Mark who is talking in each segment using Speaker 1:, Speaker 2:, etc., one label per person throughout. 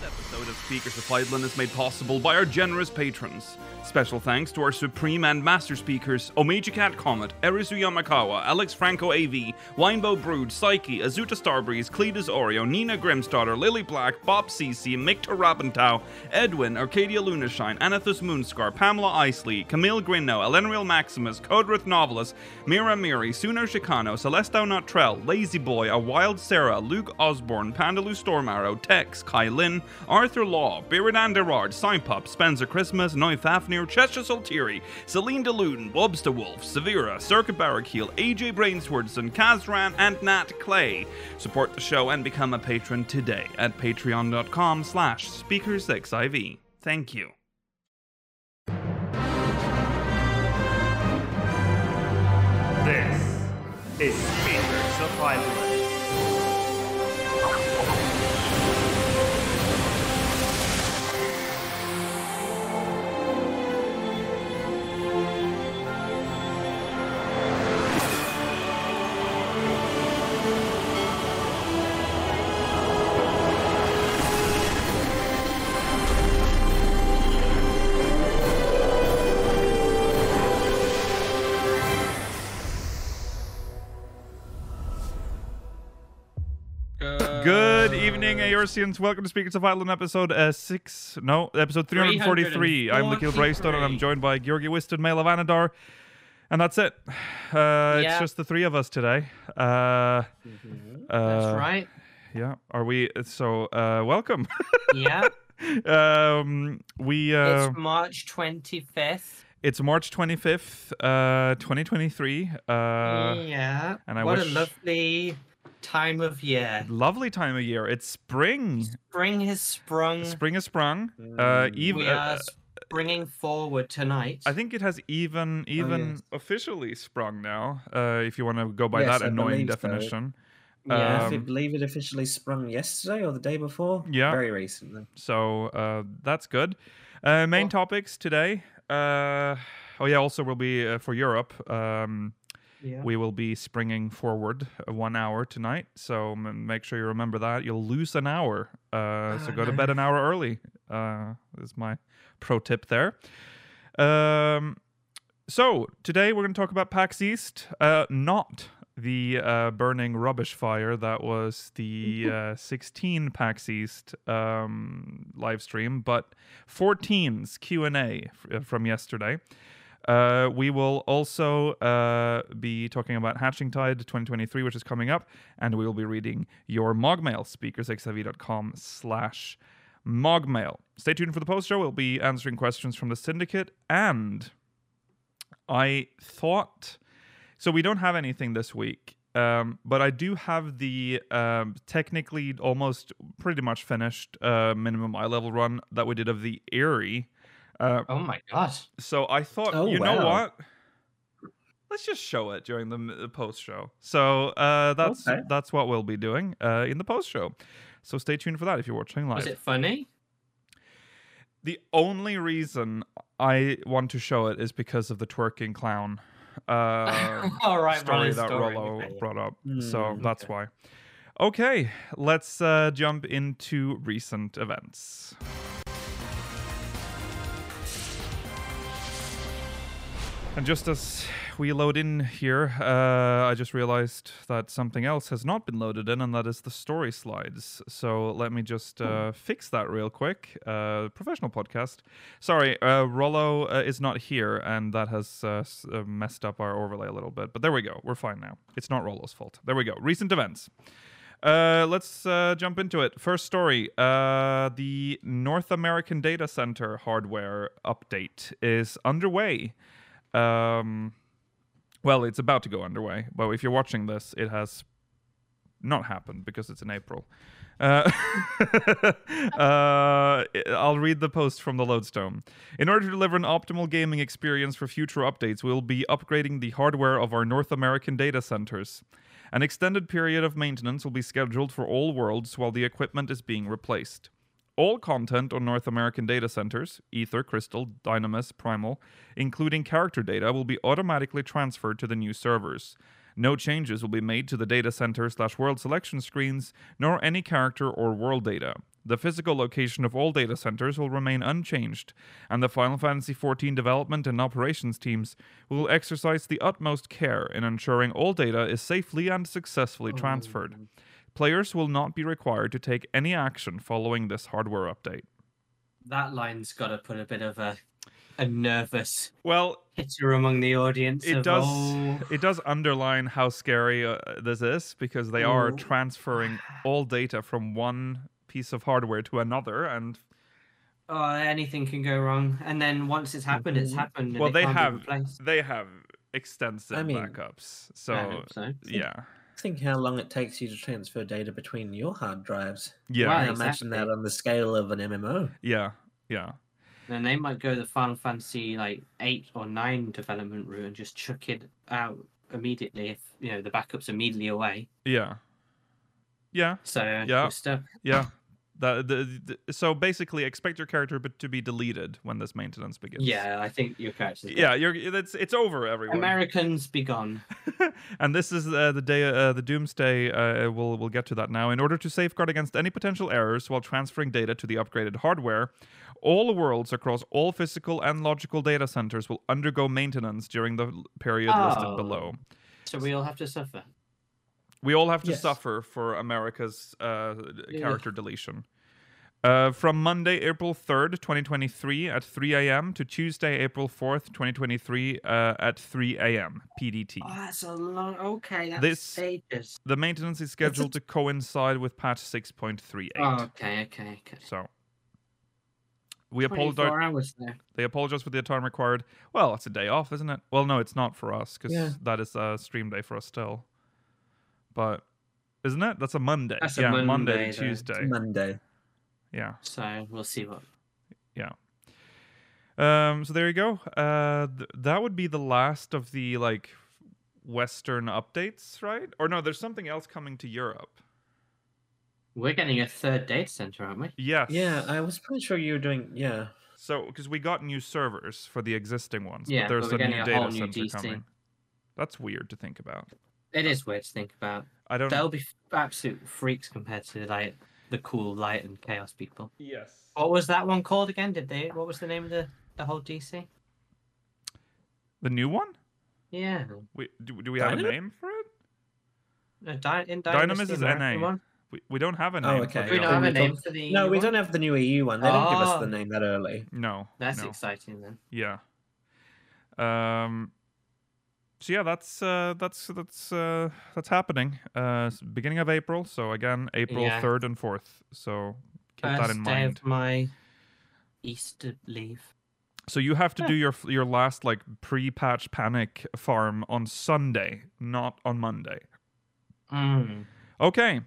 Speaker 1: collaborative speaker supplied Lynn is made possible by our generous patrons. Special thanks to our supreme and master speakers Omega Cat Comet, Erizu Yamakawa, Alex Franco AV, Winebow Brood, Psyche, Azuta Starbreeze, Cletus Oreo, Nina Grimstarter, Lily Black, Bob CC, Mick Tarabentow, Edwin, Arcadia Lunashine, Anathus Moonscar, Pamela Isley, Camille Grino, Elenriel Maximus, Codrith Novelist, Mira Miri, Suno Chicano, Celestao Notrell, Lazy Boy, A Wild Sarah, Luke Osborne, Pandaloo Stormarrow, Tex, Kai Lin, Arthur Law, Biridan Derard, Signpup, Spencer Christmas, Noy Fafnir, Chester Saltieri, Celine DeLuden, Wobster Wolf, Severa, Circuit Barrickheel, AJ Brainswordson, Kazran, and Nat Clay. Support the show and become a patron today at patreon.com slash speakersxiv. Thank you.
Speaker 2: This is Speakers of Island.
Speaker 1: Good evening, Aorcians. Welcome to Speakers of Ireland, episode uh, 6. No, episode 343. I'm Nikhil Braystone, and I'm
Speaker 3: 343.
Speaker 1: joined by Georgi Wiston, Mela Vanadar. And that's it. Uh, It's
Speaker 3: Yeah. Mm-hmm.
Speaker 1: just the three of us today. Uh,
Speaker 3: That's
Speaker 1: uh,
Speaker 3: right.
Speaker 1: Yeah. Are we? So, uh, welcome.
Speaker 3: Yeah.
Speaker 1: um, we. Uh,
Speaker 3: it's March 25th.
Speaker 1: it's March 25th, uh, 2023. Uh,
Speaker 3: Mm. yeah.
Speaker 1: and I
Speaker 3: what
Speaker 1: wish-
Speaker 3: a lovely time of year.
Speaker 1: Lovely time of year. It's spring.
Speaker 3: Spring has sprung.
Speaker 1: Spring has sprung. Uh, even,
Speaker 3: Mm. we are springing forward tonight.
Speaker 1: I think it has even even
Speaker 4: Oh, yes.
Speaker 1: officially sprung now. Uh, if you want to go by
Speaker 4: Yes,
Speaker 1: that
Speaker 4: I
Speaker 1: annoying
Speaker 4: believe so.
Speaker 1: definition.
Speaker 4: Yeah, I
Speaker 1: Um,
Speaker 4: f- believe it officially sprung yesterday or the day before.
Speaker 1: Yeah.
Speaker 4: very recently.
Speaker 1: So uh, that's good. Uh,
Speaker 4: Oh.
Speaker 1: main topics today. Uh, oh yeah. Also, we'll be uh, for Europe. Um,
Speaker 3: Yeah.
Speaker 1: We will be springing forward uh, one hour tonight. So m- make sure you remember that. You'll lose an hour. Uh, so
Speaker 3: Ah,
Speaker 1: go to
Speaker 3: no.
Speaker 1: bed an hour early. Uh, is my pro tip there. Um, so today we're going to talk about PAX East, uh, not the uh, burning rubbish fire that was the uh, 16 PAX East um, live stream, but 14's Q and A f- uh, from yesterday. Uh, we will also uh, be talking about Hatching Tide 2023, which is coming up, and we will be reading your mogmail, speakersxiv.com slash mogmail. Stay tuned for the post show. We'll be answering questions from the syndicate, and I thought... So we don't have anything this week, um, but I do have the um, technically almost pretty much finished uh, minimum eye level run that we did of the Erie. Uh,
Speaker 3: Oh my god.
Speaker 1: so I thought,
Speaker 4: Oh,
Speaker 1: you know
Speaker 4: wow.
Speaker 1: what? Let's just show it during the, m- the post show. So uh, that's
Speaker 4: Okay.
Speaker 1: that's what we'll be doing uh, in the post show. So stay tuned for that if you're watching live.
Speaker 3: Was it funny?
Speaker 1: The only reason I want to show it is because of the twerking clown uh,
Speaker 3: All right,
Speaker 1: story
Speaker 3: Ronnie's
Speaker 1: that
Speaker 3: story.
Speaker 1: Rollo
Speaker 3: Okay.
Speaker 1: brought up. so
Speaker 4: Mm,
Speaker 1: that's why. Okay, let's uh, jump into recent events. And just as we load in here, uh, I just realized that something else has not been loaded in, and that is the story slides. So let me just
Speaker 3: Hmm.
Speaker 1: uh, fix that real quick. Uh, professional podcast. Sorry, uh, Rollo uh, is not here, and that has uh, s- uh, messed up our overlay a little bit. But there we go. We're fine now. It's not Rollo's fault. There we go. Recent events. Uh, let's uh, jump into it. First story uh, the North American Data Center hardware update is underway. Um, well, it's about to go underway, but if you're watching this, it has not happened because it's in April. Uh, uh, I'll read the post from the Lodestone. In order to deliver an optimal gaming experience for future updates, we'll be upgrading the hardware of our North American data centers. An extended period of maintenance will be scheduled for all worlds while the equipment is being replaced. All content on North American data centers, Ether, Crystal, Dynamis, Primal, including character data, will be automatically transferred to the new servers. No changes will be made to the data center slash world selection screens, nor any character or world data. The physical location of all data centers will remain unchanged, and the Final Fantasy XIV development and operations teams will exercise the utmost care in ensuring all data is safely and successfully
Speaker 3: Oh.
Speaker 1: transferred. Players will not be required to take any action following this hardware update.
Speaker 3: That line's got to put a bit of a a nervous
Speaker 1: Well,
Speaker 3: hitter among the audience.
Speaker 1: It
Speaker 3: of,
Speaker 1: does-
Speaker 3: "Oh,
Speaker 1: it does underline how scary uh, this is because they are
Speaker 3: Ooh.
Speaker 1: transferring all data from one piece of hardware to another and
Speaker 3: oh, anything can go wrong. And then once it's happened, it's
Speaker 4: Mhm.
Speaker 3: happened. and
Speaker 1: Well,
Speaker 3: it
Speaker 1: they
Speaker 3: can't be
Speaker 1: have-
Speaker 3: replaced.
Speaker 1: they have extensive
Speaker 4: I mean,
Speaker 1: backups so
Speaker 3: I hope so.
Speaker 1: yeah
Speaker 4: Think how long it takes you to transfer data between your hard drives.
Speaker 1: yeah
Speaker 3: Right.
Speaker 4: I imagine that
Speaker 3: exactly.
Speaker 4: on the scale of an MMO.
Speaker 1: yeah yeah
Speaker 3: Then they might go the Final Fantasy like eight or nine development route and just chuck it out immediately if you know the backups immediately away.
Speaker 1: yeah yeah
Speaker 3: So
Speaker 1: Yeah.
Speaker 3: we're stuck.
Speaker 1: yeah That- the, the, so basically expect your character but to be deleted when this maintenance begins
Speaker 3: yeah, I think your character's dead.
Speaker 1: yeah you're it's it's over everyone
Speaker 3: Americans be gone.
Speaker 1: and this is uh, the day, uh, the doomsday. Uh, we'll we'll get to that now. In order to safeguard against any potential errors while transferring data to the upgraded hardware, all worlds across all physical and logical data centers will undergo maintenance during the l- period listed
Speaker 3: Oh.
Speaker 1: below.
Speaker 3: So we all have to suffer.
Speaker 1: We all have to
Speaker 4: Yes.
Speaker 1: suffer for America's uh,
Speaker 3: Yeah.
Speaker 1: character deletion. Uh, from Monday, April 3rd, 2023 at 3 a.m. to Tuesday, April 4th, 2023 uh, at 3 a.m. PDT.
Speaker 3: Oh, that's a long. Okay, that's
Speaker 1: This-
Speaker 3: stages.
Speaker 1: The maintenance is scheduled to coincide with patch 6.38.
Speaker 3: Oh, okay, okay, okay.
Speaker 1: So we apologize.
Speaker 3: Twenty-four hours there.
Speaker 1: They apologize for the time required. Well, it's a day off, isn't it? Well, no, it's not for us because
Speaker 4: Yeah.
Speaker 1: that is a stream day for us still. But isn't it? That's a Monday.
Speaker 3: That's a
Speaker 1: yeah,
Speaker 3: Monday,
Speaker 1: to
Speaker 3: though. It's
Speaker 1: Tuesday.
Speaker 4: It's Monday.
Speaker 1: yeah.
Speaker 3: So we'll see what.
Speaker 1: Um. So there you go. Uh, th- that would be the last of the like Western updates, right? Or no, there's something else coming to Europe.
Speaker 3: We're getting a third data center, aren't we?
Speaker 1: Yes.
Speaker 4: Yeah, I was pretty sure you were doing. Yeah,
Speaker 1: So, because we got new servers for the existing ones, but
Speaker 3: Yeah, but
Speaker 1: there's
Speaker 3: we're
Speaker 1: a
Speaker 3: getting
Speaker 1: new
Speaker 3: a
Speaker 1: data
Speaker 3: whole new
Speaker 1: center
Speaker 3: DC.
Speaker 1: coming. That's weird to think about.
Speaker 3: It is weird to think about.
Speaker 1: I don't.
Speaker 3: They'll be f- absolute freaks compared to like the cool light and chaos people.
Speaker 1: Yes.
Speaker 3: What was that one called again? Did they? What was the name of the the whole DC?
Speaker 1: The new one?
Speaker 3: Yeah,
Speaker 1: We do, do we have a
Speaker 4: Dynamis?
Speaker 1: name for it?
Speaker 3: no, Dy- in
Speaker 1: Dynamis
Speaker 3: Dynasty
Speaker 1: is
Speaker 3: American
Speaker 1: NA.
Speaker 3: one?
Speaker 1: We, we don't have a name.
Speaker 4: Oh,
Speaker 1: for
Speaker 4: okay.
Speaker 1: the
Speaker 3: We
Speaker 1: other
Speaker 3: don't have
Speaker 1: E one. Ah.
Speaker 3: a
Speaker 4: we
Speaker 3: name
Speaker 4: don't-
Speaker 3: for the.
Speaker 4: no,
Speaker 3: EU
Speaker 4: we
Speaker 3: one?
Speaker 4: don't have the new EU one. They didn't give us
Speaker 3: Oh.
Speaker 4: the name that early.
Speaker 1: No.
Speaker 3: That's
Speaker 1: no.
Speaker 3: exciting then.
Speaker 1: Yeah. Um. So yeah, that's uh, that's that's uh, that's happening. Uh, s- beginning of April. So again, April
Speaker 3: Yeah.
Speaker 1: third and fourth. So keep that in
Speaker 3: First day
Speaker 1: mind.
Speaker 3: of my Easter leave.
Speaker 1: So you have to
Speaker 3: Yeah.
Speaker 1: do your f- your last like pre-patch panic farm on Sunday, not on Monday.
Speaker 3: Mm.
Speaker 1: Okay.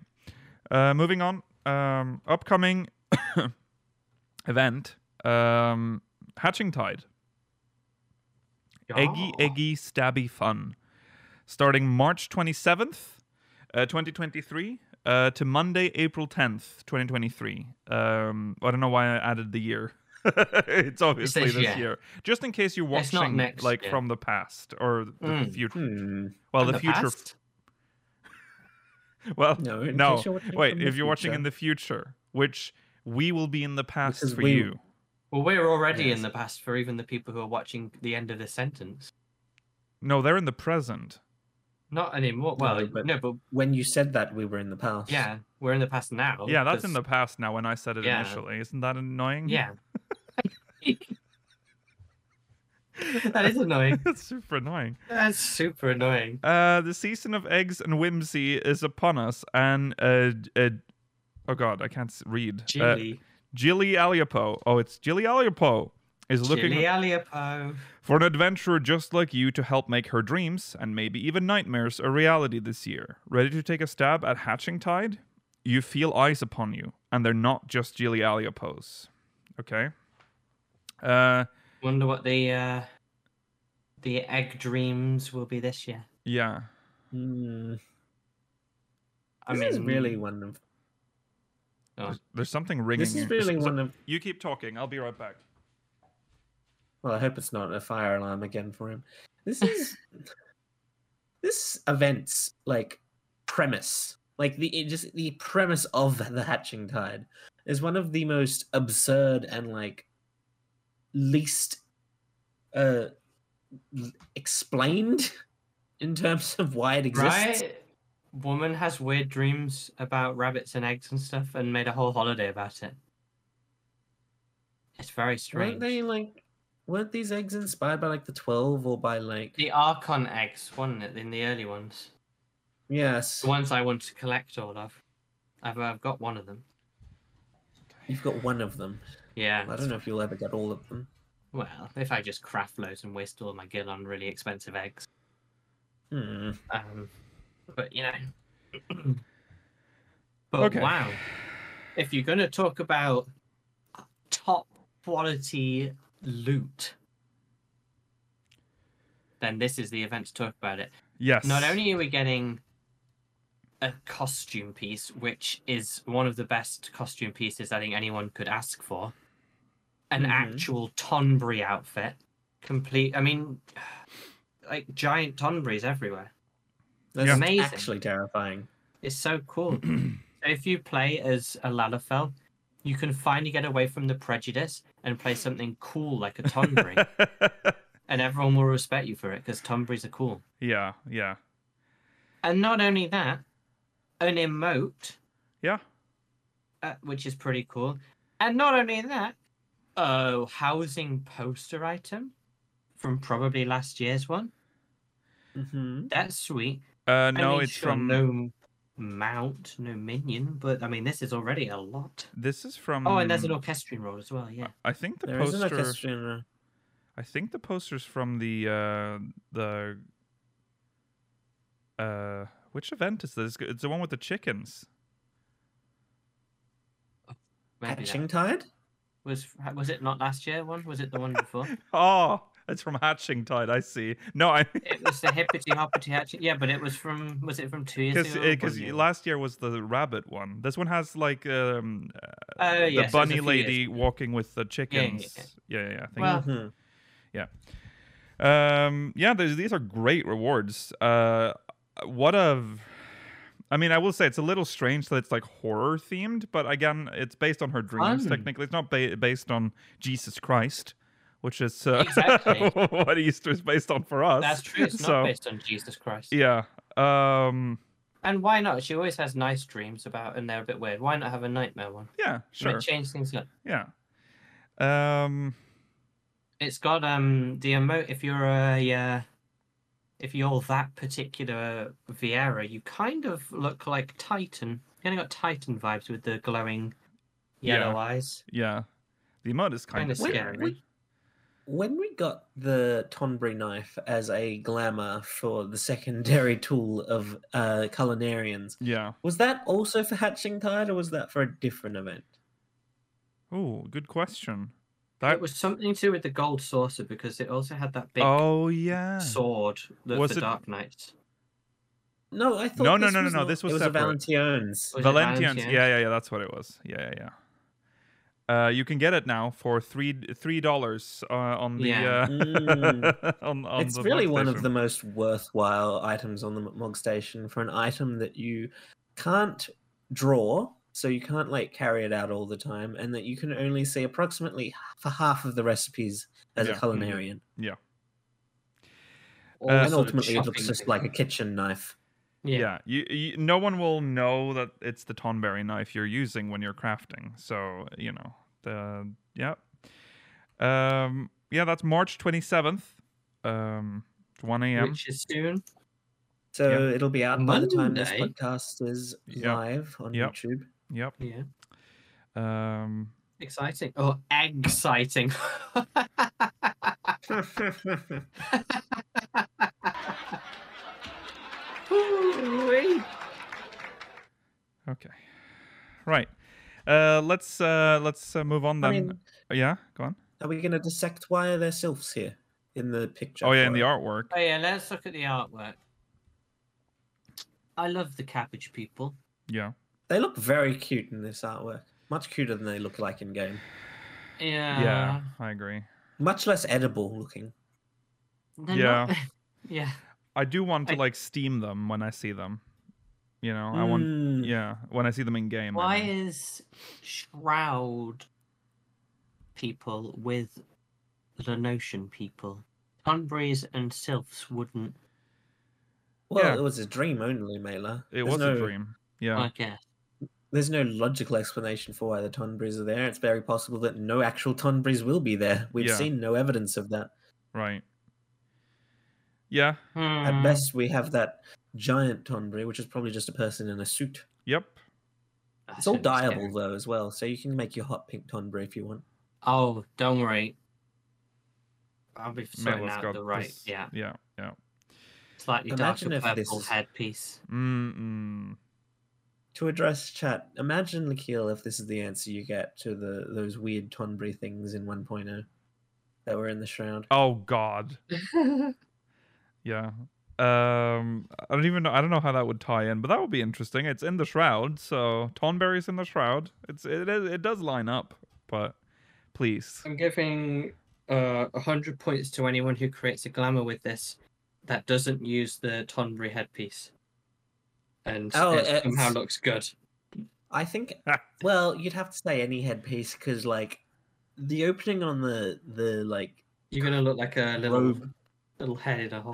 Speaker 1: Uh, moving on. Um, upcoming event. Um, Hatching Tide. Eggy,
Speaker 3: Yeah.
Speaker 1: eggy, stabby fun. Starting March 27th, uh, 2023, uh, to Monday, April 10th, 2023. Um, I don't know why I added the year. it's obviously
Speaker 3: this
Speaker 1: this
Speaker 3: year.
Speaker 1: year. Just in case you're
Speaker 3: It's not
Speaker 1: watching
Speaker 3: next
Speaker 1: like
Speaker 3: year.
Speaker 1: from the past or the
Speaker 3: Mm.
Speaker 1: future.
Speaker 4: Hmm.
Speaker 1: Well,
Speaker 3: In
Speaker 1: the, future.
Speaker 3: past?
Speaker 1: Well,
Speaker 4: No. in
Speaker 1: Oh, No,
Speaker 4: case you're watching
Speaker 1: Wait,
Speaker 4: from
Speaker 1: if
Speaker 4: the
Speaker 1: you're watching
Speaker 4: future.
Speaker 1: in the future, which we will be in the past
Speaker 4: Because
Speaker 1: for
Speaker 4: we-
Speaker 1: you.
Speaker 3: Well, we're already in
Speaker 4: Yes.
Speaker 3: the past for even the people who are watching the end of the sentence.
Speaker 1: No, they're in the present.
Speaker 3: Not anymore.
Speaker 4: No,
Speaker 3: Well,
Speaker 4: but-
Speaker 3: no, but
Speaker 4: when you said that, we were in the past.
Speaker 3: yeah, we're in the past now.
Speaker 1: yeah, that's in the
Speaker 3: 'cause-
Speaker 1: past now when I said it
Speaker 3: Yeah.
Speaker 1: initially. Isn't that annoying?
Speaker 3: Yeah. that is annoying.
Speaker 1: That's super annoying.
Speaker 3: That's super annoying.
Speaker 1: Uh, the season of eggs and whimsy is upon us, and uh, d- uh, oh god, I can't s- read. Uh,
Speaker 3: Gilly.
Speaker 1: Gilly Aliapo. Oh, it's Gilly Aliapo is looking
Speaker 3: Gilly Aliapo.
Speaker 1: for an adventurer just like you to help make her dreams and maybe even nightmares a reality this year. Ready to take a stab at hatching tide? You feel eyes upon you, and they're not just Gilealia pose. Okay. Uh,
Speaker 3: Wonder what the uh, the egg dreams will be this year.
Speaker 1: yeah.
Speaker 4: Hmm.
Speaker 3: I
Speaker 4: this is
Speaker 3: mean,
Speaker 4: really one of.
Speaker 3: Oh.
Speaker 1: There's, there's something ringing.
Speaker 4: This is really
Speaker 1: So-
Speaker 4: one of.
Speaker 1: You keep talking. I'll be right back.
Speaker 4: Well, I hope it's not a fire alarm again for him. This is. this event's like premise Like the it just the premise of the Hatching Tide is one of the most absurd and like least uh l- explained in terms of why it exists.
Speaker 3: Right? Woman has weird dreams about rabbits and eggs and stuff and made a whole holiday about it. It's very strange.
Speaker 4: Weren't they like weren't these eggs inspired by like the twelve or by like
Speaker 3: The Archon eggs, wasn't it, in the early ones?
Speaker 4: Yes.
Speaker 3: The ones I want to collect all of. I've, I've got one of them.
Speaker 4: You've got one of them.
Speaker 3: Yeah.
Speaker 4: I don't know if you'll ever get all of them.
Speaker 3: Well, if I just craft loads and waste all my gill on really expensive eggs.
Speaker 4: Hmm.
Speaker 3: Um, but you know, but
Speaker 1: Okay.
Speaker 3: wow, if you're going to talk about top quality loot, then this is the event to talk about it.
Speaker 1: Yes.
Speaker 3: Not only are we getting a costume piece, which is one of the best costume pieces I think anyone could ask for, an
Speaker 1: Mm-hmm.
Speaker 4: Mhm.
Speaker 3: actual Tonbury outfit, complete. I mean, like giant Tonburys everywhere.
Speaker 4: That's
Speaker 1: Yeah.
Speaker 3: Amazing.
Speaker 4: actually terrifying.
Speaker 3: It's so cool. if you play as a Lalafell, you can finally get away from the prejudice and play something cool like a Tonbury, and everyone will respect you for it because Tonburys are cool.
Speaker 1: yeah, yeah,
Speaker 3: And not only that, an emote,
Speaker 1: yeah.
Speaker 3: uh, which is pretty cool. And not only that, a housing poster item from probably last year's one.
Speaker 4: hmm
Speaker 3: That's sweet.
Speaker 1: Uh,
Speaker 3: I
Speaker 1: no,
Speaker 3: mean,
Speaker 1: it's
Speaker 3: sure,
Speaker 1: from
Speaker 3: no mount, no minion, but I mean, this is already a lot.
Speaker 1: this is from.
Speaker 3: Oh, and there's an orchestrion roll as well. Yeah.
Speaker 1: I think the
Speaker 4: There is an
Speaker 1: poster.
Speaker 4: orchestra.
Speaker 1: I think the poster's from the uh the uh which event is this? It's the one with the chickens.
Speaker 3: Maybe that
Speaker 4: Hatching Tide?
Speaker 3: was was it not last year one? Was it the one before?
Speaker 1: Oh, it's from Hatching Tide. I see. No, I
Speaker 3: it was the hippity hoppity hatchet. Yeah, but it was from was it Oh, from two years
Speaker 1: because eh,
Speaker 3: ago? or
Speaker 1: because
Speaker 3: one year?
Speaker 1: uh, last year was the rabbit one. This one has like um uh,
Speaker 3: Oh,
Speaker 1: the
Speaker 3: yes, it was a
Speaker 1: bunny
Speaker 3: few years
Speaker 1: lady
Speaker 3: ago.
Speaker 1: walking with the
Speaker 3: yeah,
Speaker 1: chickens. Yeah, yeah. yeah, I think.
Speaker 3: Well-
Speaker 4: Mhm.
Speaker 1: Um, yeah, these these are great rewards. Uh, what a, I mean, I will say it's a little strange that it's like horror themed, but again, it's based on her dreams.
Speaker 3: Fun.
Speaker 1: Technically, it's not ba- based on Jesus Christ, which is uh,
Speaker 3: Exactly.
Speaker 1: what Easter is based on for us.
Speaker 3: that's true. It's not
Speaker 1: so
Speaker 3: based on Jesus Christ.
Speaker 1: yeah, um,
Speaker 3: And why not? She always has nice dreams about, and they're a bit weird. Why not have a nightmare one?
Speaker 1: yeah,
Speaker 3: I mean,
Speaker 1: sure,
Speaker 3: change things up.
Speaker 1: yeah. Um,
Speaker 3: It's got um the emote. If you're a uh, if you're that particular Vieira, you kind of look like Titan. You kind of got Titan vibes with the glowing yellow
Speaker 1: Yeah.
Speaker 3: eyes.
Speaker 1: yeah, the emote is kind
Speaker 3: Kinda
Speaker 1: of
Speaker 3: Wait,
Speaker 1: scary.
Speaker 3: scary. wait.
Speaker 4: When we got the Tonbury knife as a glamour for the secondary tool of uh, culinarians,
Speaker 1: Yeah.
Speaker 4: was that also for Hatching Tide or was that for a different event?
Speaker 1: Oh, good question. That
Speaker 3: It was something to do with the gold saucer because it also had that big
Speaker 1: Oh yeah.
Speaker 3: sword that
Speaker 1: Was
Speaker 3: the
Speaker 1: it-
Speaker 3: Dark Knights.
Speaker 4: No, I thought
Speaker 1: No, no,
Speaker 4: this
Speaker 1: no, no,
Speaker 4: was
Speaker 1: no,
Speaker 4: not-
Speaker 1: this was
Speaker 4: it was
Speaker 1: separate.
Speaker 4: a Valentine's.
Speaker 3: Was it
Speaker 1: Valentians.
Speaker 3: Valentians?
Speaker 1: Yeah, yeah, yeah. That's what it was. Yeah, yeah, yeah. Uh, you can get it now for three three dollars uh, on the
Speaker 3: Yeah.
Speaker 1: uh,
Speaker 4: Mm.
Speaker 1: on, on
Speaker 4: It's
Speaker 1: the
Speaker 4: really
Speaker 1: Mug
Speaker 4: one of
Speaker 1: Station.
Speaker 4: the most worthwhile items on the M- Mog Station for an item that you can't draw, so you can't like carry it out all the time, and that you can only see approximately for half of the recipes as
Speaker 1: Yeah.
Speaker 4: a
Speaker 1: Mhm.
Speaker 4: culinarian.
Speaker 3: All
Speaker 1: Uh,
Speaker 4: Oh, and
Speaker 3: sort of
Speaker 4: ultimately, it looks
Speaker 3: chopping
Speaker 4: just
Speaker 3: things.
Speaker 4: like a kitchen knife.
Speaker 1: Yeah, You, you, no one will know that it's the Tonberry knife you're using when you're crafting. So you know the yeah, um, yeah. That's March twenty seventh, um, one a.m.
Speaker 3: which is soon.
Speaker 4: So it'll be out by the time this
Speaker 3: Monday?
Speaker 4: podcast is
Speaker 1: Yep.
Speaker 4: live on
Speaker 1: Yep.
Speaker 4: YouTube.
Speaker 1: Yep.
Speaker 3: Yeah,
Speaker 1: Um,
Speaker 3: exciting. Oh, exciting! Ooh-wee.
Speaker 1: okay. Right. Uh, let's uh, let's uh, move on
Speaker 4: I
Speaker 1: then.
Speaker 4: mean,
Speaker 1: yeah. Go on.
Speaker 4: are we going to dissect why are there sylphs here in the picture?
Speaker 1: Oh yeah, in
Speaker 4: for
Speaker 1: the
Speaker 4: it?
Speaker 1: artwork.
Speaker 3: oh yeah, let's look at the artwork. I love the cabbage people.
Speaker 1: Yeah.
Speaker 4: They look very cute in this artwork. Much cuter than they look like in game.
Speaker 3: Yeah.
Speaker 1: Yeah,
Speaker 3: Uh,
Speaker 1: I agree.
Speaker 4: Much less edible looking.
Speaker 3: They're
Speaker 1: Yeah.
Speaker 3: not- yeah.
Speaker 1: I do want to
Speaker 3: I-
Speaker 1: like steam them when I see them. You know, I want
Speaker 4: Hmm.
Speaker 1: yeah when I see them in game. I
Speaker 3: Mm. Why
Speaker 1: want-
Speaker 3: is Shroud people with the Notion people? Tunbreeze and Sylphs wouldn't,
Speaker 4: Well,
Speaker 1: Yeah.
Speaker 4: it was a dream only, Mela.
Speaker 1: it was
Speaker 4: no,
Speaker 1: a dream. Yeah,
Speaker 3: I guess.
Speaker 4: There's no logical explanation for why the Tonbris are there. It's very possible that no actual Tonbris will be there. We've
Speaker 1: Yeah.
Speaker 4: seen no evidence of that.
Speaker 1: right. Yeah.
Speaker 4: At
Speaker 1: Mm.
Speaker 3: Hmm.
Speaker 4: best, we have that giant Tonbri, which is probably just a person in a suit.
Speaker 1: Yep.
Speaker 3: That's
Speaker 4: It's all
Speaker 3: so scary.
Speaker 4: diable though, as well. So you can make your hot pink Tonbri if you want.
Speaker 3: Oh, don't worry. I'll be sorting
Speaker 1: Mela's
Speaker 3: out
Speaker 1: got
Speaker 3: the right,
Speaker 1: this-
Speaker 3: yeah,
Speaker 1: Yeah. Yeah.
Speaker 3: slightly
Speaker 4: Imagine
Speaker 3: darker
Speaker 4: if this
Speaker 3: purple
Speaker 4: is-
Speaker 3: headpiece.
Speaker 1: Mm-mm.
Speaker 4: To address chat, imagine Lakeel if this is the answer you get to the those weird Tonbri things in 1.0 that were in the shroud.
Speaker 1: Oh God. Yeah. Um. I don't even know. I don't know how that would tie in, but that would be interesting. It's in the shroud, so Tonberry's in the shroud. It's it is it does line up, but please.
Speaker 3: I'm giving uh, 100 points to anyone who creates a glamour with this that doesn't use the Tonbury headpiece and
Speaker 4: Oh,
Speaker 3: it
Speaker 4: uh,
Speaker 3: somehow
Speaker 4: s-
Speaker 3: looks good.
Speaker 4: I think.
Speaker 1: Ah.
Speaker 4: well, you'd have to say any headpiece because, like, the opening on the the like.
Speaker 3: You're going to look like a little
Speaker 4: Robe.
Speaker 3: little head in a hole.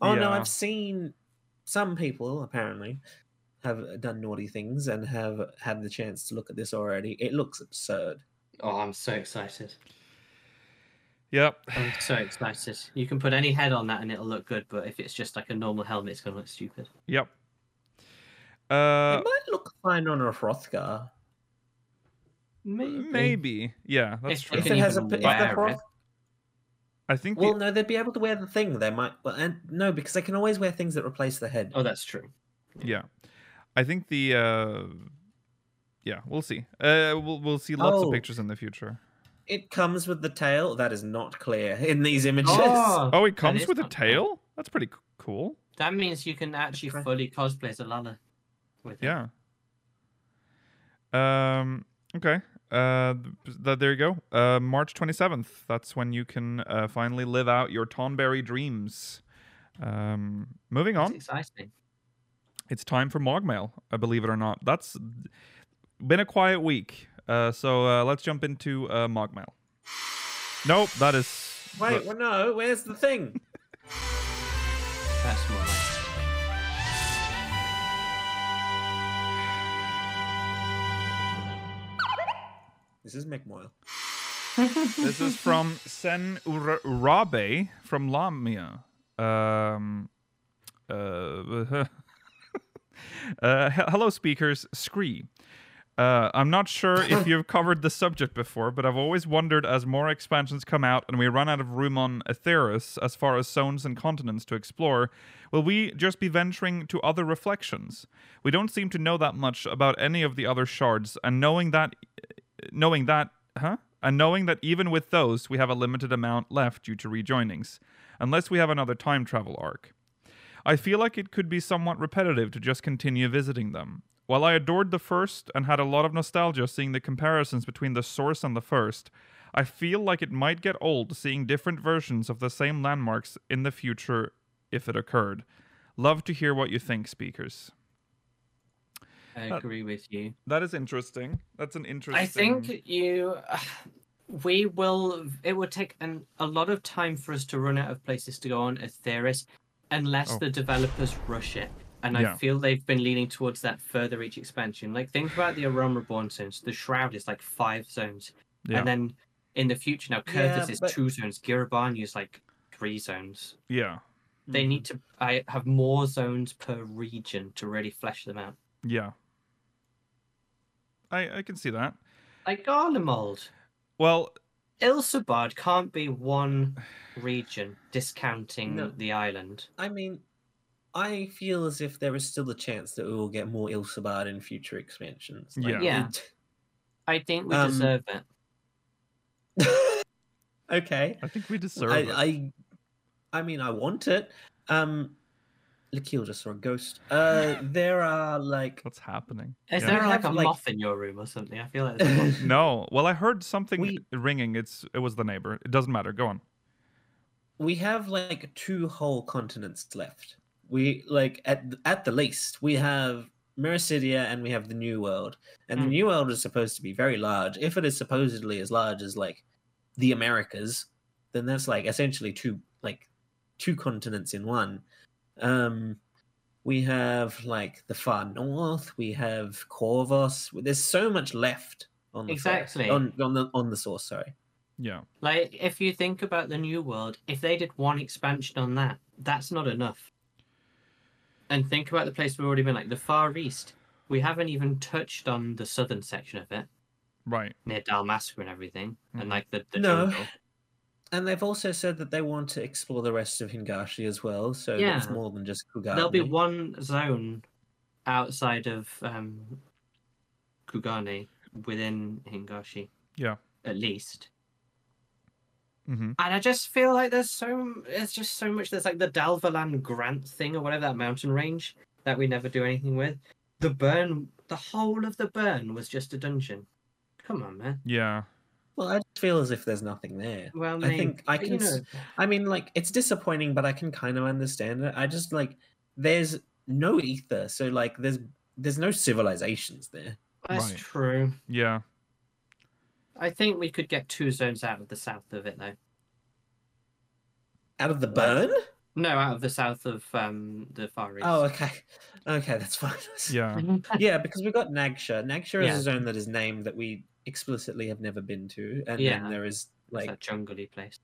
Speaker 4: Oh no,
Speaker 1: Yeah.
Speaker 4: I've seen some people apparently have done naughty things and have had the chance to look at this already. It looks absurd.
Speaker 3: Oh, I'm so excited.
Speaker 1: Yep.
Speaker 3: I'm so excited. You can put any head on that and it'll look good, but if it's just like a normal helmet, it's going to look stupid.
Speaker 1: Yep. Uh.
Speaker 4: it might look fine on a Hrothgar.
Speaker 3: Maybe.
Speaker 1: Uh, Maybe. Yeah. That's
Speaker 3: If
Speaker 1: true.
Speaker 3: they
Speaker 4: If
Speaker 3: can
Speaker 4: it has a
Speaker 3: even
Speaker 4: if the
Speaker 3: wear it.
Speaker 4: Hroth-
Speaker 1: I think.
Speaker 4: well,
Speaker 1: the,
Speaker 4: no, they'd be able to wear the thing. They might, well, and no, because they can always wear things that replace the head.
Speaker 3: Oh, that's true.
Speaker 1: yeah. I think the. uh Yeah. We'll see. Uh. We'll we'll see lots
Speaker 4: Oh.
Speaker 1: of pictures in the future.
Speaker 4: It comes with the tail. That is not clear in these images.
Speaker 1: Oh, it comes
Speaker 3: is
Speaker 1: with a
Speaker 3: not bad.
Speaker 1: tail. That's pretty c- cool.
Speaker 3: That means you can actually
Speaker 4: Okay.
Speaker 3: fully cosplay as a Lala. With it.
Speaker 1: Yeah. Um. Okay. Uh. th- th- there you go. Uh. March twenty seventh. That's when you can uh, finally live out your Tonberry dreams. Um. Moving
Speaker 3: It's
Speaker 1: on.
Speaker 3: exciting.
Speaker 1: It's time for Mogmail. Uh, believe it or not, that's been a quiet week. Uh. So uh, let's jump into uh, Mogmail. Nope. That is. uh,
Speaker 4: Wait, well, no, where's the thing?
Speaker 3: That's more like it.
Speaker 4: this is McMoyle.
Speaker 1: this is from Sen Ur- Urabe from Lamia. Um, uh, uh, he- hello, speakers. Scree. Uh, I'm not sure if you've covered the subject before, but I've always wondered as more expansions come out and we run out of room on Aetheris as far as zones and continents to explore, will we just be venturing to other reflections? We don't seem to know that much about any of the other shards, and knowing that knowing that, huh? And knowing that even with those, we have a limited amount left due to rejoinings, unless we have another time travel arc. I feel like it could be somewhat repetitive to just continue visiting them. While I adored the first and had a lot of nostalgia seeing the comparisons between the source and the first, I feel like it might get old seeing different versions of the same landmarks in the future if it occurred. Love to hear what you think, speakers. Uh,
Speaker 3: I agree with you.
Speaker 1: That is interesting. That's an interesting.
Speaker 3: I think you. We will. It will take an, a lot of time for us to run out of places to go on as theorists, unless
Speaker 1: Oh.
Speaker 3: the developers rush it. And I
Speaker 1: Yeah.
Speaker 3: feel they've been leaning towards that further each expansion. Like think about the Aroma Reborn zones. The Shroud is like five zones,
Speaker 1: Yeah.
Speaker 3: and then in the future now, Curtis
Speaker 4: Yeah,
Speaker 3: is
Speaker 4: but-
Speaker 3: two zones. Girabani is like three zones.
Speaker 1: Yeah.
Speaker 3: They
Speaker 4: Mm-hmm.
Speaker 3: need to I have more zones per region to really flesh them out.
Speaker 1: Yeah. I I can see that.
Speaker 3: Like Garlemald.
Speaker 1: Well,
Speaker 3: Ilsebard can't be one region discounting
Speaker 4: No.
Speaker 3: the island.
Speaker 4: I mean, I feel as if there is still a chance that we will get more Ilsebard in future expansions.
Speaker 1: Yeah.
Speaker 3: Yeah.
Speaker 4: it-
Speaker 3: I think we
Speaker 4: Um,
Speaker 3: deserve it.
Speaker 4: okay.
Speaker 1: I think we deserve
Speaker 4: I,
Speaker 1: it.
Speaker 4: I, I mean, I want it. Um, Lakeel just saw a ghost. Uh, there are like
Speaker 1: What's happening?
Speaker 3: Is
Speaker 1: Yeah.
Speaker 3: there
Speaker 4: We
Speaker 3: like a
Speaker 4: have, like-
Speaker 3: moth in your room or something? I feel like there's a moth.
Speaker 1: No. Well, I heard something
Speaker 4: We-
Speaker 1: ringing. It's it was the neighbor. It doesn't matter. Go on.
Speaker 4: we have like two whole continents left. we like at th- at the least we have Mercidia and we have the New World, and the
Speaker 3: Mm.
Speaker 4: New World is supposed to be very large. If it is supposedly as large as like the Americas, then that's like essentially two like two continents in one. Um, we have like the far north. We have Corvus. There's so much left on the Source-
Speaker 3: Exactly.
Speaker 4: on on the on the source. Sorry.
Speaker 1: Yeah.
Speaker 3: Like, if you think about the New World, if they did one expansion on that, that's not enough. And think about the place we've already been, like the Far East. We haven't even touched on the southern section of it,
Speaker 1: Right.
Speaker 3: near Dalmasca and everything,
Speaker 1: Mhm.
Speaker 3: and like the, the
Speaker 4: Mm-hmm. No.
Speaker 3: jungle.
Speaker 4: And they've also said that they want to explore the rest of Hingashi as well, so
Speaker 3: Yeah.
Speaker 4: it's more than just Kugami.
Speaker 3: There'll be one zone outside of um, Kugane within Hingashi.
Speaker 1: Yeah.
Speaker 3: At least.
Speaker 1: hmm
Speaker 3: And I just feel like there's so there's just so much there's like the Dalvaland Grant thing or whatever that mountain range that we never do anything with. The burn the whole of the burn was just a dungeon. Come on, man.
Speaker 1: Yeah.
Speaker 4: Well, I just feel as if there's nothing there.
Speaker 3: Well,
Speaker 4: I
Speaker 3: mate,
Speaker 4: think I
Speaker 3: but
Speaker 4: can.
Speaker 3: you
Speaker 4: s-
Speaker 3: know,
Speaker 4: I mean, like it's disappointing, but I can kind of understand it. I just like there's no ether, so like there's there's no civilizations there.
Speaker 3: that's
Speaker 1: Right.
Speaker 3: true.
Speaker 1: Yeah.
Speaker 3: I think we could get two zones out of the south of it though.
Speaker 4: Out of the
Speaker 3: Right.
Speaker 4: burn?
Speaker 3: No, out of the south of um the Far East.
Speaker 4: Oh, okay, okay, that's fine.
Speaker 1: Yeah.
Speaker 4: yeah, because we've got Nagsha. Nagsha
Speaker 3: Yeah.
Speaker 4: is a zone that is named that we explicitly have never been to, and
Speaker 3: Yeah.
Speaker 4: then there is
Speaker 3: like
Speaker 4: like
Speaker 3: that jungly place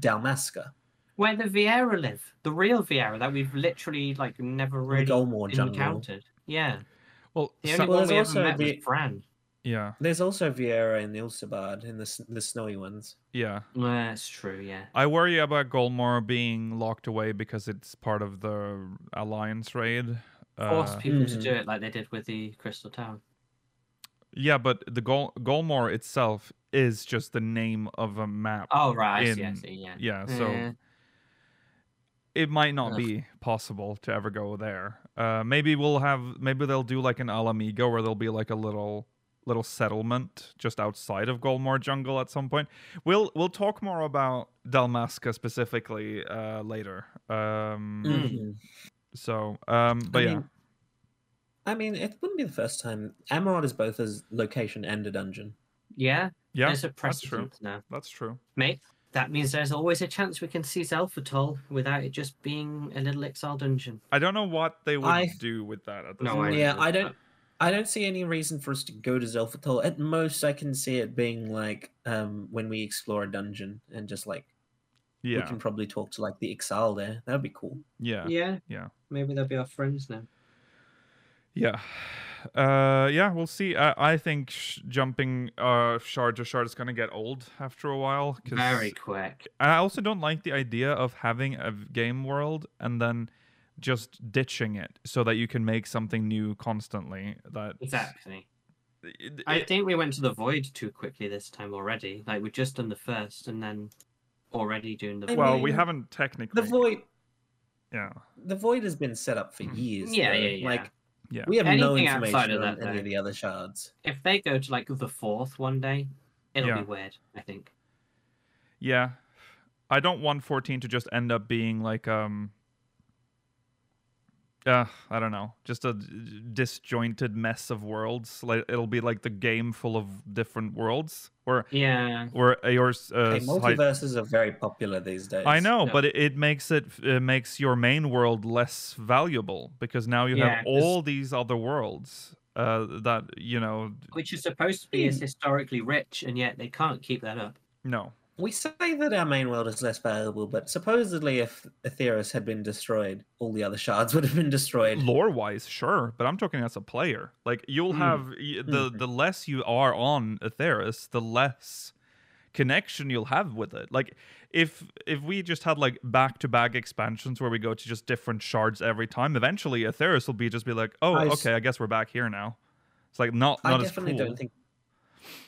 Speaker 4: Dalmasca,
Speaker 3: where the Vieira live, the real Vieira that we've literally like never
Speaker 4: the
Speaker 3: really
Speaker 4: Golmore jungle.
Speaker 3: encountered. Yeah,
Speaker 1: Well.
Speaker 3: the
Speaker 1: so-
Speaker 3: only
Speaker 4: Well,
Speaker 3: one
Speaker 4: there's
Speaker 3: we ever
Speaker 4: also
Speaker 3: met
Speaker 4: the-
Speaker 3: was Bran.
Speaker 1: yeah.
Speaker 4: There's also Vieira and Ilsebad in the s- the snowy ones.
Speaker 1: Yeah.
Speaker 3: Well, that's true. Yeah,
Speaker 1: I worry about Golmor being locked away because it's part of the alliance raid.
Speaker 3: force
Speaker 1: Uh,
Speaker 3: people to
Speaker 4: Mhm.
Speaker 3: do it like they did with the Crystal Tower.
Speaker 1: yeah, but the Gol- Golmor itself is just the name of a map.
Speaker 3: Oh right, I see. I
Speaker 1: In-
Speaker 3: see. Yeah.
Speaker 1: Yeah, so
Speaker 3: Eh,
Speaker 1: it might not
Speaker 3: Ugh.
Speaker 1: be possible to ever go there. Uh, maybe we'll have maybe they'll do like an Alamigo where there'll be like a little little settlement just outside of Golmore Jungle at some point. We'll we'll talk more about Dalmasca specifically uh, later. Um,
Speaker 3: Mm.
Speaker 1: So, um, but
Speaker 4: I
Speaker 1: yeah,
Speaker 4: mean- I mean, it wouldn't be the first time. Amarod is both a location and a dungeon.
Speaker 3: yeah,
Speaker 1: yeah,
Speaker 3: There's a
Speaker 1: that's true.
Speaker 3: precedent now,
Speaker 1: that's true.
Speaker 3: mate. That means there's always a chance we can seize Alphatol without it just being a little exile dungeon.
Speaker 1: I don't know what they would
Speaker 4: I-
Speaker 1: do with that. At this
Speaker 3: No,
Speaker 1: point.
Speaker 3: I
Speaker 4: yeah,
Speaker 3: agree.
Speaker 4: I don't. I don't see any reason for us to go to Zelfatol. At most, I can see it being like um, when we explore a dungeon and just like we
Speaker 1: yeah,
Speaker 4: can probably talk to like the Exile there. That would be cool.
Speaker 1: yeah.
Speaker 3: yeah,
Speaker 1: yeah.
Speaker 3: Maybe they'll be our friends now.
Speaker 1: Yeah. Uh, yeah, we'll see. I, I think sh- jumping uh, shard to shard is going to get old after a while. 'cause
Speaker 3: Very quick.
Speaker 1: I also don't like the idea of having a v- game world and then just ditching it so that you can make something new constantly. That
Speaker 3: Exactly.
Speaker 1: it-
Speaker 3: I
Speaker 1: it-
Speaker 3: think we went to the void too quickly this time already. Like we've just done the first and then already doing the
Speaker 4: I
Speaker 1: well, we
Speaker 4: mean,
Speaker 1: haven't technically.
Speaker 4: The void,
Speaker 1: yeah.
Speaker 4: the void has been set up for
Speaker 1: Mm.
Speaker 4: years.
Speaker 3: Yeah,
Speaker 4: though.
Speaker 3: yeah, yeah.
Speaker 4: Like
Speaker 1: Yeah.
Speaker 4: we have no
Speaker 3: Anything outside
Speaker 4: information
Speaker 3: of
Speaker 4: on
Speaker 3: that,
Speaker 4: any
Speaker 3: though.
Speaker 4: of the other shards.
Speaker 3: if they go to like the fourth one day, it'll
Speaker 1: Yeah.
Speaker 3: be weird, I think.
Speaker 1: Yeah. I don't want 14 to just end up being like um uh, I don't know, just a d- disjointed mess of worlds. Like it'll be like the game full of different worlds where
Speaker 3: Yeah.
Speaker 1: where Aeor's uh,
Speaker 4: Okay,
Speaker 1: side-
Speaker 4: multiverses are very popular these days.
Speaker 1: I know,
Speaker 3: Yeah.
Speaker 1: but it, it makes it it makes your main world less valuable because now you
Speaker 3: Yeah,
Speaker 1: have
Speaker 3: 'cause-
Speaker 1: all these other worlds uh, that you know
Speaker 3: Which is supposed to be
Speaker 1: Hmm.
Speaker 3: as historically rich and yet they can't keep that up.
Speaker 1: no.
Speaker 4: We say that our main world is less valuable, but supposedly if Aetheris had been destroyed, all the other shards would have been destroyed.
Speaker 1: lore wise sure but i'm talking as a player like you'll
Speaker 4: Hmm.
Speaker 3: Mm.
Speaker 1: have y- the the less you are on atheris the less connection you'll have with it like if if we just had like back to back expansions where we go to just different shards every time eventually atheris will be just be like oh
Speaker 4: I s-
Speaker 1: okay i guess we're back here now it's like not
Speaker 4: I
Speaker 1: not as
Speaker 4: definitely
Speaker 1: cool
Speaker 4: don't think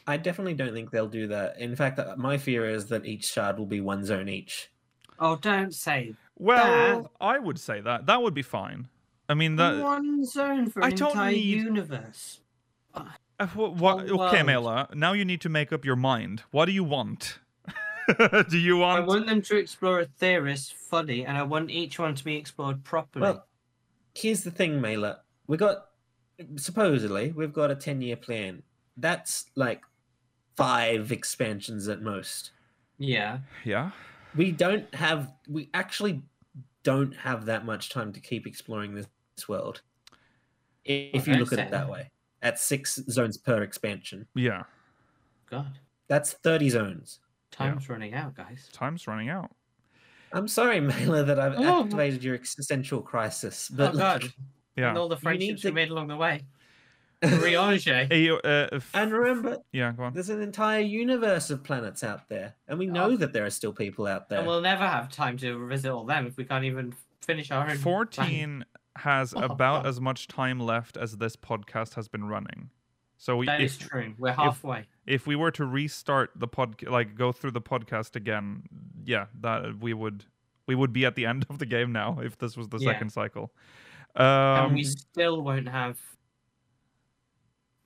Speaker 4: I definitely don't think they'll do that. In fact, uh, my fear is that each shard will be one zone each.
Speaker 3: Oh don't say
Speaker 1: well i would say that that would be fine i mean that
Speaker 3: one zone for
Speaker 1: I
Speaker 3: an
Speaker 1: don't
Speaker 3: entire
Speaker 1: need-
Speaker 3: universe.
Speaker 1: uh, wh- wha-
Speaker 3: whole
Speaker 1: okay
Speaker 3: world.
Speaker 4: Oh,
Speaker 1: mela now you need to make up your mind what do you want Do you
Speaker 3: I
Speaker 1: want?
Speaker 3: want them to explore a theorist fully, and I want each one to be explored properly.
Speaker 4: Well, here's the thing, Mela. We got supposedly we've got a ten-year plan. That's like five expansions at most.
Speaker 3: yeah.
Speaker 1: Yeah.
Speaker 4: We don't have. We actually don't have that much time to keep exploring this, this world. i- If you
Speaker 3: Okay,
Speaker 4: look at
Speaker 3: so-
Speaker 4: it that way, at six zones per expansion,
Speaker 1: Yeah.
Speaker 3: God,
Speaker 4: that's thirty zones.
Speaker 3: time's running out, guys.
Speaker 1: Time's running out.
Speaker 4: I'm sorry, Mela, that I've
Speaker 3: Oh.
Speaker 4: activated your existential crisis, but
Speaker 3: oh
Speaker 4: like,
Speaker 3: God, and
Speaker 1: Yeah.
Speaker 3: all the
Speaker 4: You need
Speaker 3: friendships
Speaker 4: to-
Speaker 3: we made along the way. Riange.
Speaker 1: A- uh, if-
Speaker 4: and remember,
Speaker 1: yeah. Go on.
Speaker 4: There's an entire universe of planets out there, and we know
Speaker 3: Oh.
Speaker 4: that there are still people out there.
Speaker 3: And we'll never have time to visit all them if we can't even finish our own. plan.
Speaker 1: 14 has
Speaker 3: Oh,
Speaker 1: about
Speaker 3: God.
Speaker 1: as much time left as this podcast has been running. So we,
Speaker 3: That is
Speaker 1: if,
Speaker 3: true. We're halfway.
Speaker 1: if we were to restart the pod, like go through the podcast again, yeah, that we would we would be at the end of the game now if this was the
Speaker 3: Yeah.
Speaker 1: second cycle. Um,
Speaker 3: and we still won't have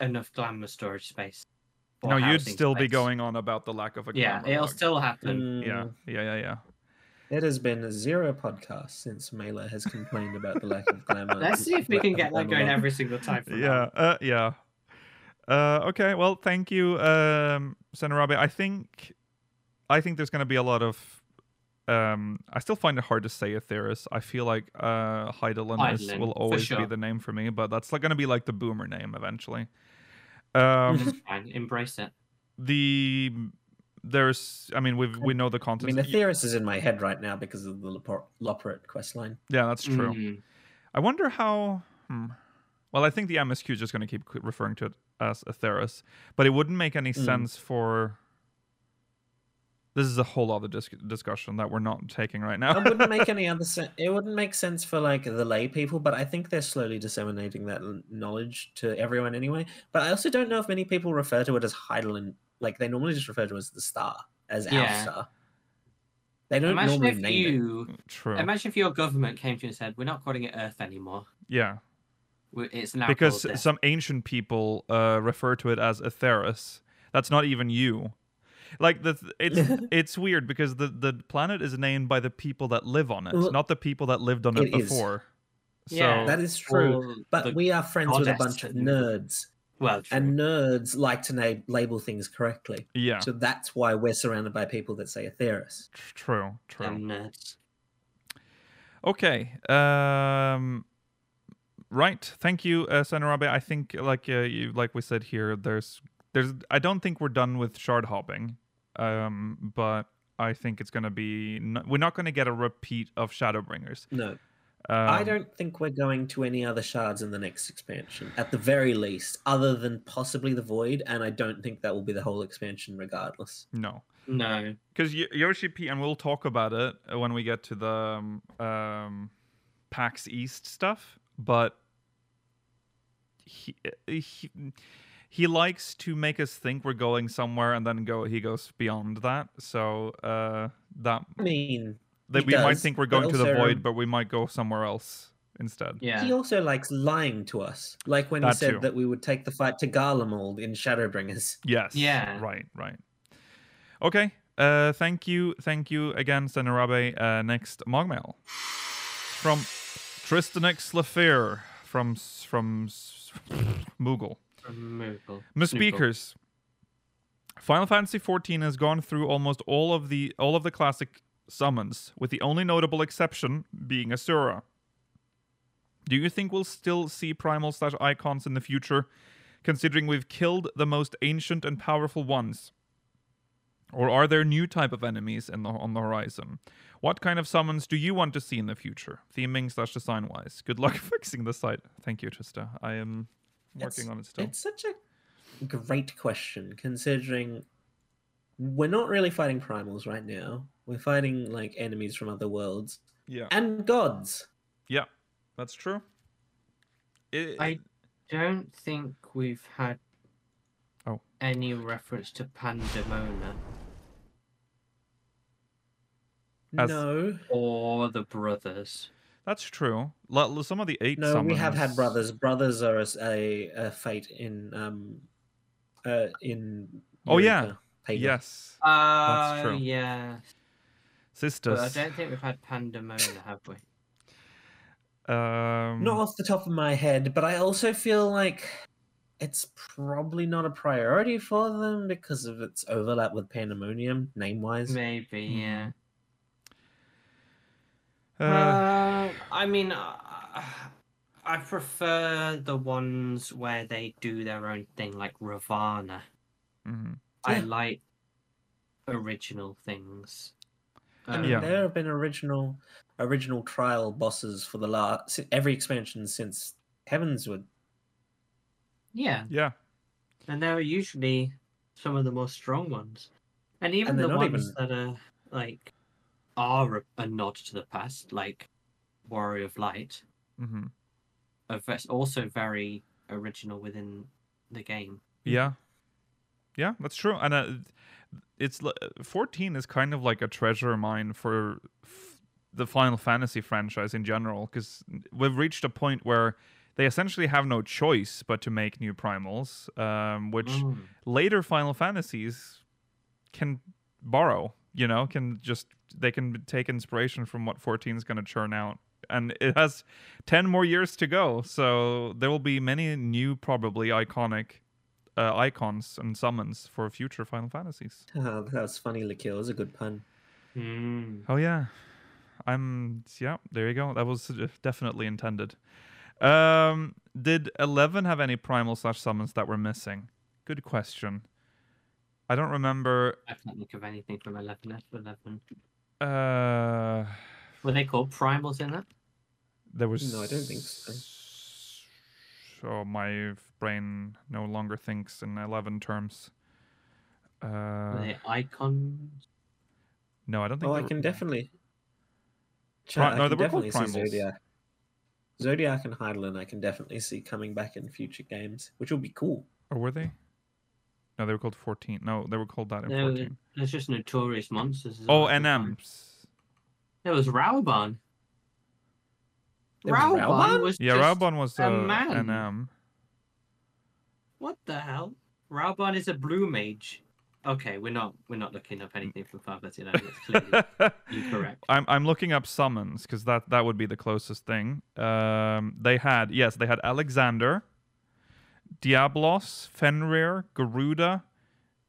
Speaker 3: enough glamour storage space. or
Speaker 1: no, you'd
Speaker 3: housing
Speaker 1: still be
Speaker 3: space.
Speaker 1: going on about the lack of a
Speaker 3: Yeah,
Speaker 1: camera
Speaker 3: it'll
Speaker 1: log.
Speaker 3: still happen.
Speaker 1: yeah,
Speaker 4: Mm,
Speaker 1: yeah, yeah, yeah.
Speaker 4: It has been zero podcasts since Mela has complained about the lack of glamour.
Speaker 3: Let's see if we can get that going
Speaker 4: Glamour.
Speaker 3: every single time. From now
Speaker 1: yeah, uh, yeah. Uh, okay, well, thank you, um, Senarabe. I think, I think there's going to be a lot of. Um, I still find it hard to say Aetheris. I feel like uh, Heidelin is,
Speaker 3: Heidelin,
Speaker 1: will
Speaker 3: for
Speaker 1: always be
Speaker 3: sure.
Speaker 1: the name for me, but that's like going to be like the boomer name eventually. Um,
Speaker 3: It's fine. Embrace it.
Speaker 1: the there's, I mean, we have we know the
Speaker 4: I
Speaker 1: context.
Speaker 4: mean, the theorist is in my head right now because of the Lopor- Loperit quest line.
Speaker 1: yeah, that's true.
Speaker 3: Mm.
Speaker 1: I wonder how. Hmm. Well, I think the MSQ is just going to keep c- referring to it as Aetheris, but it wouldn't make any
Speaker 4: Mm.
Speaker 1: sense for. This is a whole other dis- discussion that we're not taking right now.
Speaker 4: It wouldn't make any other sense. It wouldn't make sense for like the lay people, but I think they're slowly disseminating that l- knowledge to everyone anyway. But I also don't know if many people refer to it as Heidelin. Like they normally just refer to it as the star, as our
Speaker 3: Yeah.
Speaker 4: star. They don't
Speaker 3: Imagine
Speaker 4: normally
Speaker 3: if
Speaker 4: name it.
Speaker 3: you,
Speaker 1: True.
Speaker 3: imagine if your government came to you and said, "We're not calling it Earth anymore.
Speaker 1: yeah,
Speaker 3: We- It's now
Speaker 1: because
Speaker 3: called this."
Speaker 1: some ancient people uh, refer to it as Aetheris. That's not even you. Like the th- it's it's weird because the the planet is named by the people that live on it,
Speaker 4: Well,
Speaker 1: not the people that lived on it,
Speaker 4: it is.
Speaker 1: before. So
Speaker 3: Yeah.
Speaker 4: That is true.
Speaker 3: Or
Speaker 4: But
Speaker 3: the-
Speaker 4: we are friends with a bunch of
Speaker 3: goddess
Speaker 4: nerds,
Speaker 3: well, true.
Speaker 4: and nerds like to na- label things correctly.
Speaker 1: yeah,
Speaker 4: So that's why we're surrounded by people that say a theorist.
Speaker 1: tr- true, true.
Speaker 3: Them nerds.
Speaker 1: Okay. Um, right. Thank you, uh, Senarabe. I think, like uh, you, like we said here, there's, there's. I don't think we're done with shard hopping, um, but I think it's gonna be. N- we're not gonna get a repeat of Shadowbringers.
Speaker 4: No,
Speaker 1: Um,
Speaker 4: I don't think we're going to any other shards in the next expansion, at the very least, other than possibly the void. And I don't think that will be the whole expansion, regardless.
Speaker 1: No.
Speaker 3: No,
Speaker 1: Because Yoshi P, and we'll talk about it uh, when we get to the um, um, PAX East stuff, but he, uh, he he likes to make us think we're going somewhere and then go he goes beyond that. So uh, that,
Speaker 4: I mean,
Speaker 1: that
Speaker 4: He
Speaker 1: we might
Speaker 4: does,
Speaker 1: think we're
Speaker 4: but
Speaker 1: going to the
Speaker 4: also-
Speaker 1: void, but we might go somewhere else instead.
Speaker 3: yeah.
Speaker 4: he also likes lying to us, like when
Speaker 1: That
Speaker 4: he said
Speaker 1: too.
Speaker 4: that we would take the fight to Garlemald in Shadowbringers.
Speaker 1: Yes.
Speaker 3: Yeah.
Speaker 1: Right, right. Okay. Uh, thank you. Thank you again, Senarabe. Uh, next Mogmail. From Tristan X Lafir from s- from s- Moogle.
Speaker 3: Removal.
Speaker 1: Miss
Speaker 3: Snoogle.
Speaker 1: Speakers. Final Fantasy XIV has gone through almost all of the all of the classic summons, with the only notable exception being Asura. Do you think we'll still see primal slash icons in the future, considering we've killed the most ancient and powerful ones? Or are there new type of enemies in the, on the horizon? What kind of summons do you want to see in the future, theming slash design wise? Good luck fixing the site. Thank you, Trista. I am working
Speaker 4: It's-
Speaker 1: on it still.
Speaker 4: It's such a great question, considering we're not really fighting primals right now. We're fighting like enemies from other worlds
Speaker 1: Yeah.
Speaker 4: and gods.
Speaker 1: Yeah, that's true. It,
Speaker 3: I don't think we've had
Speaker 1: Oh.
Speaker 3: any reference to Pandemona
Speaker 1: As-
Speaker 4: No,
Speaker 3: or the brothers.
Speaker 1: that's true. L- some of the eight.
Speaker 4: no, we have had
Speaker 1: summons-
Speaker 4: brothers. Brothers are a, s- a- a fate in um, uh, in.
Speaker 1: Oh, yeah.
Speaker 4: Eureka. paper.
Speaker 1: Yes.
Speaker 3: Uh,
Speaker 1: true.
Speaker 3: Yeah. But I
Speaker 1: Sisters.
Speaker 3: don't think we've had pandemonium, have we?
Speaker 1: Um,
Speaker 4: Not off the top of my head, but I also feel like it's probably not a priority for them because of its overlap with Pandemonium, name wise.
Speaker 3: Maybe,
Speaker 1: Hmm.
Speaker 3: yeah.
Speaker 1: uh,
Speaker 3: Uh, I mean, uh, I prefer the ones where they do their own thing, like Ravana.
Speaker 1: mhm.
Speaker 3: I
Speaker 4: Yeah.
Speaker 3: like original things.
Speaker 4: I
Speaker 3: Um,
Speaker 4: mean,
Speaker 1: Yeah.
Speaker 4: there have been original original trial bosses for the last every expansion since Heavenswood.
Speaker 3: yeah,
Speaker 1: Yeah.
Speaker 3: and they're usually some of the most strong ones, and even
Speaker 4: And they're
Speaker 3: the
Speaker 4: not
Speaker 3: ones
Speaker 4: even-
Speaker 3: that are like are a, a nod to the past, like Warrior of Light,
Speaker 1: hmm
Speaker 3: are ve- also very original within the game.
Speaker 1: Yeah. Yeah, that's true. And uh, it's li- 14 is kind of like a treasure mine for f- the Final Fantasy franchise in general cuz we've reached a point where they essentially have no choice but to make new primals, um, which
Speaker 3: Mm.
Speaker 1: later Final Fantasies can borrow, you know, can just they can take inspiration from what 14 is going to churn out. And it has 10 more years to go, so there will be many new probably iconic uh, icons and summons for future Final Fantasies.
Speaker 4: Oh, that was funny, Lakil. It was a good pun.
Speaker 3: Mm.
Speaker 1: Oh yeah. I'm yeah, there you go. That was uh, definitely intended. Um did 11 have any primal slash summons that were missing? Good question. I don't remember
Speaker 3: I can't think of anything from 11 F 11.
Speaker 1: Uh,
Speaker 3: Were they called primals in that?
Speaker 1: there was
Speaker 4: No, I don't think so.
Speaker 1: s- Oh, my brain no longer thinks in eleven terms.
Speaker 3: Were
Speaker 1: Uh,
Speaker 3: they icons?
Speaker 1: no, I don't think.
Speaker 4: Oh, I
Speaker 1: there-
Speaker 4: can definitely. Ch-
Speaker 1: Pri-
Speaker 4: I
Speaker 1: no,
Speaker 4: can
Speaker 1: they were called
Speaker 4: definitely
Speaker 1: primals.
Speaker 4: see Zodiac. Zodiac and Heidelin, I can definitely see coming back in future games, which will be cool.
Speaker 1: Or were they? No, they were called fourteen. No, they were called that in
Speaker 3: No, they-
Speaker 1: fourteen.
Speaker 3: There's just notorious monsters. as
Speaker 1: Oh,
Speaker 3: well, I can
Speaker 1: NMs.
Speaker 3: find. There was Raoban.
Speaker 4: There was Raoban?
Speaker 3: Raoban was
Speaker 1: Yeah,
Speaker 3: just...
Speaker 1: Raubon was
Speaker 3: a
Speaker 1: uh,
Speaker 3: man.
Speaker 1: NM.
Speaker 3: What the hell? Raoban is a blue mage. Okay, we're not we're not looking up anything from 539. It's clearly incorrect.
Speaker 1: I'm I'm looking up summons because that that would be the closest thing. Um, they had yes, they had Alexander, Diablos, Fenrir, Garuda,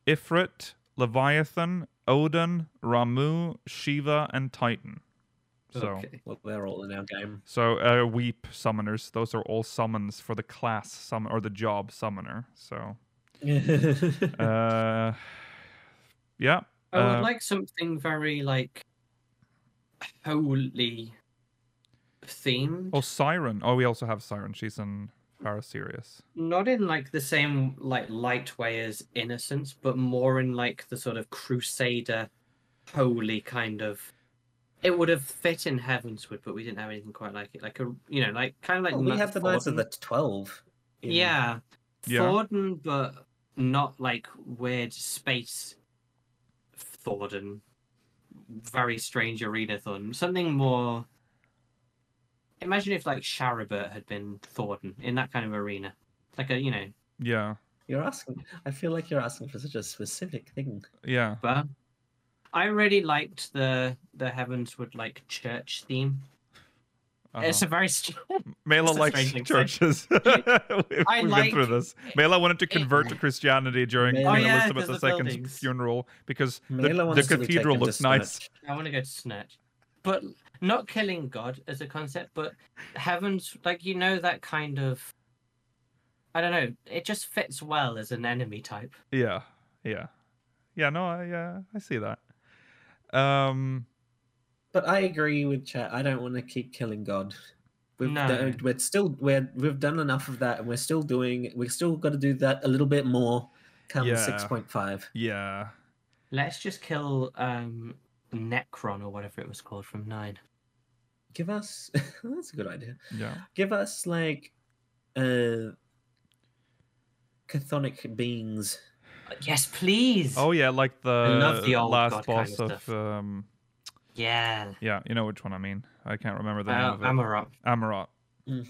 Speaker 1: Ifrit, Leviathan, Odin, Ramu, Shiva, and Titan. So
Speaker 3: Okay.
Speaker 4: Well, they're all in our game.
Speaker 1: so uh, weep summoners. Those are all summons for the class summon or the job summoner. So uh, yeah.
Speaker 3: I would
Speaker 1: Uh,
Speaker 3: like something very like holy themed.
Speaker 1: Oh, Siren. Oh, we also have Siren. She's in Parasirius.
Speaker 3: not in like the same like light way as innocence but more in like the sort of crusader holy kind of it would have fit in heavenswood but we didn't have anything quite like it like a you know like kind of like
Speaker 4: Well, Oh, we
Speaker 3: Knight-
Speaker 4: have the Knights of
Speaker 3: Forden.
Speaker 4: the Twelve. in-
Speaker 3: yeah
Speaker 1: Yeah.
Speaker 3: Thorden, but not like weird space Thorden. Very strange arena Thorden. Something more. Imagine if like Sharibert had been Thorden in that kind of arena, like a you know
Speaker 1: Yeah.
Speaker 4: You're asking. I feel like you're asking for such a specific thing.
Speaker 1: Yeah.
Speaker 3: But I really liked the the Heavenswood like church theme.
Speaker 1: Uh-huh.
Speaker 3: It's a very str-
Speaker 1: Mela
Speaker 3: it's a
Speaker 1: likes
Speaker 3: strange thing to
Speaker 1: churches.
Speaker 3: say.
Speaker 1: We've
Speaker 3: I
Speaker 1: been
Speaker 3: like-
Speaker 1: through this. Mela wanted to
Speaker 3: it-
Speaker 1: convert to Christianity during
Speaker 4: Mela-
Speaker 1: Queen
Speaker 3: Oh, yeah, 'cause
Speaker 1: Elizabeth
Speaker 3: of
Speaker 1: II's
Speaker 3: buildings.
Speaker 1: funeral because
Speaker 4: Mela
Speaker 1: the, the
Speaker 4: wants to be
Speaker 1: cathedral
Speaker 4: taken to
Speaker 1: looked nice.
Speaker 4: Snatch.
Speaker 3: I want to go to Snatch, but not killing God as a concept, but Heavens like you know that kind of. I don't know. It just fits well as an enemy type.
Speaker 1: Yeah. Yeah. Yeah. No, I uh, I see that. Um.
Speaker 4: But I agree with chat. I don't want to keep killing God. We've
Speaker 3: No.
Speaker 4: done, we're still we're we've done enough of that, and we're still doing. We're still got to do that a little bit more. Come
Speaker 1: Yeah.
Speaker 4: six point five.
Speaker 1: Yeah.
Speaker 3: Let's just kill um Necron or whatever it was called from Nine.
Speaker 4: Give us. that's a good idea.
Speaker 1: Yeah.
Speaker 4: Give us like, uh, chthonic beings.
Speaker 3: Uh, Yes, please.
Speaker 1: Oh yeah, like the,
Speaker 3: love the old
Speaker 1: last
Speaker 3: God kind
Speaker 1: boss
Speaker 3: of
Speaker 1: of,
Speaker 3: stuff.
Speaker 1: um.
Speaker 3: yeah.
Speaker 1: Yeah, you know which one I mean. I can't remember the
Speaker 3: Uh,
Speaker 1: name of it.
Speaker 3: Amarok.
Speaker 1: Amarok.
Speaker 4: hmm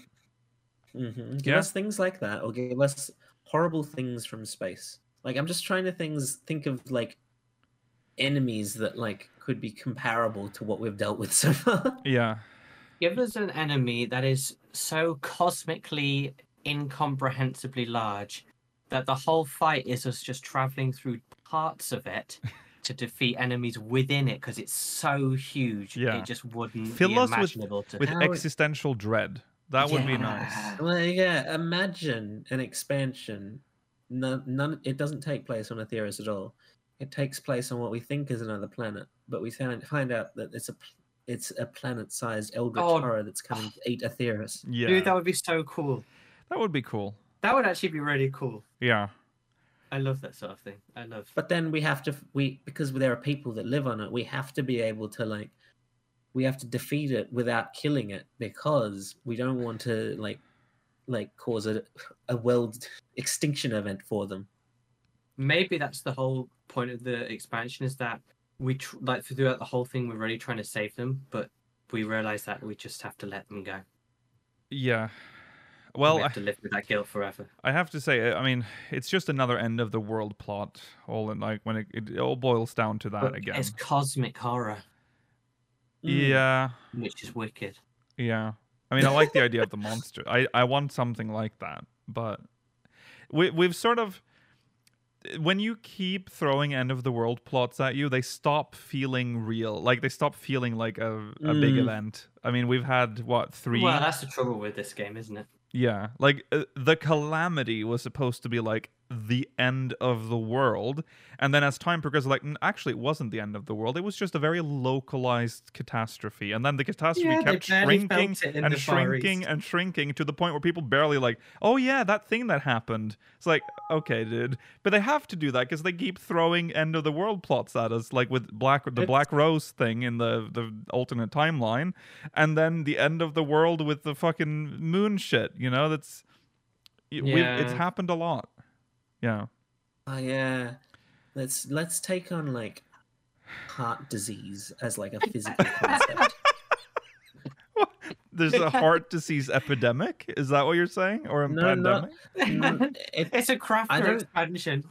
Speaker 4: Give
Speaker 1: Yeah.
Speaker 4: us things like that, or give us horrible things from space. Like I'm just trying to things think of like enemies that like could be comparable to what we've dealt with so far.
Speaker 1: Yeah.
Speaker 3: Give us an enemy that is so cosmically incomprehensibly large that the whole fight is us just traveling through parts of it to defeat enemies within it because it's so huge.
Speaker 1: Yeah.
Speaker 3: It just wouldn't
Speaker 1: Fill
Speaker 3: be
Speaker 1: us with-
Speaker 3: imaginable to.
Speaker 1: With
Speaker 4: How-
Speaker 1: existential dread. That would be nice.
Speaker 3: Yeah.
Speaker 4: well, yeah, imagine an expansion. None, none. It doesn't take place on Aetheris at all. It takes place on what we think is another planet, but we find, find out that it's a pl- it's a planet-sized eldritch
Speaker 3: Oh.
Speaker 4: horror that's coming to eat Aetheris.
Speaker 1: Yeah.
Speaker 3: Dude, that would be so cool.
Speaker 1: that would be cool.
Speaker 3: That would actually be really cool.
Speaker 1: Yeah.
Speaker 3: I love that sort of thing. I love.
Speaker 4: But then we have to f- we because there are people that live on it. We have to be able to like we have to defeat it without killing it because we don't want to like like cause a a world extinction event for them.
Speaker 3: maybe that's the whole point of the expansion is that we tr- like throughout the whole thing we're really trying to save them but we realize that we just have to let them go
Speaker 1: Yeah.
Speaker 3: well
Speaker 1: Well,
Speaker 3: we
Speaker 1: I,
Speaker 3: have to live with that guilt forever
Speaker 1: I have to say, I mean, it's just another end of the world plot. All in like when it, it all boils down to that
Speaker 3: But
Speaker 1: again.
Speaker 3: it's cosmic horror
Speaker 4: Mm.
Speaker 1: Yeah.
Speaker 3: which is wicked
Speaker 1: Yeah. I mean, I like the idea of the monster. I, I want something like that, but we we've sort of when you keep throwing end of the world plots at you, they stop feeling real. Like they stop feeling like a, a big
Speaker 4: Mm.
Speaker 1: event. I mean, we've had what three?
Speaker 3: well that's the trouble with this game isn't it
Speaker 1: Yeah, like uh, the calamity was supposed to be like the end of the world, and then as time progressed, like "N- actually it wasn't the end of the world. It was just a very localized catastrophe, and then the catastrophe
Speaker 3: Yeah, they
Speaker 1: kept
Speaker 3: barely felt
Speaker 1: shrinking
Speaker 3: it in
Speaker 1: and
Speaker 3: the Far
Speaker 1: shrinking
Speaker 3: East.
Speaker 1: and shrinking to the point where people barely like, oh yeah, that thing that happened. It's like okay, dude, but they have to do that because they keep throwing end of the world plots at us, like with black the
Speaker 3: It's-
Speaker 1: Black Rose thing in the the alternate timeline and then the end of the world with the fucking moon shit. You know, that's y- we've, it's
Speaker 3: Yeah.
Speaker 1: happened a lot. Yeah,
Speaker 4: Oh yeah. Let's let's take on like heart disease as like a physical concept.
Speaker 1: there's a heart disease epidemic. Is that what you're saying, or a
Speaker 4: No, not-
Speaker 1: pandemic?
Speaker 4: Mm, it,
Speaker 3: it's a craft
Speaker 4: I don't-
Speaker 3: expansion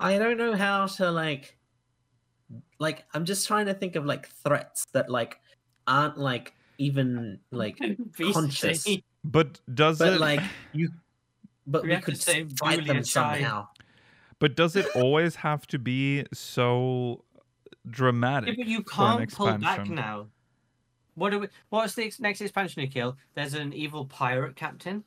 Speaker 4: I don't know how to like like I'm just trying to think of like threats that like aren't like even like
Speaker 3: Obesity.
Speaker 4: conscious.
Speaker 1: but does
Speaker 4: but
Speaker 1: it
Speaker 4: like you but
Speaker 3: We
Speaker 4: we,
Speaker 3: have to
Speaker 4: could s-
Speaker 3: save
Speaker 4: fight
Speaker 3: Julia
Speaker 4: them
Speaker 3: Child.
Speaker 4: somehow.
Speaker 1: But does it always have to be so
Speaker 3: Yeah,
Speaker 1: dramatic?
Speaker 3: but you
Speaker 1: for an
Speaker 3: can't pull back
Speaker 1: expansion?
Speaker 3: now. What do we? What's the ex- next expansion to kill? There's an evil pirate captain.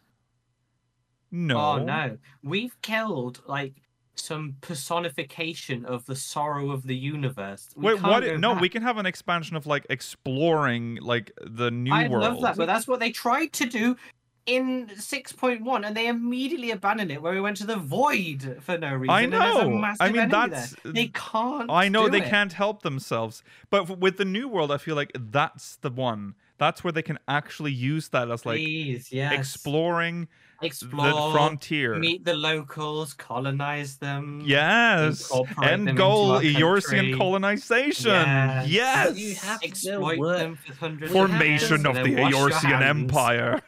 Speaker 1: No.
Speaker 3: Oh no, we've killed like some personification of the sorrow of the universe. We
Speaker 1: Wait,
Speaker 3: can't
Speaker 1: what?
Speaker 3: go
Speaker 1: No,
Speaker 3: back.
Speaker 1: we can have an expansion of like exploring like the new
Speaker 3: I
Speaker 1: world.
Speaker 3: love that, but that's what they tried to do in 6.1, and they immediately abandoned it, where we went to the void for no reason. and there's a
Speaker 1: know. I
Speaker 3: massive
Speaker 1: mean,
Speaker 3: enemy
Speaker 1: that's-
Speaker 3: there. they can't.
Speaker 1: I know
Speaker 3: do
Speaker 1: they
Speaker 3: it.
Speaker 1: can't help themselves, but f- with the new world, I feel like that's the one. That's where they can actually use that as like
Speaker 3: Please, yes.
Speaker 1: exploring
Speaker 3: Explore.
Speaker 1: the frontier.
Speaker 3: Meet the locals, colonize them.
Speaker 1: yes,
Speaker 3: incorporate them
Speaker 1: end
Speaker 3: into
Speaker 1: goal
Speaker 3: our
Speaker 1: Eorzean
Speaker 3: country.
Speaker 1: colonization.
Speaker 3: Yes.
Speaker 1: Yes,
Speaker 4: You have to do
Speaker 3: exploit
Speaker 4: work.
Speaker 3: them for hundreds of years
Speaker 1: formation
Speaker 3: and
Speaker 1: of
Speaker 3: then
Speaker 1: the
Speaker 3: wash your
Speaker 1: Eorzean
Speaker 3: hands.
Speaker 1: Empire.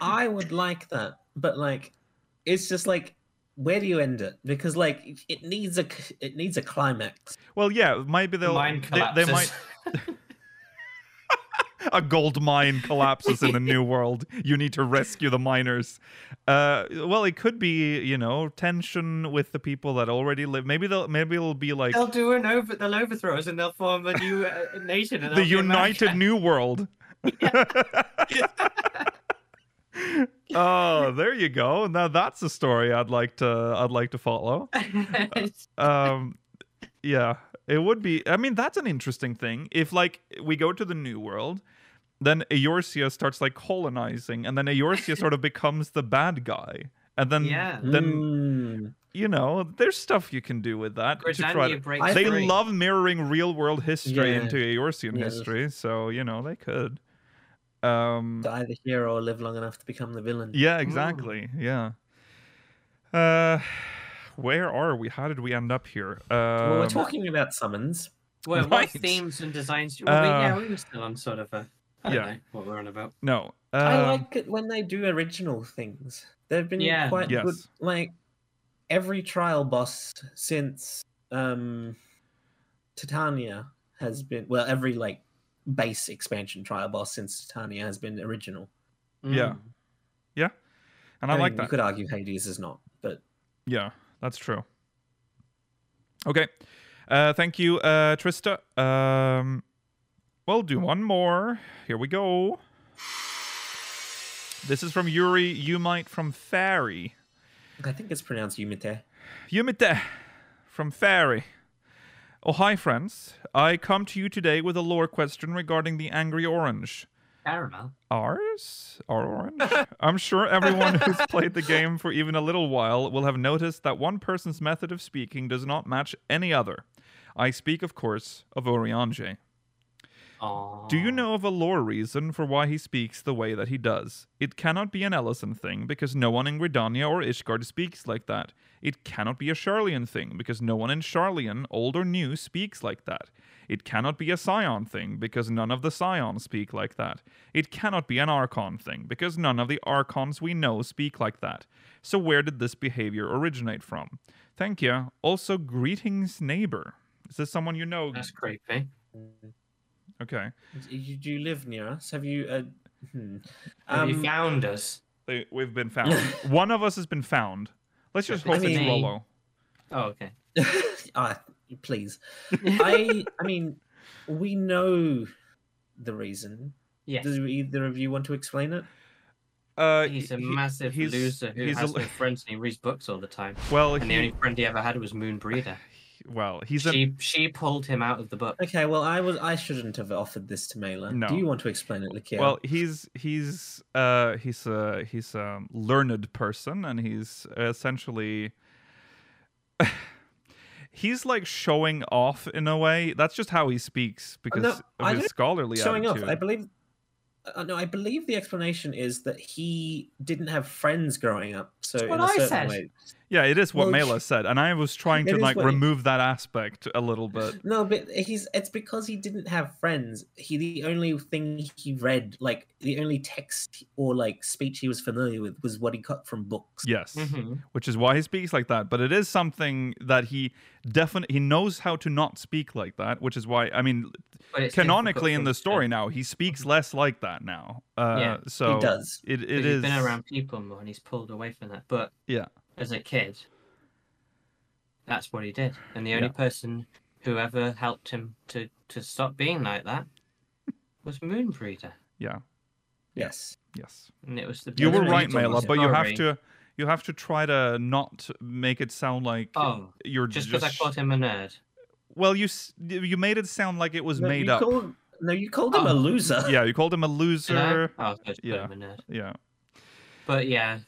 Speaker 4: I would like that, but like it's just like where do you end it? Because like it needs a c- it needs a climax.
Speaker 1: well, yeah, maybe they'll
Speaker 3: Mine
Speaker 1: they, they might
Speaker 3: collapses.
Speaker 1: a gold mine collapses in the new world. You need to rescue the miners. Uh, well, it could be you know tension with the people that already live. Maybe they'll maybe it'll be like
Speaker 3: They'll do an over. They'll overthrow us, and they'll form a new uh, nation. And
Speaker 1: the
Speaker 3: they'll be
Speaker 1: United
Speaker 3: America.
Speaker 1: New World. oh, there you go. Now that's a story I'd like to I'd like to follow. um yeah it would be i mean that's an interesting thing if like we go to the new world then eorcia starts like colonizing and then eorcia sort of becomes the bad guy and then
Speaker 3: Yeah.
Speaker 1: then
Speaker 4: Mm.
Speaker 1: you know there's stuff you can do with that to try
Speaker 3: Britannia
Speaker 1: to-
Speaker 3: breaks
Speaker 4: I
Speaker 1: they
Speaker 4: agree.
Speaker 3: free.
Speaker 1: love mirroring real world history
Speaker 4: Yeah.
Speaker 1: into eorcian
Speaker 4: Yeah.
Speaker 1: history so you know they could um
Speaker 4: die the hero or live long enough to become the villain.
Speaker 1: yeah exactly yeah uh where are we how did we end up here uh
Speaker 4: Well, we're talking about summons.
Speaker 3: Well, what
Speaker 1: Right.
Speaker 3: themes and designs? Well, we, yeah,
Speaker 1: Uh,
Speaker 3: we were still on sort of a. I don't
Speaker 1: yeah.
Speaker 3: know what we're on about.
Speaker 1: no uh,
Speaker 4: I like it when they do original things. They've been
Speaker 3: Yeah.
Speaker 4: quite good.
Speaker 1: Yes.
Speaker 4: Like every trial boss since um, Titania has been well every like base expansion trial boss since Titania has been original.
Speaker 1: Yeah.
Speaker 4: Mm.
Speaker 3: Mm,
Speaker 1: And I,
Speaker 4: mean,
Speaker 1: like that.
Speaker 4: You could argue Hades is not, but
Speaker 1: Yeah, that's true. Okay. Uh, thank you, uh, Trista. Um, we'll do one more. Here we go. This is from Yuri Umite from Fairy.
Speaker 4: I think it's pronounced Yumite.
Speaker 1: Yumite from Fairy. Oh, hi, friends. I come to you today with a lore question regarding the Angry Orange.
Speaker 3: Caramel.
Speaker 1: ours our orange i'm sure everyone who's played the game for even a little while will have noticed that one person's method of speaking does not match any other i speak of course of oriange
Speaker 3: Aww.
Speaker 1: do you know of a lore reason for why he speaks the way that he does it cannot be an ellison thing because no one in gridania or ishgard speaks like that it cannot be a charlian thing because no one in charlian old or new speaks like that it cannot be a scion thing because none of the scions speak like that it cannot be an Archon thing, because none of the Archons we know speak like that. So, where did this behavior originate from? Thank you. Also, greetings, neighbor. Is this someone you know?
Speaker 3: That's creepy.
Speaker 1: Okay.
Speaker 4: You do you live near us? Have you? Uh, hmm.
Speaker 3: Have you
Speaker 4: Um,
Speaker 3: found us?
Speaker 1: They, we've been found. One of us has been found. Let's just hope
Speaker 4: I
Speaker 1: it's
Speaker 4: mean-
Speaker 1: Rolo.
Speaker 3: Oh, okay.
Speaker 4: ah, please. I I mean, we know the reason.
Speaker 3: Yeah.
Speaker 4: Do either of you want to explain it?
Speaker 1: Uh,
Speaker 3: He's a
Speaker 1: he-
Speaker 3: massive
Speaker 1: he's-
Speaker 3: loser who
Speaker 1: he's a
Speaker 3: has
Speaker 1: lo-
Speaker 3: no friends and he reads books all the time.
Speaker 1: well,
Speaker 3: And the only
Speaker 1: he,
Speaker 3: friend he ever had was Moonbreeder.
Speaker 1: well, he's a
Speaker 3: She she pulled him out of the book.
Speaker 4: Okay. Well, I was I shouldn't have offered this to Mela.
Speaker 1: No.
Speaker 4: Do you want to explain it, Lakia?
Speaker 1: Well, he's he's uh, he's a he's a learned person, and he's essentially he's like showing off in a way. That's just how he speaks because
Speaker 4: I
Speaker 1: of his
Speaker 4: don't-
Speaker 1: scholarly
Speaker 4: showing off.
Speaker 1: attitude.
Speaker 4: I believe. Uh, no, I believe the explanation is that he didn't have friends growing up. So
Speaker 3: That's
Speaker 4: in
Speaker 3: what
Speaker 4: a
Speaker 3: I
Speaker 4: certain
Speaker 3: said.
Speaker 4: way,
Speaker 1: yeah, it is what
Speaker 4: Well,
Speaker 1: Mela said, and I was trying to
Speaker 4: it is
Speaker 1: like
Speaker 4: what he-
Speaker 1: remove that aspect a little bit.
Speaker 4: No, but he's it's because he didn't have friends. He the only thing he read, like the only text or like speech he was familiar with was what he got from books.
Speaker 1: Yes,
Speaker 3: Mm-hmm.
Speaker 1: which is why he speaks like that. But it is something that he definitely he knows how to not speak like that, which is why I mean,
Speaker 3: But it's
Speaker 1: canonically
Speaker 3: difficult
Speaker 1: in the
Speaker 3: for-
Speaker 1: story now, he speaks less like that now. Uh,
Speaker 3: Yeah,
Speaker 1: so
Speaker 4: he does.
Speaker 1: It
Speaker 3: because
Speaker 1: it
Speaker 3: he's
Speaker 1: is
Speaker 3: been around people more and he's pulled away from that. But
Speaker 1: Yeah.
Speaker 3: as a kid, that's what he did. And the only
Speaker 1: Yeah.
Speaker 3: person who ever helped him to, to stop being like that was Moonbreeder.
Speaker 1: Yeah.
Speaker 4: Yes.
Speaker 1: Yes.
Speaker 3: And it was the
Speaker 1: You
Speaker 4: Yeah,
Speaker 1: were
Speaker 4: that's
Speaker 1: right,
Speaker 4: right, it's
Speaker 1: Mela,
Speaker 4: almost
Speaker 1: but you have
Speaker 3: story.
Speaker 1: to you have to try to not make it sound like
Speaker 3: Oh,
Speaker 1: you're
Speaker 3: just
Speaker 1: just.
Speaker 3: because I called him a nerd.
Speaker 1: Well, you s- you made it sound like it was
Speaker 4: No,
Speaker 1: made
Speaker 4: you
Speaker 1: up. Um,
Speaker 4: Called, no, you called him
Speaker 3: Oh.
Speaker 4: a loser.
Speaker 1: Yeah, you called him a
Speaker 3: Did I?
Speaker 1: loser.
Speaker 3: Oh, I was supposed to
Speaker 1: yeah.
Speaker 3: call him a nerd.
Speaker 1: Yeah.
Speaker 3: But yeah,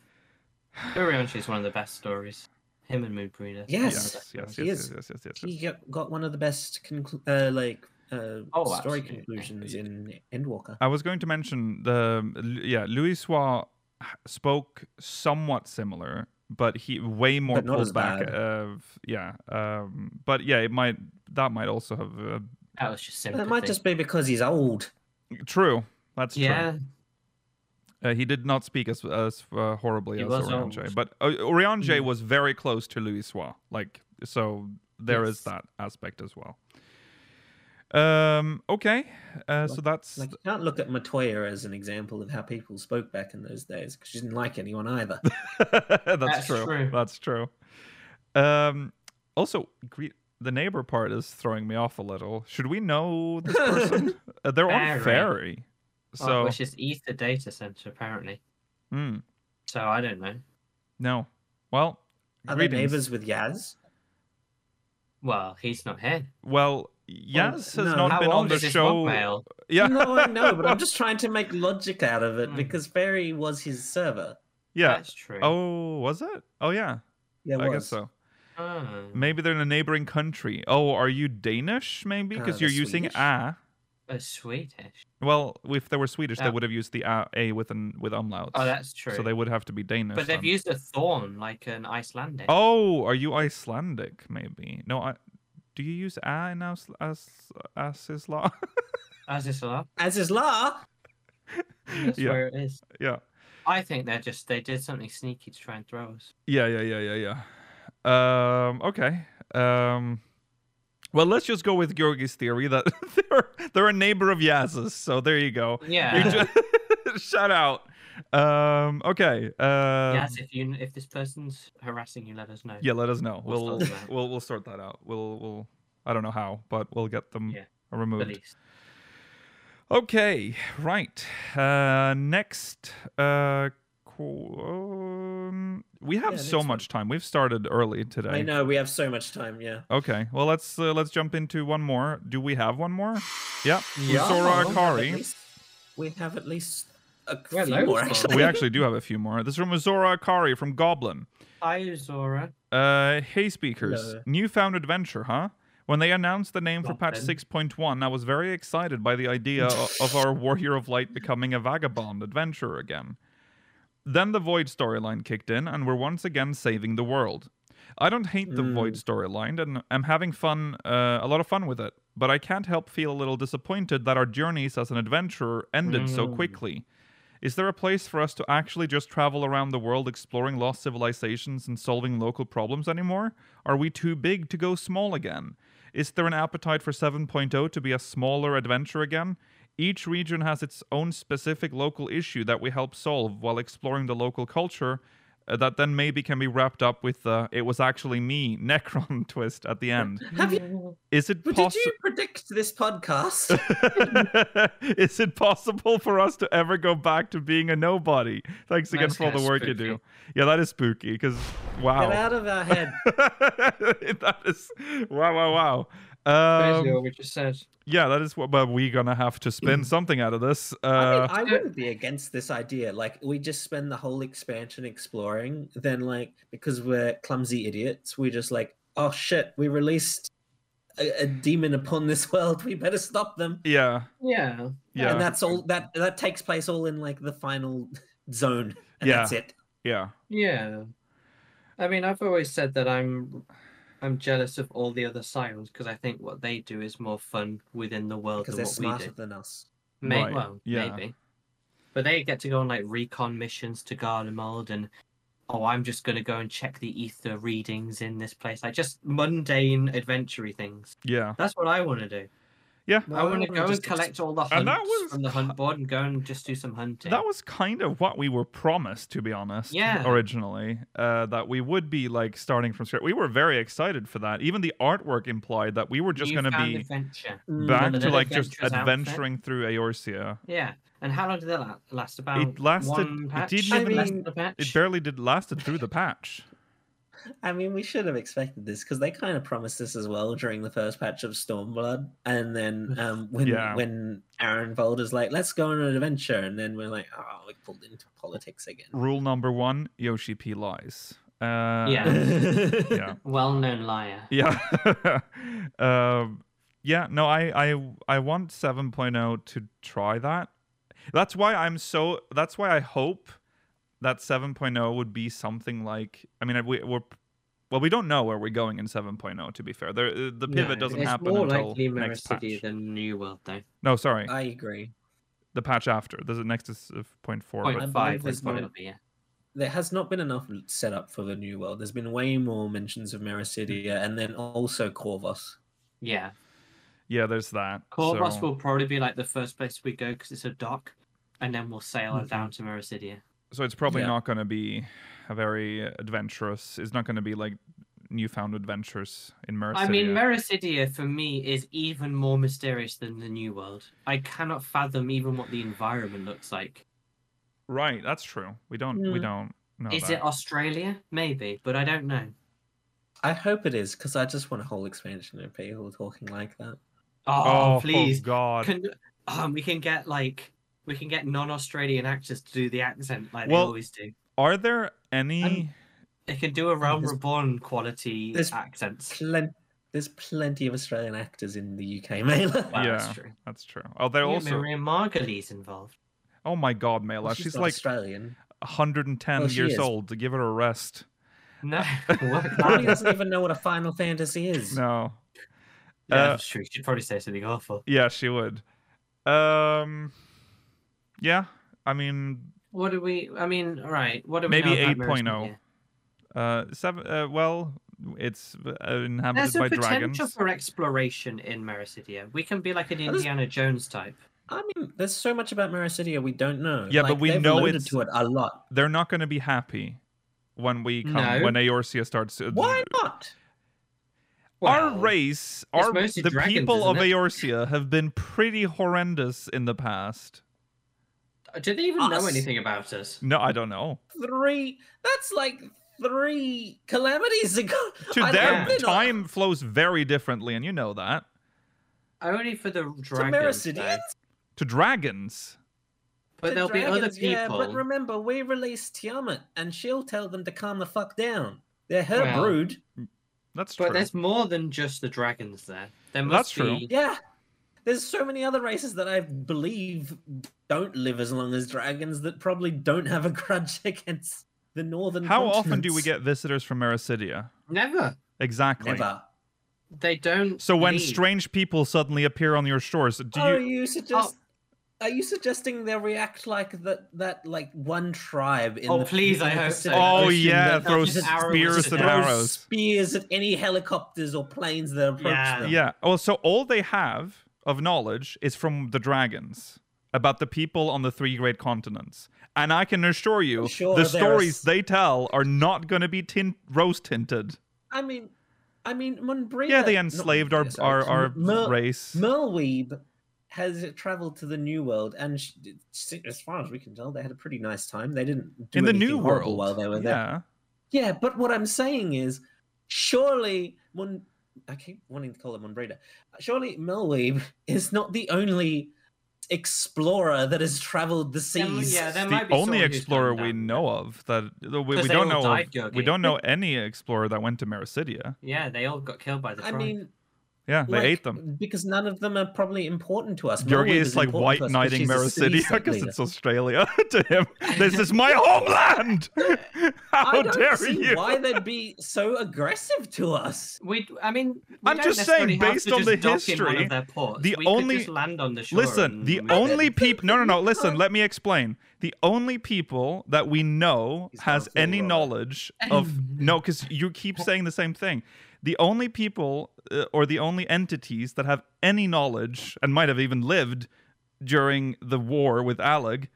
Speaker 3: Urianchi is one of the best stories. Him and Moonbreeder.
Speaker 1: Yes. Yes.
Speaker 4: Yes.
Speaker 1: Yes.
Speaker 4: He
Speaker 1: Yes.
Speaker 4: is.
Speaker 1: Yes. Yes. Yes.
Speaker 4: He got, got one of the best conclu- uh, like uh,
Speaker 3: Oh,
Speaker 4: story
Speaker 3: absolutely.
Speaker 4: conclusions in Endwalker.
Speaker 1: I was going to mention the yeah, Louis Soir spoke somewhat similar, but he way more
Speaker 4: But not
Speaker 1: pulled
Speaker 4: as
Speaker 1: back.
Speaker 4: bad.
Speaker 1: Of yeah, um, but yeah, it might that might also have uh,
Speaker 3: That was just
Speaker 4: But
Speaker 3: sympathy.
Speaker 4: That might just be because he's old.
Speaker 1: true. That's true.
Speaker 3: yeah,
Speaker 1: Uh, he did not speak as as uh, horribly
Speaker 3: He
Speaker 1: as
Speaker 3: was
Speaker 1: Oriange,
Speaker 3: old.
Speaker 1: but uh, Oriange
Speaker 4: Hmm.
Speaker 3: Mm.
Speaker 1: was very close to Louis Soir. Like so, there is
Speaker 4: Yes.
Speaker 1: that aspect as well. Um. Okay. Uh, so that's
Speaker 4: Like you can't look at Matoya as an example of how people spoke back in those days because she didn't like anyone either.
Speaker 1: that's,
Speaker 3: That's
Speaker 1: true.
Speaker 3: true.
Speaker 1: That's true. Um, also, greet the neighbor part is throwing me off a little. Should we know this person? uh, they're on
Speaker 3: Ferry.
Speaker 1: ferry,
Speaker 3: Oh,
Speaker 1: so
Speaker 3: which is Ether Data Center apparently.
Speaker 1: Hmm,
Speaker 3: So I don't know.
Speaker 1: no. Well,
Speaker 4: Are they
Speaker 1: greetings.
Speaker 4: neighbors with Yaz?
Speaker 3: Well, he's not here.
Speaker 1: Well, Yas has
Speaker 4: no.
Speaker 1: not
Speaker 3: Oh,
Speaker 4: I've
Speaker 3: How
Speaker 1: been on
Speaker 3: old
Speaker 1: the
Speaker 3: is this
Speaker 1: show.
Speaker 3: Wogmail?
Speaker 1: Yeah,
Speaker 4: no, I know, but I'm just trying to make logic out of it
Speaker 3: Hmm.
Speaker 4: because Barry was his server.
Speaker 1: yeah.
Speaker 3: That's true.
Speaker 1: Oh, was it? Oh, yeah.
Speaker 4: Yeah,
Speaker 1: I guess
Speaker 4: was.
Speaker 1: so.
Speaker 3: Oh.
Speaker 1: Maybe they're in a neighboring country. Oh, are you Danish? Maybe
Speaker 4: Uh,
Speaker 1: because
Speaker 4: they're
Speaker 1: you're using
Speaker 4: Swedish?
Speaker 1: a.
Speaker 3: Oh, Swedish.
Speaker 1: Well, if they were Swedish, they
Speaker 3: Oh.
Speaker 1: would have used the a, a with an with umlauts.
Speaker 3: Oh, that's true.
Speaker 1: So they would have to be Danish.
Speaker 3: but they've
Speaker 1: then.
Speaker 3: used a thorn like an Icelandic.
Speaker 1: Oh, are you Icelandic? Maybe. No, I. Do you use a in as as as is law?
Speaker 3: As is allowed.
Speaker 4: As is La.
Speaker 3: That's
Speaker 1: Yeah.
Speaker 3: where it is.
Speaker 1: yeah.
Speaker 3: I think they're just they did something sneaky to try and throw us.
Speaker 1: Yeah. Yeah. Yeah. Yeah. Yeah. Um. Okay. Um. Well, let's just go with Georgi's theory that they're they're a neighbor of Yaz's. So there you go. You
Speaker 3: Yeah.
Speaker 1: ju- Shout out. Um, okay. Um,
Speaker 3: yes. If you if this person's harassing you, let us know.
Speaker 1: Yeah, let us know. We'll
Speaker 3: We'll sort that out.
Speaker 1: we'll we'll sort that out. We'll we'll I don't know how, but we'll get them
Speaker 3: Yeah.
Speaker 1: removed.
Speaker 3: Released.
Speaker 1: Okay, right. Uh, next, uh, qu- um, we have
Speaker 4: Yeah,
Speaker 1: so
Speaker 4: next
Speaker 1: much time. We've started early today.
Speaker 4: I know we have so much time. Yeah.
Speaker 1: Okay, well let's uh, let's jump into one more. Do we have one more? Yeah,
Speaker 3: Yeah.
Speaker 1: Usora
Speaker 4: we have at
Speaker 1: Akari.
Speaker 4: least- We have at least a
Speaker 3: Yeah,
Speaker 4: few
Speaker 3: loads
Speaker 4: more
Speaker 3: more.
Speaker 4: actually.
Speaker 1: we actually do have a few more. This is from Usora Akari from Goblin.
Speaker 3: Hi, Zora.
Speaker 1: Uh, hey, speakers.
Speaker 4: Hello.
Speaker 1: Newfound adventure, huh? When they announced the name for patch
Speaker 3: Goblin.
Speaker 1: 6.1, I was very excited by the idea o- of our Warrior of Light becoming a vagabond adventurer again. Then the Void storyline kicked in, and we're once again saving the world. I don't hate the
Speaker 4: Mm.
Speaker 1: Void storyline, and I'm having fun, uh, a lot of fun with it, but I can't help feel a little disappointed that our journeys as an adventurer ended so
Speaker 4: Mm.
Speaker 1: quickly. Is there a place for us to actually just travel around the world exploring lost civilizations and solving local problems anymore? Are we too big to go small again? Is there an appetite for 7.0 to be a smaller adventure again? Each region has its own specific local issue that we help solve while exploring the local culture uh, that then maybe can be wrapped up with the it was actually me Necron twist at the end.
Speaker 4: Have you?
Speaker 1: Is it
Speaker 4: But
Speaker 1: possible
Speaker 4: did you predict this podcast?
Speaker 1: is it possible for us to ever go back to being a nobody? Thanks again
Speaker 3: That's
Speaker 1: for all the
Speaker 3: kinda
Speaker 1: work you
Speaker 3: spooky.
Speaker 1: do. Yeah, that is spooky because
Speaker 4: Get
Speaker 1: wow.
Speaker 4: out of our head.
Speaker 1: that is wow wow wow.
Speaker 3: Crazy
Speaker 1: Um,
Speaker 3: what we just said.
Speaker 1: yeah, that is what but we're gonna have to spin something out of this. Uh
Speaker 4: I mean, I wouldn't be against this idea. Like, we just spend the whole expansion exploring, then, like, because we're clumsy idiots, we just like, oh shit, we released a, a demon upon this world. We better stop them.
Speaker 1: yeah.
Speaker 3: Yeah.
Speaker 1: Yeah.
Speaker 4: And that's all. That that takes place all in like the final zone. And
Speaker 1: Yeah.
Speaker 4: That's it.
Speaker 1: yeah.
Speaker 3: Yeah. I mean, I've always said that I'm I'm jealous of all the other sirens because I think what they do is more fun within the world
Speaker 4: Because
Speaker 3: than
Speaker 4: they're
Speaker 3: what we
Speaker 4: smarter
Speaker 3: do.
Speaker 4: than us.
Speaker 3: May-
Speaker 1: Right,
Speaker 3: Well,
Speaker 1: yeah.
Speaker 3: maybe. But they get to go on like recon missions to Gardemold and oh, I'm just going to go and check the ether readings in this place. Like just mundane adventure things.
Speaker 1: Yeah.
Speaker 3: That's what I want to do.
Speaker 1: Yeah.
Speaker 4: Well,
Speaker 3: I want to
Speaker 4: wouldn't
Speaker 3: go and
Speaker 4: just
Speaker 3: collect all the hunts
Speaker 1: And that was
Speaker 3: from the hunt board and go and just do some hunting.
Speaker 1: That was kind of what we were promised, to be honest.
Speaker 3: Yeah.
Speaker 1: Originally, uh, that we would be like starting from scratch. We were very excited for that. Even the artwork implied that we were just going to
Speaker 3: Newfound
Speaker 1: be
Speaker 3: adventure.
Speaker 4: Mm,
Speaker 1: back
Speaker 3: an
Speaker 1: to like just
Speaker 3: adventurous outfit.
Speaker 1: adventuring through Eorzea.
Speaker 3: Yeah. And how long did that la- last? About
Speaker 1: lasted-
Speaker 3: one
Speaker 1: it
Speaker 3: patch?
Speaker 1: didn't
Speaker 4: even-
Speaker 3: less than a patch?
Speaker 1: It barely did lasted through the patch.
Speaker 4: I mean, we should have expected this because they kind of promised this as well during the first patch of Stormblood, and then um, when
Speaker 1: Yeah.
Speaker 4: when Aaron Boulder's like, "Let's go on an adventure," and then we're like, "Oh, we pulled into politics again."
Speaker 1: Rule number one: Yoshi P lies. Uh,
Speaker 3: Yeah.
Speaker 4: yeah.
Speaker 1: Yeah.
Speaker 3: Well-known liar.
Speaker 1: Yeah. um, yeah, no, I, I I want 7.0 to try that. That's why I'm so that's why I hope that 7.0 would be something like I mean we we're well we don't know where we're going in 7.0 to be fair. There, uh, the pivot
Speaker 3: No,
Speaker 1: doesn't
Speaker 3: it's
Speaker 1: happen
Speaker 3: more
Speaker 1: until
Speaker 3: likely Mirror
Speaker 1: next
Speaker 3: City
Speaker 1: patch.
Speaker 3: than New World, though.
Speaker 1: No, sorry.
Speaker 4: I agree.
Speaker 1: the patch after. There's a next is uh, point 0.4
Speaker 3: Point
Speaker 1: but
Speaker 4: believe
Speaker 3: five
Speaker 4: there's
Speaker 3: was
Speaker 4: more-
Speaker 3: what it'll be. Yeah.
Speaker 4: There has not been enough setup for the new world. There's been way more mentions of Mericidia, and then also Corvus.
Speaker 3: Yeah.
Speaker 1: yeah, there's that.
Speaker 3: Corvus
Speaker 1: so-
Speaker 3: will probably be like the first place we go because it's a dock, and then we'll sail
Speaker 1: Mm-hmm.
Speaker 4: Mhm.
Speaker 3: down to Mericidia.
Speaker 1: so it's probably
Speaker 4: Yeah.
Speaker 1: not going to be a very adventurous. It's not going to be like newfound adventures in Mercia.
Speaker 3: I mean, Mericidia for me is even more mysterious than the New World. I cannot fathom even what the environment looks like.
Speaker 1: right? That's true. We don't. We
Speaker 4: Yeah.
Speaker 1: don't know.
Speaker 3: Mm. is
Speaker 1: that.
Speaker 3: it Australia? Maybe, but I don't know.
Speaker 4: I hope it is because I just want a whole expansion of people talking like that.
Speaker 3: Oh, please,
Speaker 1: God.
Speaker 3: can um, we can get like we can get non-Australian actors to do the accent like
Speaker 1: Well-
Speaker 3: they always do.
Speaker 1: Are there any?
Speaker 3: They can do a Realm
Speaker 4: there's-
Speaker 3: Reborn quality
Speaker 4: there's-
Speaker 3: accents.
Speaker 4: Plen- there's plenty of Australian actors in the UK, Mailer.
Speaker 3: Wow,
Speaker 1: Yeah.
Speaker 3: that's true.
Speaker 1: That's true. Oh, they're
Speaker 3: Yeah,
Speaker 1: also.
Speaker 3: Miriam Margolyes involved.
Speaker 1: Oh my God, Mela.
Speaker 4: Well,
Speaker 1: she's
Speaker 4: not
Speaker 1: like
Speaker 4: Australian.
Speaker 1: 110
Speaker 3: Oh,
Speaker 4: Well, she
Speaker 1: years
Speaker 4: is.
Speaker 1: old. To give her a rest.
Speaker 3: No, what? Ah,
Speaker 1: Uh,
Speaker 4: Probably doesn't even know what a Final Fantasy is.
Speaker 1: No.
Speaker 3: Yeah,
Speaker 1: Uh,
Speaker 3: that's true. She'd probably say something awful.
Speaker 1: Yeah, she would. Um. Yeah. I mean,
Speaker 3: What do we? I mean, right. What do we
Speaker 1: maybe oh,
Speaker 3: know about Mirror's
Speaker 1: 8.0.
Speaker 3: Media?
Speaker 1: uh, seven. Uh, well, it's uh, inhabited
Speaker 3: There's a
Speaker 1: by
Speaker 3: potential
Speaker 1: dragons.
Speaker 3: for exploration in Mericidia. We can be like an
Speaker 4: That is-
Speaker 3: Indiana Jones type.
Speaker 4: I mean, there's so much about Mericidia we don't know.
Speaker 1: Yeah, but
Speaker 4: Like,
Speaker 1: we
Speaker 4: they've
Speaker 1: know
Speaker 4: alluded
Speaker 1: it's-
Speaker 4: to it a lot.
Speaker 1: They're not going to be happy when we come
Speaker 3: No.
Speaker 1: when Eorzea starts. uh,
Speaker 4: Why not?
Speaker 1: our race,
Speaker 3: it's
Speaker 1: our
Speaker 3: mostly
Speaker 1: the
Speaker 3: dragons,
Speaker 1: people of
Speaker 3: isn't it?
Speaker 1: Eorzea have been pretty horrendous in the past.
Speaker 3: uh, Do they even know
Speaker 4: Us.
Speaker 3: anything about us?
Speaker 1: No, I don't know.
Speaker 4: Three. That's like three calamities ago.
Speaker 1: To
Speaker 4: I-
Speaker 1: them,
Speaker 4: I've been on-
Speaker 1: time flows very differently, and you know that.
Speaker 3: Only for the
Speaker 4: to
Speaker 3: dragons. though.
Speaker 4: Mericidians?
Speaker 1: To dragons,
Speaker 3: But
Speaker 4: to
Speaker 3: there'll be other
Speaker 4: dragons,
Speaker 3: people.
Speaker 4: Yeah, but remember, we release Tiamat, and she'll tell them to calm the fuck down. They're her
Speaker 3: Well.
Speaker 4: brood.
Speaker 1: that's
Speaker 3: But
Speaker 1: true.
Speaker 3: there's more than just the dragons there. There
Speaker 1: That's
Speaker 3: must
Speaker 1: true.
Speaker 3: be.
Speaker 4: Yeah. There's so many other races that I believe don't live as long as dragons that probably don't have a grudge against the northern.
Speaker 1: How often do we
Speaker 4: continents.
Speaker 1: get visitors from Mericidia?
Speaker 3: Never.
Speaker 1: Exactly.
Speaker 4: Never.
Speaker 3: They don't.
Speaker 1: So when
Speaker 3: leave.
Speaker 1: strange people suddenly appear on your shores, do
Speaker 3: Oh,
Speaker 1: you?
Speaker 4: are Oh,
Speaker 1: Oh.
Speaker 4: you suggest? Are you suggesting they react like that? That like one tribe in
Speaker 3: Oh,
Speaker 4: the
Speaker 3: please,
Speaker 4: in
Speaker 3: I
Speaker 4: the
Speaker 3: hope so.
Speaker 4: Pacific
Speaker 1: Oh
Speaker 4: Ocean
Speaker 1: yeah,
Speaker 4: that
Speaker 1: throw
Speaker 3: just
Speaker 4: just
Speaker 3: arrows
Speaker 1: spears
Speaker 3: at
Speaker 1: and
Speaker 3: them.
Speaker 4: throws
Speaker 1: arrows.
Speaker 4: spears at any helicopters or planes that approach
Speaker 3: Yeah.
Speaker 4: them.
Speaker 1: Yeah. Well, so all they have of knowledge is from the dragons about the people on the three great continents. And I can assure you,
Speaker 4: I'm sure
Speaker 1: the
Speaker 4: there are
Speaker 1: stories
Speaker 4: s-
Speaker 1: they tell are not going to be tin- rose tinted.
Speaker 4: I mean, I mean, Munbrina.
Speaker 1: Yeah, they
Speaker 4: not
Speaker 1: enslaved our
Speaker 4: Munbrina, sorry,
Speaker 1: our, our
Speaker 4: Mer-
Speaker 1: race.
Speaker 4: Merweeb has traveled to the New World, and sh as far as we can tell, they had a pretty nice time. They didn't do
Speaker 1: in the
Speaker 4: anything
Speaker 1: new
Speaker 4: horrible
Speaker 1: world,
Speaker 4: while they were there.
Speaker 1: yeah,
Speaker 4: Yeah, but what I'm saying is, surely Mun. I keep wanting to call him Munbreda. Surely Melweeb is not the only explorer that has traveled the
Speaker 3: There m-
Speaker 4: seas.
Speaker 3: yeah, there
Speaker 1: the
Speaker 3: might be
Speaker 1: only
Speaker 3: someone who's
Speaker 1: explorer
Speaker 3: gone
Speaker 1: we
Speaker 3: down
Speaker 1: know of that we, we
Speaker 3: they
Speaker 1: don't know
Speaker 3: all died,
Speaker 1: of, we
Speaker 3: Yogi.
Speaker 1: don't know any explorer that went to Mericidia.
Speaker 3: there. Yeah, they all got killed by the
Speaker 4: I
Speaker 3: tribe.
Speaker 4: mean,
Speaker 1: Yeah, they
Speaker 4: like,
Speaker 1: ate them.
Speaker 4: because none of them are probably important to us.
Speaker 1: Yorgi
Speaker 4: Melweeb
Speaker 1: is like
Speaker 4: important
Speaker 1: white
Speaker 4: to us 'cause
Speaker 1: knighting
Speaker 4: she's a
Speaker 1: Mericidia
Speaker 4: seaside
Speaker 1: because
Speaker 4: leader.
Speaker 1: it's Australia to him. This is my homeland. How
Speaker 4: I don't
Speaker 1: dare
Speaker 4: see
Speaker 1: you?
Speaker 4: why they'd be so aggressive to us.
Speaker 3: we. I mean, we
Speaker 1: I'm
Speaker 3: don't
Speaker 1: just
Speaker 3: necessarily
Speaker 1: saying,
Speaker 3: have
Speaker 1: based
Speaker 3: to
Speaker 1: on
Speaker 3: just
Speaker 1: the
Speaker 3: dock in one
Speaker 1: history,
Speaker 3: of their ports.
Speaker 1: the
Speaker 3: we
Speaker 1: only-
Speaker 3: could just land on the shore.
Speaker 1: Listen,
Speaker 3: and
Speaker 1: the
Speaker 3: we could-
Speaker 1: only people. No, no, no. Listen, let me explain. The only people that we know
Speaker 4: He's
Speaker 1: has
Speaker 4: gone for a
Speaker 1: any
Speaker 4: roll.
Speaker 1: knowledge of no, because you keep saying the same thing. The only people uh, or the only entities that have any knowledge and might have even lived during the war with Alag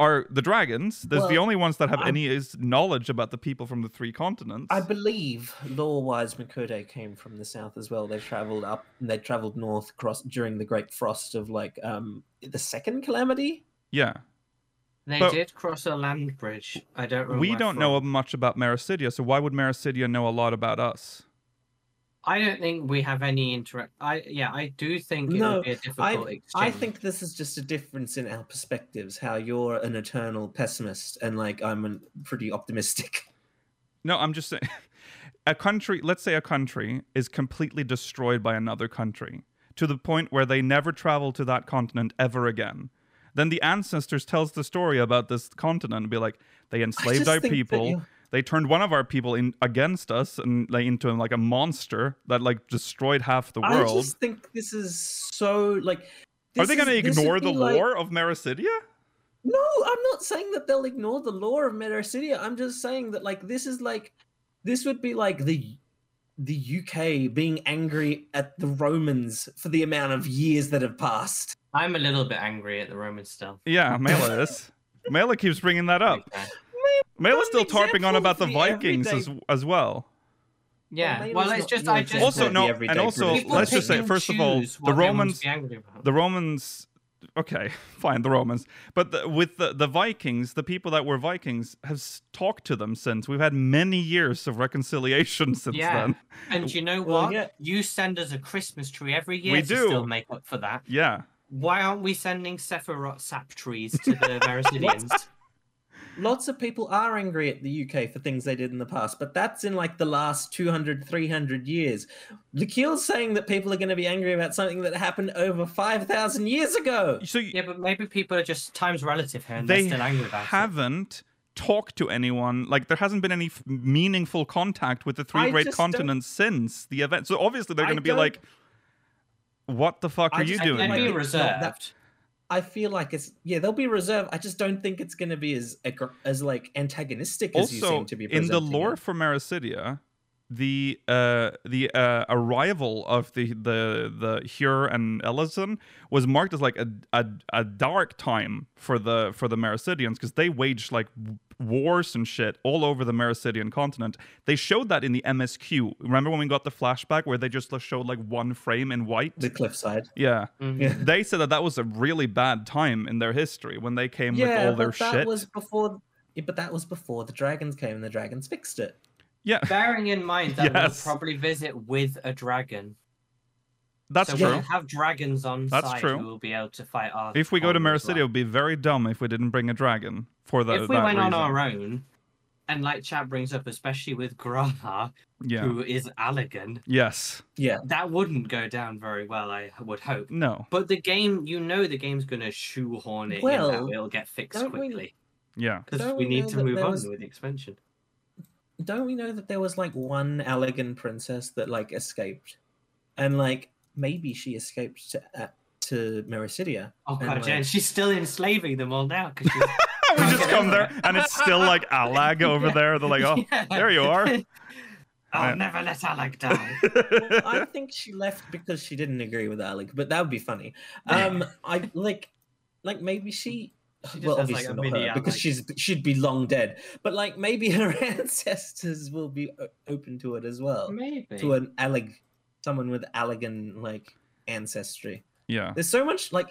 Speaker 1: are the dragons. There's the
Speaker 4: Well,
Speaker 1: only ones that have
Speaker 4: I'm-
Speaker 1: any is knowledge about the people from the three continents.
Speaker 4: I believe law-wise, Makode came from the south as well. They traveled up and they traveled north across during the Great Frost of like um the second calamity.
Speaker 1: yeah.
Speaker 3: They
Speaker 1: but-
Speaker 3: did cross a land bridge. I don't. Remember
Speaker 1: We
Speaker 3: where
Speaker 1: don't
Speaker 3: from.
Speaker 1: know much about Mericidia, so why would Mericidia know a lot about us?
Speaker 3: I don't think we have any interact. I yeah, I do think it
Speaker 4: No,
Speaker 3: would be a difficult
Speaker 4: I
Speaker 3: exchange.
Speaker 4: I think this is just a difference in our perspectives. How you're an eternal pessimist and like I'm an pretty optimistic.
Speaker 1: No, I'm just saying a country, let's say a country is completely destroyed by another country to the point where they never travel to that continent ever again. Then the ancestors tells the story about this continent and be like, they enslaved
Speaker 4: just
Speaker 1: our
Speaker 4: think that
Speaker 1: people.
Speaker 4: you-
Speaker 1: They turned one of our people in against us and like into like a monster that like destroyed half the
Speaker 4: I
Speaker 1: world.
Speaker 4: just think this is so like.
Speaker 1: Are
Speaker 4: this
Speaker 1: they going to
Speaker 4: is- this would
Speaker 1: ignore
Speaker 4: be
Speaker 1: the
Speaker 4: like-
Speaker 1: lore of Mericidia?
Speaker 4: No, I'm not saying that they'll ignore the lore of Mericidia. I'm just saying that like this is like this would be like the the UK being angry at the Romans for the amount of years that have passed.
Speaker 3: I'm a little bit angry at the Romans still.
Speaker 1: Yeah, Mela is. Mela keeps bringing that up.
Speaker 3: Okay.
Speaker 1: Mela's
Speaker 4: Not
Speaker 1: still
Speaker 4: an
Speaker 1: tarping on
Speaker 4: example
Speaker 1: about
Speaker 4: of
Speaker 1: the
Speaker 4: the
Speaker 1: Vikings as,
Speaker 4: everyday-
Speaker 1: as well.
Speaker 3: Yeah.
Speaker 4: maybe
Speaker 3: Well,
Speaker 4: it's
Speaker 3: it's just
Speaker 4: not your
Speaker 3: I just
Speaker 4: example.
Speaker 1: also
Speaker 4: the
Speaker 1: no
Speaker 4: everyday
Speaker 1: and also
Speaker 4: British
Speaker 1: let's just say
Speaker 4: people.
Speaker 1: first of all
Speaker 3: choose
Speaker 1: the
Speaker 3: what they want to
Speaker 1: romans
Speaker 3: be angry about.
Speaker 1: the romans okay fine the romans but the, with the, the vikings the people that were vikings have s- talked to them since we've had many years of reconciliation since
Speaker 3: Yeah.
Speaker 1: then
Speaker 3: And you know
Speaker 4: Well,
Speaker 3: what?
Speaker 4: yeah.
Speaker 3: You send us a Christmas tree every year
Speaker 1: We
Speaker 3: to still
Speaker 1: do.
Speaker 3: make up for that.
Speaker 1: yeah
Speaker 3: Why aren't we sending Sephiroth sap trees to the Mericidians?
Speaker 4: Lots of people are angry at the UK for things they did in the past, but that's in like the last 200, 300 years. Lakiel's saying that people are going to be angry about something that happened over 5,000 years ago.
Speaker 1: so
Speaker 3: yeah, but maybe people are just time's relative here and
Speaker 1: they
Speaker 3: they're still angry about it.
Speaker 1: haven't talked to anyone like there hasn't been any f- meaningful contact with the three
Speaker 4: I
Speaker 1: great
Speaker 4: just don't-
Speaker 1: continents since the event so obviously they're
Speaker 4: I
Speaker 1: going to be
Speaker 4: don't-
Speaker 1: like what the fuck
Speaker 4: I
Speaker 1: are you
Speaker 4: just-
Speaker 1: doing
Speaker 3: And
Speaker 4: like,
Speaker 3: be
Speaker 1: here?"
Speaker 4: it's not that-
Speaker 3: reserved.
Speaker 4: I feel like it's yeah they'll be reserved. I just don't think it's going to be as aggr- as like antagonistic as you
Speaker 1: also
Speaker 4: seem to be.
Speaker 1: in the
Speaker 4: presenting
Speaker 1: lore
Speaker 4: it.
Speaker 1: for Mericidia, the uh, the uh, arrival of the the the Hur and Ellison was marked as like a a, a dark time for the for the Mericidians because they waged like w- wars and shit all over the Mericidian continent. They showed that in the MSQ. Remember when we got the flashback where they just like, showed like one frame in white?
Speaker 4: the cliffside.
Speaker 1: yeah.
Speaker 3: Mhm.
Speaker 4: Yeah.
Speaker 1: They said that that was a really bad time in their history when they came with all their
Speaker 4: but that
Speaker 1: shit.
Speaker 4: was before. yeah, But that was before the dragons came and the dragons fixed it.
Speaker 1: Yeah,
Speaker 3: Bearing in mind that
Speaker 1: Yes.
Speaker 3: we'll probably visit with a dragon.
Speaker 1: that's
Speaker 3: so
Speaker 1: true.
Speaker 3: we'll have dragons on
Speaker 1: That's
Speaker 3: site
Speaker 1: true.
Speaker 3: who will be able to fight our
Speaker 1: If we go to
Speaker 3: army as
Speaker 1: Mericidia, it
Speaker 3: well.
Speaker 1: would be very dumb if we didn't bring a dragon for the,
Speaker 3: if we
Speaker 1: that
Speaker 3: went on
Speaker 1: reason.
Speaker 3: our own, and like Chad brings up, especially with Graha,
Speaker 1: Yeah.
Speaker 3: who is Allegan,
Speaker 1: Yes.
Speaker 4: Yeah,
Speaker 3: that wouldn't go down very well, I would hope.
Speaker 1: No.
Speaker 3: But the game, you know, the game's going to shoehorn it in
Speaker 4: Well,
Speaker 3: that it'll get fixed
Speaker 4: don't we-
Speaker 3: quickly
Speaker 1: Yeah.
Speaker 3: because
Speaker 4: don't
Speaker 3: we
Speaker 4: we
Speaker 3: need
Speaker 4: know
Speaker 3: to
Speaker 4: that
Speaker 3: move
Speaker 4: there
Speaker 3: on
Speaker 4: was-
Speaker 3: with the expansion.
Speaker 4: don't we know that there was like one elegant princess that like escaped, and like maybe she escaped to uh, to Mericidia.
Speaker 3: Oh god,
Speaker 4: Anyway.
Speaker 3: Jen, she's still enslaving them all now because
Speaker 1: we just come there and it's still like Alag over
Speaker 3: Yeah.
Speaker 1: there. They're like, oh, there you are.
Speaker 3: I'll
Speaker 1: Yeah.
Speaker 3: never let Alec die.
Speaker 4: Well, I think she left because she didn't agree with Alec, but that would be funny. Um, I like, like maybe she.
Speaker 3: She just
Speaker 4: well,
Speaker 3: has, like,
Speaker 4: obviously
Speaker 3: a
Speaker 4: not
Speaker 3: mini
Speaker 4: her, because
Speaker 3: Alec.
Speaker 4: she's she'd be long dead. But like maybe her ancestors will be o- open to it as well,
Speaker 3: Maybe.
Speaker 4: to an Alec, someone with Allegan like ancestry.
Speaker 1: yeah.
Speaker 4: There's so much like,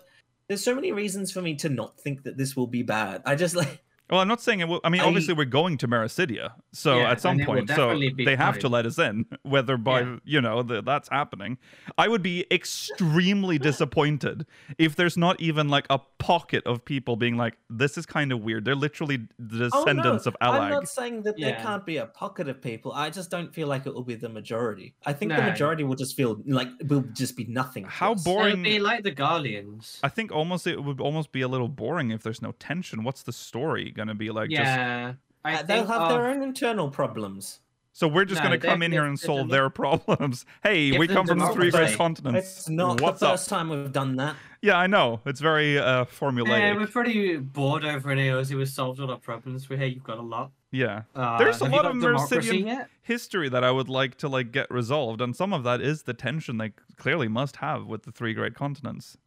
Speaker 4: there's so many reasons for me to not think that this will be bad. I just like,
Speaker 1: Well, I'm not saying it will. I mean,
Speaker 4: I-
Speaker 1: obviously, we're going to Mericidia. So
Speaker 3: Yeah,
Speaker 1: at some
Speaker 3: and it will
Speaker 1: point, so
Speaker 3: definitely be
Speaker 1: they have to
Speaker 3: fine.
Speaker 1: let us in, whether by,
Speaker 3: Yeah.
Speaker 1: you know, th- that's happening. I would be extremely disappointed if there's not even like a pocket of people being like, this is kind of weird. They're literally the
Speaker 4: oh no,
Speaker 1: descendants of
Speaker 4: I'm
Speaker 1: Alag.
Speaker 4: not saying that there
Speaker 3: Yeah.
Speaker 4: can't be a pocket of people. I just don't feel like it will be the majority. I think the
Speaker 3: No.
Speaker 4: majority will just feel like will just be nothing. to
Speaker 1: How
Speaker 4: us.
Speaker 1: bor-
Speaker 3: It'll be
Speaker 1: boring-
Speaker 3: like the Guardians.
Speaker 1: I think almost it would almost be a little boring if there's no tension. What's the story going to be like? Just,
Speaker 3: yeah, I
Speaker 4: Uh,
Speaker 3: think
Speaker 4: They'll have their
Speaker 3: of-
Speaker 4: own internal problems.
Speaker 1: so we're just
Speaker 3: No,
Speaker 1: going to come
Speaker 3: they-
Speaker 1: in
Speaker 3: they-
Speaker 1: here and
Speaker 3: they
Speaker 1: solve
Speaker 3: demo-
Speaker 1: their problems. Hey,
Speaker 3: Give
Speaker 1: we
Speaker 3: them
Speaker 1: come from the three great
Speaker 4: democracy.
Speaker 1: continents.
Speaker 4: It's not
Speaker 1: What's
Speaker 4: the
Speaker 1: up?
Speaker 4: first time we've done that.
Speaker 1: Yeah, I know. It's very uh,
Speaker 3: Yeah, we're
Speaker 1: formulaic.
Speaker 3: pretty bored over in AOC. We've solved all our problems. We hear you've got a lot.
Speaker 1: Yeah,
Speaker 3: Uh,
Speaker 1: There's a
Speaker 3: have you
Speaker 1: lot
Speaker 3: got
Speaker 1: of
Speaker 3: democracy
Speaker 1: Mercidian-
Speaker 3: yet.
Speaker 1: history that I would like to like get resolved, and some of that is the tension they clearly must have with the three great continents,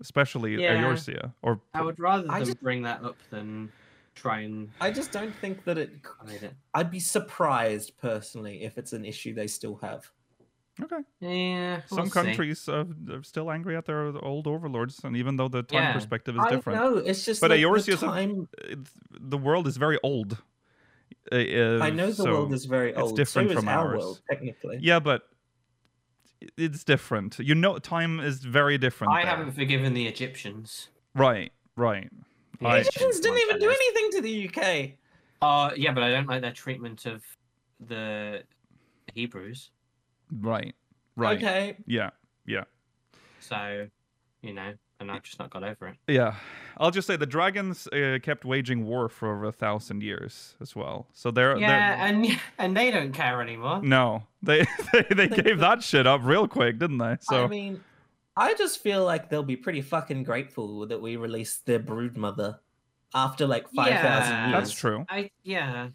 Speaker 1: especially
Speaker 3: Yeah.
Speaker 1: Eorzea. Or
Speaker 3: I would rather
Speaker 4: I
Speaker 3: them
Speaker 4: just-
Speaker 3: bring that up than try and
Speaker 4: I just don't think that it.
Speaker 3: hide it.
Speaker 4: I'd be surprised personally if it's an issue they still have.
Speaker 1: okay,
Speaker 3: Yeah, we'll
Speaker 1: some
Speaker 3: see.
Speaker 1: countries uh, are still angry at their old overlords, and even though the time
Speaker 3: Yeah.
Speaker 1: perspective is different,
Speaker 4: I know it's just
Speaker 1: But
Speaker 4: like
Speaker 1: Eorzea
Speaker 4: the
Speaker 1: is a-
Speaker 4: time.
Speaker 1: it's- the world is very old. Uh, uh,
Speaker 4: I know the
Speaker 1: so-
Speaker 4: world is very
Speaker 1: it's
Speaker 4: old.
Speaker 1: different
Speaker 4: so
Speaker 1: from
Speaker 4: is our
Speaker 1: ours.
Speaker 4: world technically.
Speaker 1: Yeah, but i- it's different. You know, time is very different.
Speaker 3: I
Speaker 1: there.
Speaker 3: haven't forgiven the Egyptians.
Speaker 1: Right, right.
Speaker 3: The
Speaker 1: I-
Speaker 4: The Egyptians didn't
Speaker 3: ones,
Speaker 4: even
Speaker 3: I
Speaker 4: do
Speaker 3: guess.
Speaker 4: anything to the UK.
Speaker 3: Uh, yeah, but I don't like their treatment of the Hebrews.
Speaker 1: Right, right.
Speaker 4: Okay.
Speaker 1: Yeah, yeah,
Speaker 3: So, you know, and I've just not got over it.
Speaker 1: yeah. I'll just say the dragons uh, kept waging war for over a thousand years as well. So they're
Speaker 3: yeah, uh,
Speaker 1: they're Mm.
Speaker 3: and and they don't care anymore.
Speaker 1: no, they they, they gave that shit up real quick, didn't they? So
Speaker 4: I mean, I just feel like they'll be pretty fucking grateful that we released their brood mother after like five thousand
Speaker 3: Yeah.
Speaker 4: years.
Speaker 1: that's true.
Speaker 3: I yeah,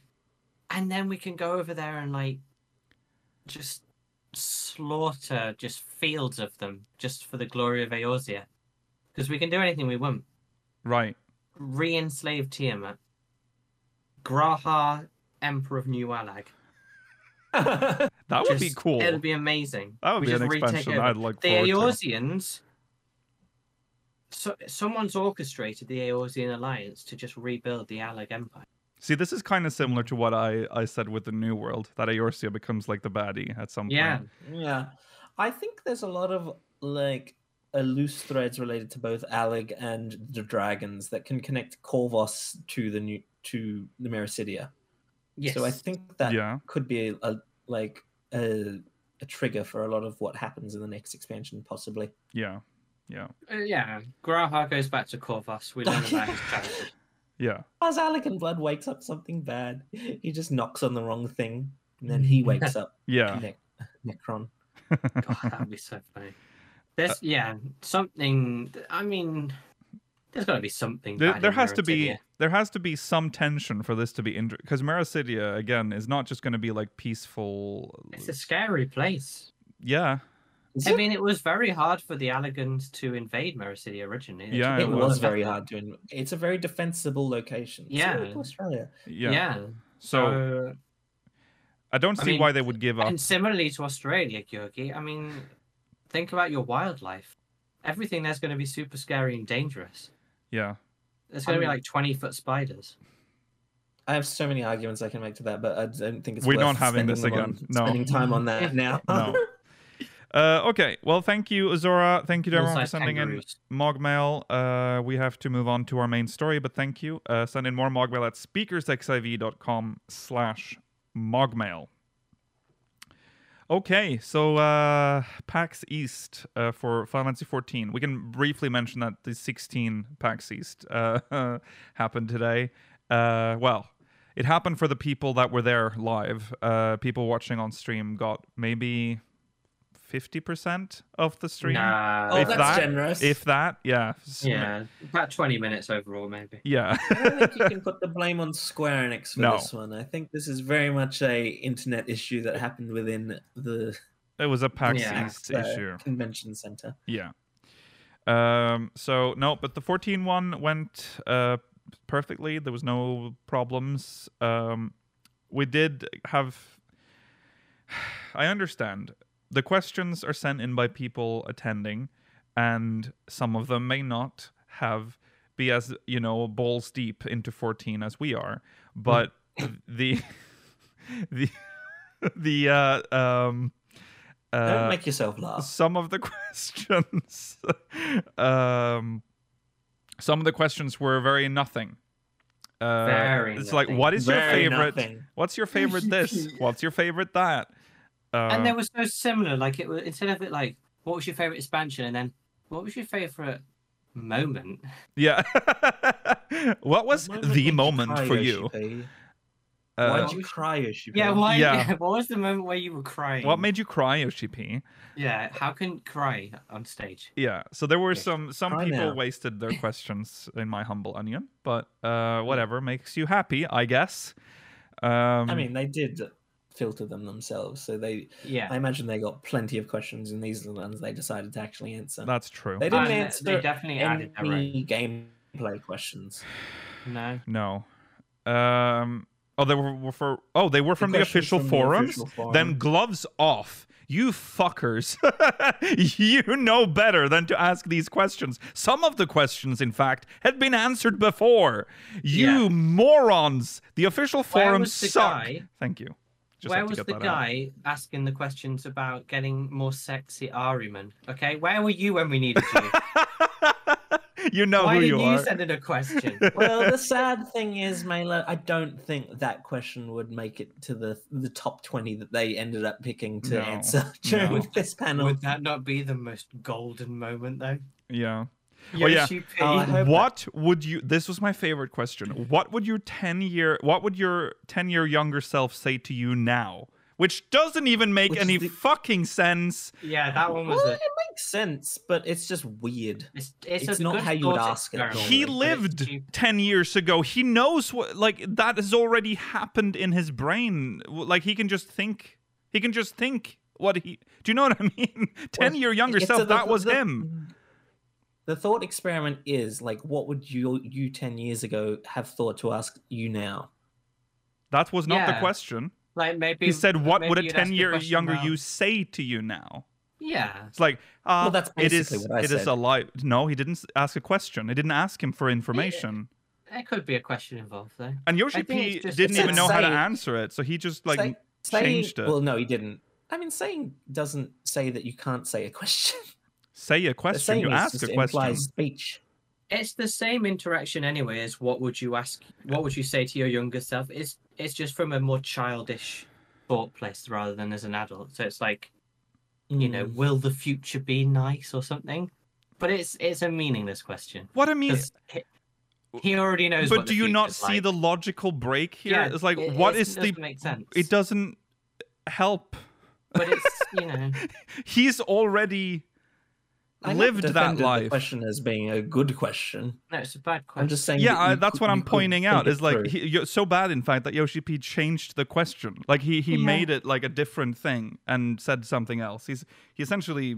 Speaker 3: and then we can go over there and like just slaughter just fields of them just for the glory of Eorzea, because we can do anything we want.
Speaker 1: Right.
Speaker 3: Re-enslave Tiamat, Graha, Emperor of New Alag.
Speaker 1: That would be
Speaker 3: Just-
Speaker 1: cool.
Speaker 3: It'll be amazing.
Speaker 1: that would
Speaker 3: We
Speaker 1: be an
Speaker 3: just retake
Speaker 1: expansion
Speaker 3: over.
Speaker 1: I'd like
Speaker 3: the
Speaker 1: forward to.
Speaker 3: Eorzeans. So, someone's orchestrated the Eorzean alliance to just rebuild the Alag Empire.
Speaker 1: See, this is kind of similar to what I, I said with the New World that Eorzea becomes like the baddie at some
Speaker 3: Yeah,
Speaker 1: point.
Speaker 4: Yeah, I think there's a lot of like uh, loose threads related to both Alig and the dragons that can connect Corvos to the new to the Mericidia.
Speaker 3: yes.
Speaker 4: So I think that
Speaker 1: Yeah.
Speaker 4: could be a, a- like a, a trigger for a lot of what happens in the next expansion, possibly.
Speaker 1: Yeah. Yeah.
Speaker 3: Uh, yeah. Graha goes back to Corvus. We learn about his childhood.
Speaker 1: Yeah.
Speaker 4: As Alec and Blood wakes up something bad, he just knocks on the wrong thing, and then he wakes up.
Speaker 1: Yeah.
Speaker 4: Nec- Necron.
Speaker 3: God, that would be so funny.
Speaker 1: Uh,
Speaker 3: There's yeah something. I mean, there's got to be something.
Speaker 1: There,
Speaker 3: bad
Speaker 1: there
Speaker 3: in
Speaker 1: has to be
Speaker 3: Meritidia.
Speaker 1: there has to be some tension for this to be interesting. Because Mericidia, again, is not just going to be like peaceful.
Speaker 3: It's a scary place.
Speaker 1: Yeah.
Speaker 4: Is
Speaker 3: I
Speaker 4: it?
Speaker 3: mean, it was very hard for the Allegans to invade Mericidia originally. They
Speaker 1: Yeah,
Speaker 3: took
Speaker 1: it
Speaker 4: It
Speaker 3: a lot
Speaker 4: was
Speaker 3: of
Speaker 4: very
Speaker 3: effort.
Speaker 4: hard to. In- it's a very defensible location. Similar
Speaker 3: Yeah.
Speaker 4: to Australia.
Speaker 1: Yeah.
Speaker 3: So,
Speaker 1: So I don't
Speaker 3: I
Speaker 1: see
Speaker 3: mean,
Speaker 1: why they would give up.
Speaker 3: Uh, and similarly to Australia, Georgi, I mean, think about your wildlife. Everything there's going to be super scary and dangerous.
Speaker 1: Yeah.
Speaker 3: There's going to be
Speaker 4: Um,
Speaker 3: like 20 foot spiders.
Speaker 4: I have so many arguments I can make to that, but I don't think it's.
Speaker 1: We're
Speaker 4: worth
Speaker 1: not having
Speaker 4: spending
Speaker 1: this
Speaker 4: them on-
Speaker 1: again. No.
Speaker 4: Spending time on that now.
Speaker 1: No. Uh, okay. Well, thank you, Azora. Thank you to everyone for
Speaker 3: Full-size
Speaker 1: sending in
Speaker 3: kangaroos.
Speaker 1: Mogmail. Uh, we have to move on to our main story, but thank you. Uh, send in more Mogmail at speakersxiv.com slash Mogmail. Okay, so uh, PAX East uh, for Final Fantasy 14. We can briefly mention that the 16 PAX East uh, happened today. Uh, well, it happened for the people that were there live. Uh, people watching on stream got maybe 50% of the stream.
Speaker 3: Nah.
Speaker 4: Oh,
Speaker 1: If
Speaker 4: that's
Speaker 1: that-
Speaker 4: generous.
Speaker 1: If that, yeah. S-
Speaker 3: yeah, about 20 minutes overall, maybe.
Speaker 1: Yeah.
Speaker 4: I don't think you can put the blame on Square Enix for
Speaker 1: No.
Speaker 4: this one. I think this is very much a internet issue that happened within the
Speaker 1: it was a PAX
Speaker 3: Yeah.
Speaker 1: East
Speaker 4: uh,
Speaker 1: issue.
Speaker 4: convention center.
Speaker 1: Yeah. Um. So no, but the 14 one went uh perfectly. There was no problems. Um, we did have. I understand. The questions are sent in by people attending, and some of them may not have be as you know balls deep into 14 as we are, but the the the uh, um.
Speaker 4: don't
Speaker 1: uh,
Speaker 4: make yourself laugh.
Speaker 1: some of the questions um some of the questions were very nothing uh
Speaker 3: Very
Speaker 1: it's like
Speaker 3: nothing.
Speaker 1: what is your
Speaker 4: Very
Speaker 1: favorite
Speaker 4: nothing.
Speaker 1: what's your favorite this what's your favorite that uh,
Speaker 3: and there was no similar, like, it was instead of it, like, what was your favorite expansion? And then, what was your favorite moment?
Speaker 1: yeah what was the moment
Speaker 4: cry,
Speaker 1: for you
Speaker 4: Yoshipi?
Speaker 1: uh,
Speaker 4: Why'd you cry, Yoshipi?
Speaker 3: Yeah, why?
Speaker 1: Yeah.
Speaker 3: What was the moment where you were crying?
Speaker 1: what made you cry Yoshipi?
Speaker 3: Yeah, how can cry on stage?
Speaker 1: yeah so there were
Speaker 4: Yes.
Speaker 1: some some
Speaker 4: Cry
Speaker 1: people
Speaker 4: now.
Speaker 1: wasted their questions in my humble onion but uh whatever makes you happy i guess um
Speaker 4: I mean, they did filter them themselves, so they.
Speaker 3: Yeah,
Speaker 4: I imagine they got plenty of questions, and these are the ones they decided to actually answer.
Speaker 1: that's true
Speaker 4: They didn't
Speaker 3: And
Speaker 4: answer
Speaker 3: they definitely added their own.
Speaker 4: any gameplay questions.
Speaker 3: No,
Speaker 1: No. Um. Oh, they were, were for. Oh, they were from the,
Speaker 4: questions
Speaker 1: official
Speaker 4: from the
Speaker 1: forums.
Speaker 4: official
Speaker 1: Then
Speaker 4: forum.
Speaker 1: gloves off. You fuckers. you know better than to ask these questions. Some of the questions, in fact, had been answered before. You
Speaker 3: Yeah.
Speaker 1: morons. The official
Speaker 3: Where
Speaker 1: forums
Speaker 3: was the
Speaker 1: suck.
Speaker 3: guy-
Speaker 1: Thank you. Just
Speaker 3: where
Speaker 1: had to
Speaker 3: was
Speaker 1: get
Speaker 3: the
Speaker 1: that out.
Speaker 3: guy asking the questions about getting more sexy Ariman? Okay, where were you when we needed you?
Speaker 1: you know
Speaker 3: Why
Speaker 1: who
Speaker 3: did
Speaker 1: you
Speaker 3: you,
Speaker 1: are.
Speaker 3: send in a question?
Speaker 4: well, the sad thing is, Mela, I don't think that question would make it to the the top twenty that they ended up picking to
Speaker 1: No,
Speaker 4: answer during
Speaker 1: no.
Speaker 4: this panel.
Speaker 3: Would that not be the most golden moment though?
Speaker 1: yeah. Oh, yeah.
Speaker 3: Yoshi P.
Speaker 4: Oh, I hope-
Speaker 1: what would you this was my favorite question what would your 10 year what would your 10 year younger self say to you now which doesn't even make
Speaker 4: Which is
Speaker 1: any
Speaker 4: the-
Speaker 1: fucking sense
Speaker 3: yeah, that one was
Speaker 4: Well,
Speaker 3: a.
Speaker 4: it makes sense, but it's just weird.
Speaker 3: It's, it's,
Speaker 4: It's
Speaker 3: a
Speaker 4: not
Speaker 3: good
Speaker 4: how you would
Speaker 3: thought
Speaker 4: ask it,
Speaker 3: experiment,
Speaker 4: Golden,
Speaker 1: he
Speaker 3: but it's
Speaker 1: lived
Speaker 3: cheap.
Speaker 1: 10 years ago he knows what like that has already happened in his brain W- like he can just think he can just think what he do you know what i mean 10 year younger
Speaker 4: It's
Speaker 1: self
Speaker 4: a- the-
Speaker 1: that was
Speaker 4: the-
Speaker 1: him
Speaker 4: The thought experiment is like, what would you you ten years ago have thought to ask you now?
Speaker 1: that was not the
Speaker 3: Yeah.
Speaker 1: question
Speaker 3: Like maybe
Speaker 1: he said what
Speaker 3: maybe
Speaker 1: would a
Speaker 3: you'd ask
Speaker 1: 10 year
Speaker 3: question
Speaker 1: younger
Speaker 3: about-
Speaker 1: you say to you now
Speaker 3: Yeah,
Speaker 1: It's like, ah,
Speaker 4: that's
Speaker 1: it is,
Speaker 4: basically what I
Speaker 1: it is
Speaker 4: said.
Speaker 1: a lie. No, he didn't s- ask a question. It didn't ask him for information.
Speaker 3: there could be a question involved though.
Speaker 1: And Yoshi
Speaker 3: I think it's
Speaker 1: P
Speaker 3: just-
Speaker 1: didn't
Speaker 4: it's
Speaker 1: even know how to
Speaker 4: insane.
Speaker 1: answer it, so he just like,
Speaker 4: Say-
Speaker 1: changed it.
Speaker 4: Well, no, he didn't. I mean, saying doesn't say that you can't say a question.
Speaker 1: say a question.
Speaker 4: saying
Speaker 1: You
Speaker 4: is
Speaker 1: ask a
Speaker 4: just
Speaker 1: question.
Speaker 4: implies speech.
Speaker 3: it's the same interaction anyway as what would you ask what would you say to your younger self it's it's just from a more childish thought place rather than as an adult so it's like you know
Speaker 1: Hmm.
Speaker 4: Mm.
Speaker 3: will the future be nice or something but it's it's a meaningless question
Speaker 1: What I mean,
Speaker 3: 'cause he, he already knows
Speaker 1: but
Speaker 3: what
Speaker 1: do
Speaker 3: the
Speaker 1: you not
Speaker 3: future's
Speaker 1: see
Speaker 3: like.
Speaker 1: the logical break here?
Speaker 3: Yeah,
Speaker 1: it's like,
Speaker 3: it-
Speaker 1: what is
Speaker 3: it's- it doesn't
Speaker 1: the?
Speaker 3: make sense
Speaker 1: It doesn't help.
Speaker 3: but it's you know
Speaker 1: He's already
Speaker 4: I never
Speaker 1: lived that
Speaker 4: defended the
Speaker 1: life.
Speaker 4: question as being a good question.
Speaker 3: No, it's a bad question.
Speaker 4: I'm just saying.
Speaker 1: Yeah,
Speaker 4: that
Speaker 1: I,
Speaker 4: you
Speaker 1: that's
Speaker 4: could-
Speaker 1: what
Speaker 4: you
Speaker 1: I'm
Speaker 4: could
Speaker 1: pointing
Speaker 4: think
Speaker 1: out.
Speaker 4: it
Speaker 1: Is like
Speaker 4: through.
Speaker 1: he, you're so bad, in fact, that Yoshi P changed the question. Like he he
Speaker 3: Yeah.
Speaker 1: made it like a different thing and said something else. He's he essentially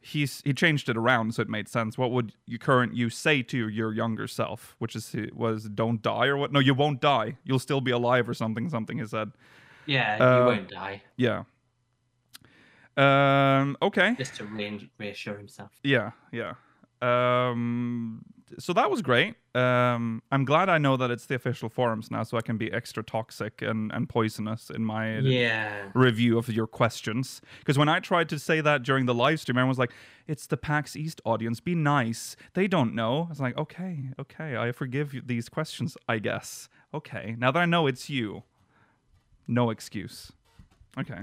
Speaker 1: he's he changed it around so it made sense. What would your current you say to your younger self, which is was don't die or what? No, you won't die. You'll still be alive or something. Something he said.
Speaker 3: yeah,
Speaker 1: uh,
Speaker 3: you won't die.
Speaker 1: Yeah. Um. Okay.
Speaker 3: Just to re- reassure himself.
Speaker 1: Yeah, yeah. Um, so that was great. Um, I'm glad I know that it's the official forums now, so I can be extra toxic and, and poisonous in my
Speaker 3: Yeah.
Speaker 1: review of your questions. Because when I tried to say that during the live stream, everyone was like, "It's the PAX East audience. Be nice. They don't know." I was like, "Okay, okay. I forgive you these questions. I guess. Okay. Now that I know it's you, no excuse." Okay.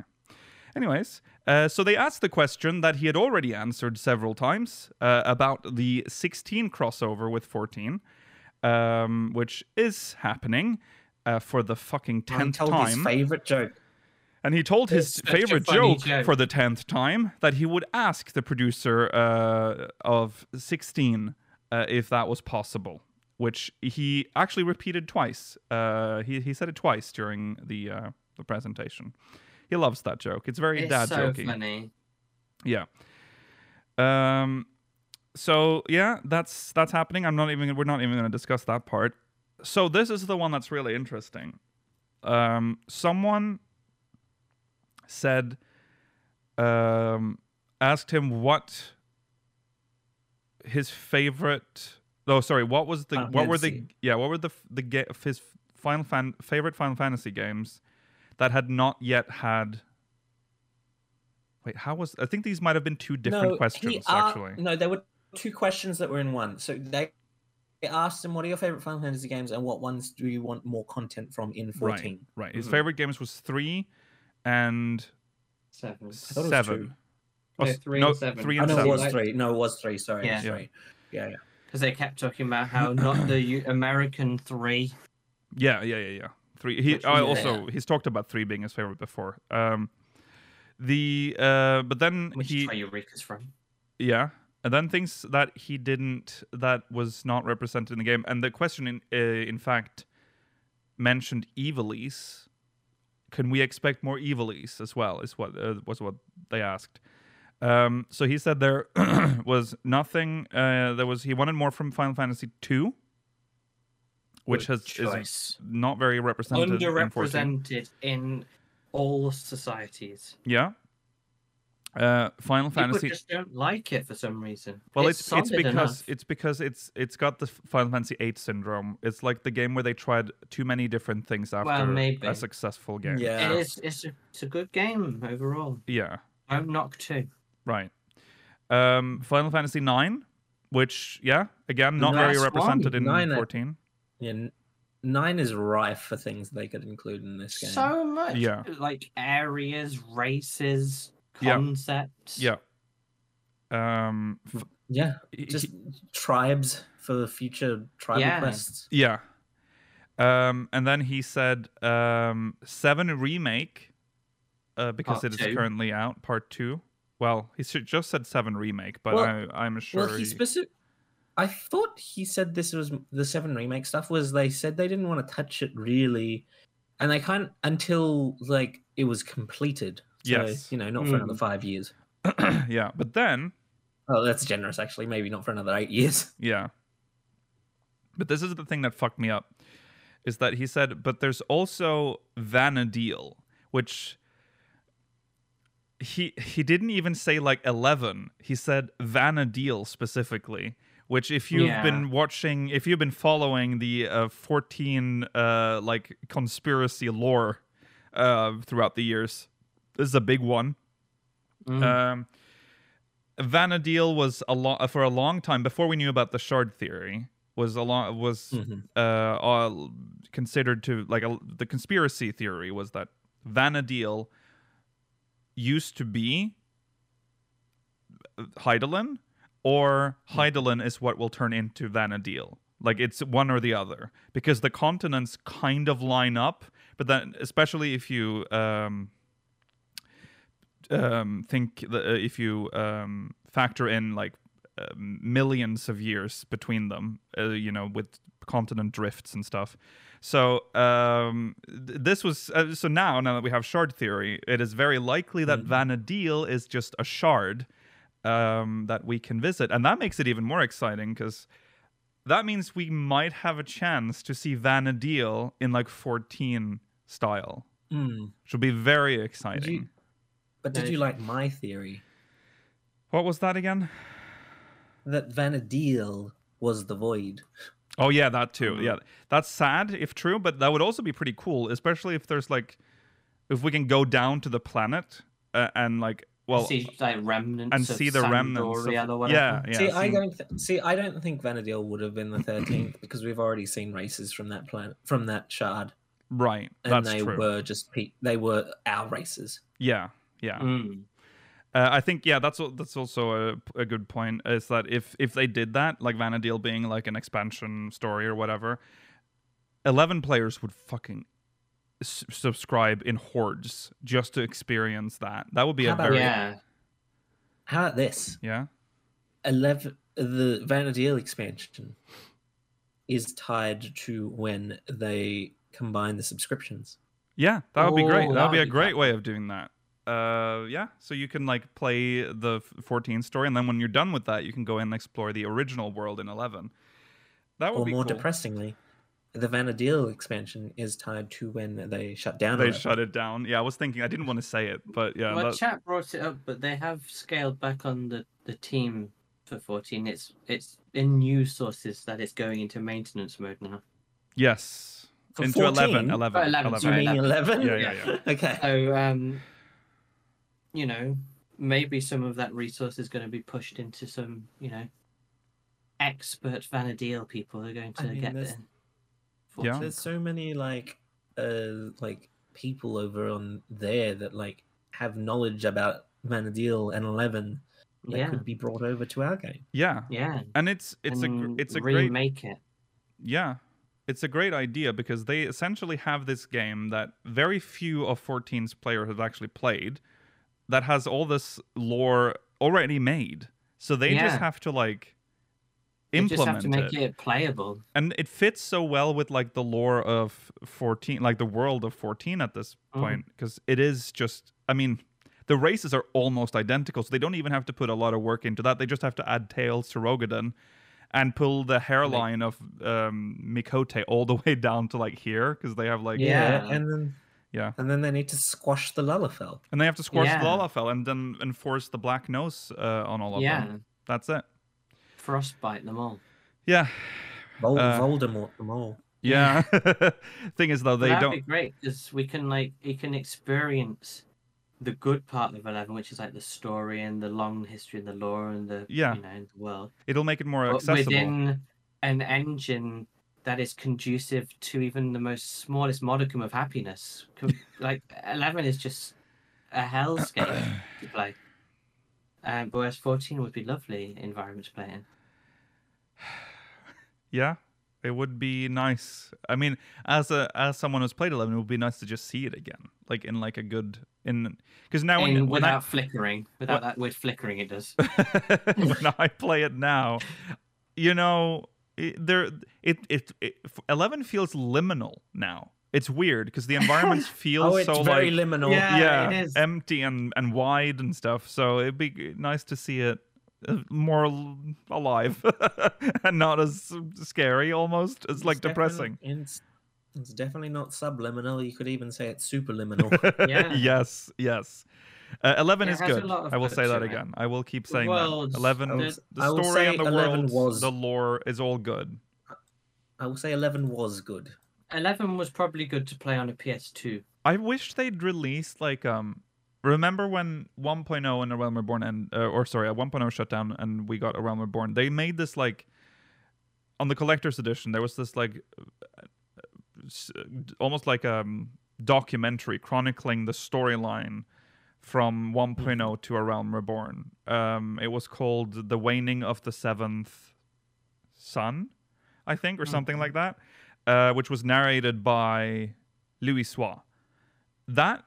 Speaker 1: Anyways, uh, so they asked the question that he had already answered several times uh, about the 16 crossover with 14, um, which is happening uh, for the fucking
Speaker 4: And he
Speaker 1: 10th
Speaker 4: told his
Speaker 1: time.
Speaker 4: favorite joke.
Speaker 1: And he told his
Speaker 3: It's such a
Speaker 1: favorite
Speaker 3: funny
Speaker 1: joke,
Speaker 3: joke.
Speaker 1: for the tenth time that he would ask the producer uh, of 16 uh, if that was possible, which he actually repeated twice. Uh, he, he said it twice during the, uh, the presentation. He loves that joke. It's very
Speaker 3: It's
Speaker 1: dad
Speaker 3: so
Speaker 1: jokey.
Speaker 3: funny.
Speaker 1: Yeah. Um. So yeah, that's that's happening. I'm not even. We're not even going to discuss that part. So this is the one that's really interesting. Um. Someone said, um, asked him what his favorite. Oh, sorry. What was the?
Speaker 4: Final
Speaker 1: what were the?
Speaker 4: Fantasy.
Speaker 1: Yeah. What were the f- the ga- of his final fan favorite Final Fantasy games that had not yet had. Wait, how was? I think these might have been two different
Speaker 4: no,
Speaker 1: questions
Speaker 4: he a-
Speaker 1: actually.
Speaker 4: No, there were two questions that were in one. So they they asked him, "What are your favorite Final Fantasy games, and what ones do you want more content from in 14?
Speaker 1: Right, right. His
Speaker 4: Mhm.
Speaker 1: favorite games was three and
Speaker 3: Seven.
Speaker 4: it was
Speaker 1: seven.
Speaker 4: two.
Speaker 1: Oh,
Speaker 3: No,
Speaker 1: s-
Speaker 3: three and seven.
Speaker 1: Three
Speaker 4: Oh
Speaker 1: and
Speaker 4: no, it
Speaker 1: seven.
Speaker 4: was
Speaker 3: Like-
Speaker 4: three. No, it was three. Sorry, it was
Speaker 1: Yeah.
Speaker 4: three. Yeah, yeah.
Speaker 3: Because they kept talking about how not the U- American three.
Speaker 1: Yeah, yeah, yeah, yeah. Three. He
Speaker 3: Which
Speaker 1: I
Speaker 3: was-
Speaker 1: also he's talked about three being his favorite before. Um, the uh, but then
Speaker 3: Which
Speaker 1: he
Speaker 3: is where Eureka's from.
Speaker 1: Yeah. And then things that he didn't, that was not represented in the game. And the question, in, uh, in fact, mentioned Evilise. Can we expect more Evilise as well? Is what uh, was what they asked. Um, so he said there was nothing. Uh, there was he wanted more from Final Fantasy two, which
Speaker 3: Good
Speaker 1: has is
Speaker 3: choice.
Speaker 1: not very represented. in 14.
Speaker 3: underrepresented in all societies.
Speaker 1: Yeah. Uh, Final
Speaker 3: People
Speaker 1: Fantasy
Speaker 3: just don't like it for some reason.
Speaker 1: Well, it's it's,
Speaker 3: solid
Speaker 1: because
Speaker 3: enough.
Speaker 1: it's because it's it's got the F- Final Fantasy VIII syndrome. It's like the game where they tried too many different things after
Speaker 3: maybe.
Speaker 1: a successful game.
Speaker 4: Yeah.
Speaker 3: it is it's a, it's a good game overall.
Speaker 1: Yeah,
Speaker 3: Don't knock two.
Speaker 1: Right. Um, Final Fantasy IX, which yeah, again not very
Speaker 4: Nice one,
Speaker 1: represented in
Speaker 4: nine, I-
Speaker 1: fourteen.
Speaker 4: Yeah, n- nine is rife for things they could include in this game.
Speaker 3: So much,
Speaker 1: Yeah.
Speaker 3: like areas, races,
Speaker 1: Yeah.
Speaker 3: concepts.
Speaker 1: Yeah. Um. f-
Speaker 4: yeah,
Speaker 1: he-
Speaker 4: just tribes for future tribal
Speaker 3: Yeah.
Speaker 4: quests.
Speaker 1: Yeah. Um, and then he said um, seven remake uh, because
Speaker 3: Part
Speaker 1: it is
Speaker 3: two.
Speaker 1: currently out, part two. Well, he s- just said seven remake, but
Speaker 4: Well-
Speaker 1: I, I'm sure.
Speaker 4: Well, he
Speaker 1: he-
Speaker 4: specific. I thought he said this was the seven remake stuff. Was they said they didn't want to touch it really, and they can't until like it was completed. So,
Speaker 1: Yes. Mm.
Speaker 4: you know, not for another five years.
Speaker 1: yeah, but then
Speaker 4: Oh, that's generous, actually. Maybe not for another eight years.
Speaker 1: yeah. But this is the thing that fucked me up is that he said, but there's also Vanadil, which he he didn't even say like 11. He said Vanadil specifically, which if you've
Speaker 3: Yeah.
Speaker 1: been watching, if you've been following the uh, 14 uh, like conspiracy lore uh, throughout the years, this is a big one.
Speaker 3: Mm.
Speaker 1: Um, Vanadil was a lot for a long time before we knew about the shard theory. Was a lot was
Speaker 4: Mhm.
Speaker 1: uh, all considered to like a, the conspiracy theory was that Vanadil used to be Heidelin, or Heidelin is what will turn into Vanadil. Like it's one or the other because the continents kind of line up, but then especially if you um, um, think that, uh, if you um, factor in like uh, millions of years between them, uh, you know, with continent drifts and stuff. So um, th- this was uh, so now now that we have shard theory, it is very likely that Vanadil is just a shard um, that we can visit, and that makes it even more exciting because that means we might have a chance to see Vanadil in like 14 style,
Speaker 4: Mm.
Speaker 1: which will be very
Speaker 4: Did
Speaker 1: exciting.
Speaker 4: you- but did you like my theory
Speaker 1: What was that again?
Speaker 4: that Vanadil was the void?
Speaker 1: Oh yeah, that too.
Speaker 4: Mm-hmm.
Speaker 1: Yeah, that's sad if true, but that would also be pretty cool, especially if there's like, if we can go down to the planet uh, and like, well,
Speaker 3: see like remnants
Speaker 1: and
Speaker 3: of
Speaker 1: see the remnants. Of,
Speaker 3: Sandorian or
Speaker 1: yeah,
Speaker 3: whatever.
Speaker 1: yeah.
Speaker 4: see, I
Speaker 1: see-
Speaker 4: don't th- see. I don't think Vanadil would have been the thirteenth because we've already seen races from that planet, from that shard,
Speaker 1: right.
Speaker 4: and
Speaker 1: That's
Speaker 4: they
Speaker 1: true.
Speaker 4: were just pe- they were our races.
Speaker 1: Yeah, yeah.
Speaker 3: Mm.
Speaker 1: Uh, I think yeah, that's al- that's also a, a good point. Is that if if they did that, like Vanadil being like an expansion story or whatever, eleven players would fucking s- subscribe in hordes just to experience that. That would be
Speaker 4: How
Speaker 1: a
Speaker 4: about-
Speaker 1: very
Speaker 3: Yeah.
Speaker 4: How about this?
Speaker 1: yeah.
Speaker 4: Eleven, the Vanadil expansion is tied to when they combine the subscriptions.
Speaker 1: Yeah, that would be great.
Speaker 3: Oh,
Speaker 1: That would
Speaker 3: that
Speaker 1: be
Speaker 3: would
Speaker 1: a
Speaker 3: be
Speaker 1: great
Speaker 3: fun.
Speaker 1: way of doing that. Uh, yeah, so you can like play the f- 14 story, and then when you're done with that, you can go in and explore the original world in 11. That would
Speaker 4: or
Speaker 1: be
Speaker 4: more
Speaker 1: cool.
Speaker 4: depressingly, the Vanadil expansion is tied to when they shut down.
Speaker 1: They
Speaker 4: Aleppo.
Speaker 1: shut it down. Yeah, I was thinking I didn't want to say it, but yeah,
Speaker 3: well,
Speaker 1: that-
Speaker 3: chat brought it up, but they have scaled back on the, the team for 14. It's it's in news sources that it's going into maintenance mode now.
Speaker 1: yes,
Speaker 4: For
Speaker 1: into 11,
Speaker 4: 14?
Speaker 1: 11,
Speaker 3: Oh, 11,
Speaker 1: 11.
Speaker 4: Do you mean
Speaker 3: Sorry,
Speaker 4: eleven?
Speaker 1: Yeah, yeah, yeah.
Speaker 4: Okay.
Speaker 3: So, um, you know, maybe some of that resource is going to be pushed into some, you know, expert Vanadil people who are going to
Speaker 4: I mean,
Speaker 3: get
Speaker 4: there's-
Speaker 3: there.
Speaker 1: Yeah.
Speaker 4: There's so many like, uh, like people over on there that like have knowledge about Vanadil and Eleven that
Speaker 3: Yeah.
Speaker 4: could be brought over to our game.
Speaker 1: yeah,
Speaker 3: Yeah.
Speaker 1: and it's it's a gr-
Speaker 3: and
Speaker 1: it's a great
Speaker 3: remake it.
Speaker 1: Yeah. It's a great idea because they essentially have this game that very few of 14's players have actually played that has all this lore already made. So they just
Speaker 3: Yeah.
Speaker 1: have to like
Speaker 3: You
Speaker 1: implement
Speaker 3: just have to make
Speaker 1: it.
Speaker 3: it playable.
Speaker 1: And it fits so well with like the lore of 14, like the world of 14 at this
Speaker 3: Mm.
Speaker 1: point because it is just I mean, the races are almost identical, so they don't even have to put a lot of work into that. They just have to add tails to Rogadon and pull the hairline of um, Mikote all the way down to like here because they have like
Speaker 3: Yeah.
Speaker 4: and then
Speaker 1: Yeah.
Speaker 4: and then they need to squash the Lalafell.
Speaker 1: and they have to squash
Speaker 3: Yeah.
Speaker 1: the Lalafell and then enforce the black nose uh, on all of
Speaker 3: Yeah.
Speaker 1: them. That's it.
Speaker 3: Frostbite them all.
Speaker 1: Yeah,
Speaker 4: Vol-
Speaker 1: Uh,
Speaker 4: Voldemort them all.
Speaker 1: yeah. Thing is though, they
Speaker 3: That'd
Speaker 1: don't.
Speaker 3: be great because we can like you can experience the good part of Eleven, which is like the story and the long history and the lore and the
Speaker 1: Yeah.
Speaker 3: you know and the world
Speaker 1: It'll make it more
Speaker 3: but
Speaker 1: accessible.
Speaker 3: within an engine that is conducive to even the most smallest modicum of happiness. Com- like Eleven is just a hellscape to play. Um, but whereas 14 would be lovely environment to play in.
Speaker 1: Yeah, it would be nice. I mean, as a as someone who's played Eleven, it would be nice to just see it again, like in like a good in because now when,
Speaker 3: In-
Speaker 1: when
Speaker 3: without
Speaker 1: I
Speaker 3: flickering, without that weird flickering it does.
Speaker 1: when I play it now, you know, it, there it, it it Eleven feels liminal now. It's weird because the environments feel
Speaker 4: Oh, it's
Speaker 1: so
Speaker 4: very
Speaker 1: like
Speaker 4: liminal.
Speaker 3: Yeah.
Speaker 1: yeah,
Speaker 3: it is.
Speaker 1: empty and and wide and stuff. So it'd be g- nice to see it uh, more al- alive and not as uh, scary almost it's like
Speaker 4: definitely-
Speaker 1: depressing
Speaker 4: It's, it's definitely not subliminal. You could even say it's superliminal.
Speaker 3: Yeah.
Speaker 1: yes, yes. Uh, eleven
Speaker 3: It
Speaker 1: is
Speaker 3: has a
Speaker 1: good.
Speaker 3: lot of
Speaker 1: I will say that
Speaker 3: virtue, right?
Speaker 1: again. I will keep
Speaker 3: The
Speaker 1: saying
Speaker 3: worlds,
Speaker 1: that. Eleven,
Speaker 3: I will
Speaker 1: the
Speaker 3: s-
Speaker 1: the
Speaker 4: I will
Speaker 1: story
Speaker 4: say
Speaker 1: and the
Speaker 4: 11
Speaker 1: world,
Speaker 4: was-
Speaker 1: the lore is all good.
Speaker 4: I will say Eleven was good.
Speaker 3: 11 was probably good to play on a PS2.
Speaker 1: I wish they'd released like um. Remember when 1.0 and A Realm Reborn and uh, or sorry, a 1.0 shut down and we got A Realm Reborn. They made this like on the collector's edition. There was this like uh, s- almost like um documentary chronicling the storyline from 1.0 to A Realm Reborn. Um, it was called The Waning of the Seventh Sun, I think, or something like that, uh, which was narrated by Louis Soir. That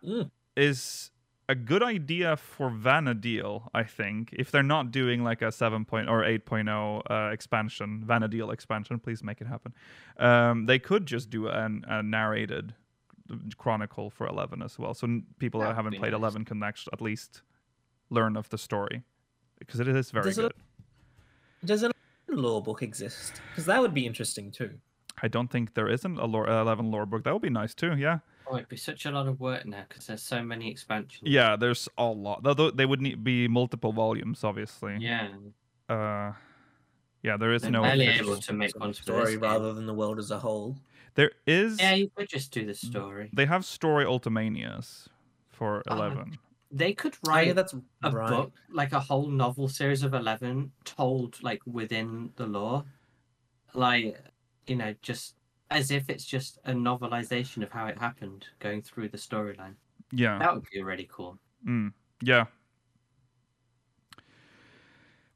Speaker 1: is
Speaker 4: Mm.
Speaker 1: a good idea for Vanadil, I think. If they're not doing like a 7.0 or 8.0 uh, expansion, Vanadil expansion, please make it happen. Um, they could just do an, a narrated chronicle for 11 as well. So n- people that,
Speaker 3: That would
Speaker 1: haven't
Speaker 3: be
Speaker 1: played
Speaker 3: nice.
Speaker 1: 11 can actually at least learn of the story because it is very
Speaker 4: There's a-
Speaker 1: good.
Speaker 4: Does an law book exist? Because that would be interesting too.
Speaker 1: I don't think there isn't a lore, 11 lore book. That would be nice too. Yeah.
Speaker 3: Oh, it'd be such a lot of work now because there's so many expansions.
Speaker 1: Yeah, there's a lot. Though they would need be multiple volumes, obviously.
Speaker 3: Yeah.
Speaker 1: Uh, yeah, there is
Speaker 3: They're
Speaker 1: no.
Speaker 3: barely
Speaker 1: official-
Speaker 3: able to make one for this
Speaker 4: story
Speaker 3: game.
Speaker 4: rather than the world as a whole.
Speaker 1: There is.
Speaker 3: Yeah, you could just do the story.
Speaker 1: They have story ultimanias for
Speaker 3: Oh,
Speaker 1: eleven.
Speaker 3: They could
Speaker 4: Oh, yeah,
Speaker 3: write
Speaker 4: that's
Speaker 3: a
Speaker 4: right.
Speaker 3: book, like a whole novel series of 11 told like within the lore. Like, you know, just as if it's just a novelization of how it happened going through the storyline.
Speaker 1: Yeah.
Speaker 3: That would be really cool.
Speaker 1: Mm. Yeah.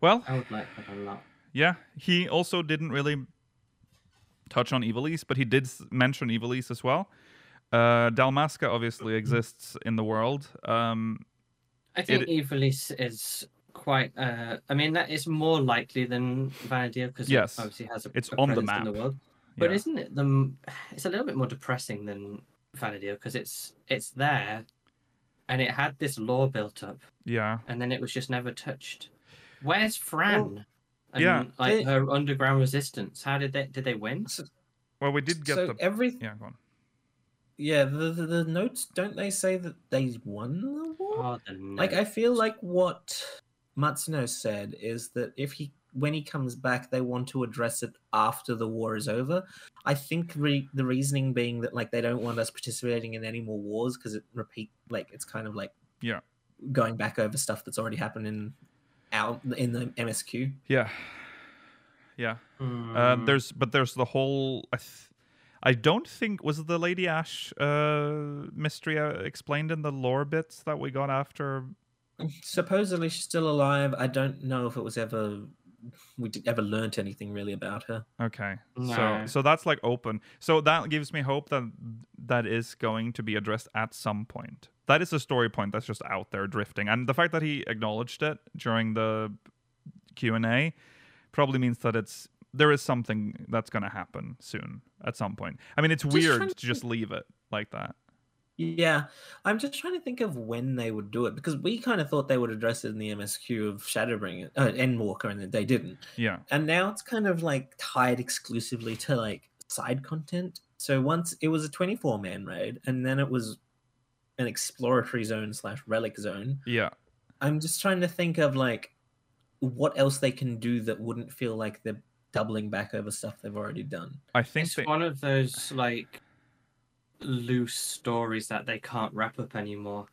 Speaker 1: Well,
Speaker 3: I would like that a lot.
Speaker 1: yeah. He also didn't really touch on Evilise, but he did s- mention Evilise as well. Uh, Dalmasca
Speaker 3: Mm.
Speaker 1: obviously exists in the world. Um,
Speaker 3: I think Evilis is quite. Uh, I mean, that is more likely than Vanadir because
Speaker 1: Yes.
Speaker 3: it obviously has a,
Speaker 1: It's
Speaker 3: a
Speaker 1: on the
Speaker 3: presence
Speaker 1: map.
Speaker 3: in the world. But
Speaker 1: yeah.
Speaker 3: isn't it the? m- It's a little bit more depressing than Vanadir because it's it's there, and it had this lore built up,
Speaker 1: yeah.
Speaker 3: and then it was just never touched. Where's Fran? and
Speaker 1: yeah,
Speaker 3: like
Speaker 4: they-
Speaker 3: her underground resistance. How did they did they win?
Speaker 1: Well, we did get
Speaker 4: so
Speaker 1: the.
Speaker 4: every
Speaker 1: Yeah, go on.
Speaker 4: yeah, the, the the notes don't they say that they won the war?
Speaker 3: Oh, the no.
Speaker 4: Like I feel like what Matsuno said is that if he when he comes back they want to address it after the war is over. I think re- the reasoning being that like they don't want us participating in any more wars because it repeat like it's kind of like
Speaker 1: Yeah.
Speaker 4: going back over stuff that's already happened in our in the MSQ.
Speaker 1: Yeah. Yeah. Uh,
Speaker 3: Mm,
Speaker 1: there's but there's the whole. I, th- I don't think was the Lady Ash uh, mystery uh, explained in the lore bits that we got after.
Speaker 4: Supposedly she's still alive. I don't know if it was ever we did, ever learnt anything really about her.
Speaker 1: Okay, so
Speaker 3: No.
Speaker 1: so that's like open. So that gives me hope that that is going to be addressed at some point. That is a story point that's just out there drifting, and the fact that he acknowledged it during the Q and A probably means that it's there is something that's going to happen soon at some point. I mean, it's
Speaker 4: trying
Speaker 1: weird
Speaker 4: to
Speaker 1: to just leave it like that.
Speaker 4: Yeah, I'm just trying to think of when they would do it because we kind of thought they would address it in the MSQ of Shadowbringer uh, Endwalker, and they didn't.
Speaker 1: Yeah,
Speaker 4: And now it's kind of like tied exclusively to like side content. So once it was a 24 man raid, and then it was an exploratory zone slash relic zone.
Speaker 1: yeah,
Speaker 4: I'm just trying to think of like what else they can do that wouldn't feel like they're doubling back over stuff they've already done.
Speaker 1: I think
Speaker 3: it's
Speaker 1: they-
Speaker 3: one of those like loose stories that they can't wrap up anymore.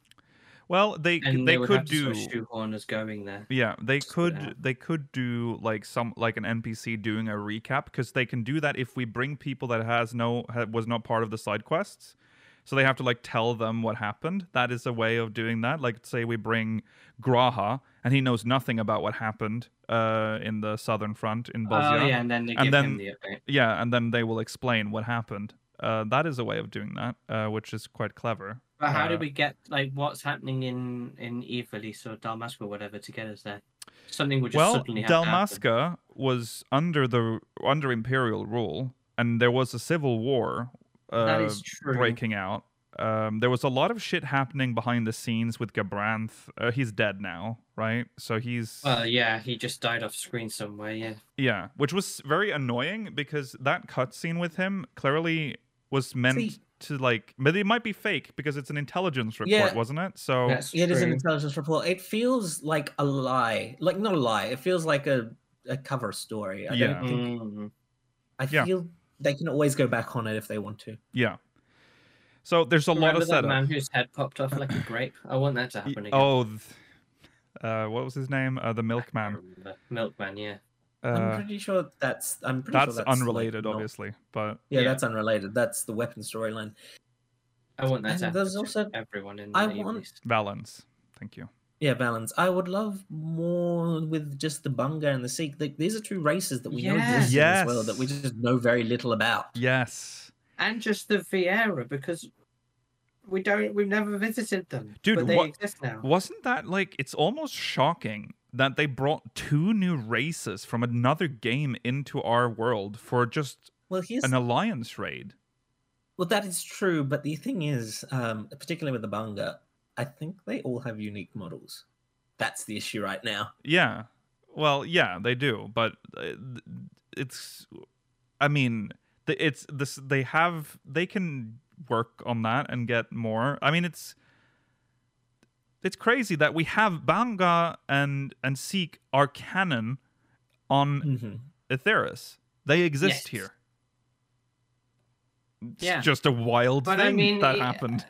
Speaker 1: Well, they c-
Speaker 3: And
Speaker 1: they,
Speaker 3: they, would
Speaker 1: could
Speaker 3: have to
Speaker 1: do
Speaker 3: sort of shoehorn us going there.
Speaker 1: yeah they could
Speaker 3: out.
Speaker 1: they could do like some like an NPC doing a recap because they can do that if we bring people that has no ha, was not part of the side quests, so they have to like tell them what happened. That is a way of doing that. Like say we bring Graha and he knows nothing about what happened uh in the southern front in Bosnia.
Speaker 3: Oh yeah, and then they
Speaker 1: And
Speaker 3: give
Speaker 1: then-
Speaker 3: him the update.
Speaker 1: Yeah, and then they will explain what happened. Uh, that is a way of doing that, uh, which is quite clever.
Speaker 3: But how
Speaker 1: uh,
Speaker 3: did we get like what's happening in in Evilis or Dalmasca or whatever to get us there? Something would just
Speaker 1: well,
Speaker 3: suddenly have to happen.
Speaker 1: Dalmasca was under the under imperial rule, and there was a civil war
Speaker 3: That
Speaker 1: uh,
Speaker 3: is true.
Speaker 1: breaking out. Um, there was a lot of shit happening behind the scenes with Gabranth. Uh, he's dead now, right? So he's
Speaker 3: Well, yeah, he just died off screen somewhere. Yeah,
Speaker 1: yeah, which was very annoying because that cutscene with him clearly was meant
Speaker 4: See-
Speaker 1: to like, but it might be fake because it's an intelligence report,
Speaker 4: Yeah.
Speaker 1: wasn't it? So
Speaker 3: that's
Speaker 4: It is an
Speaker 3: true.
Speaker 4: intelligence report. It feels like a lie. Like not a lie. It feels like a, a cover story. I
Speaker 1: Yeah.
Speaker 4: don't think
Speaker 3: Mm.
Speaker 4: I
Speaker 1: Yeah.
Speaker 4: feel they can always go back on it if they want to.
Speaker 1: yeah, so there's a lot
Speaker 3: Remember
Speaker 1: of
Speaker 3: that
Speaker 1: setup.
Speaker 3: man whose head popped off like a grape? I want that to
Speaker 1: Y-
Speaker 3: happen again.
Speaker 1: Oh, th- uh, what was his name? Uh, the Milkman.
Speaker 3: Remember. Milkman, yeah.
Speaker 4: I'm
Speaker 1: Uh,
Speaker 4: pretty sure that's I'm pretty
Speaker 1: that's,
Speaker 4: sure that's like,
Speaker 1: unrelated,
Speaker 4: not-
Speaker 1: obviously. But
Speaker 4: Yeah,
Speaker 3: Yeah.
Speaker 4: that's unrelated. That's the weapon storyline.
Speaker 3: I want that to happen
Speaker 4: And there's
Speaker 3: to
Speaker 4: also-
Speaker 3: everyone in
Speaker 4: I
Speaker 3: the
Speaker 4: want-
Speaker 3: Evilis.
Speaker 1: balance. Thank you.
Speaker 4: Yeah, balance. I would love more with just the Bunga and the Sikh. Like, these are two races that we know exist in this world that we
Speaker 1: Yes.
Speaker 4: just know very little about.
Speaker 1: Yes.
Speaker 3: and just the Vieira because We don't. We've never visited them.
Speaker 1: Dude,
Speaker 3: but they
Speaker 1: what-
Speaker 3: exist now.
Speaker 1: Wasn't that like it's almost shocking that they brought two new races from another game into our world for just
Speaker 4: Well, here's
Speaker 1: an alliance raid?
Speaker 4: well, that is true. But the thing is, um, particularly with the manga, I think they all have unique models. That's the issue right now.
Speaker 1: Yeah. Well, yeah, they do, but uh, it's I mean, th- it's this they have they can work on that and get more. I mean, it's it's crazy that we have Banga and and Seek are canon on
Speaker 4: hmm
Speaker 1: Aetheris. They
Speaker 3: Yes.
Speaker 1: exist here. It's
Speaker 3: Yeah.
Speaker 1: just a wild
Speaker 3: But
Speaker 1: thing
Speaker 3: I mean, uh,
Speaker 1: that
Speaker 3: i-
Speaker 1: happened.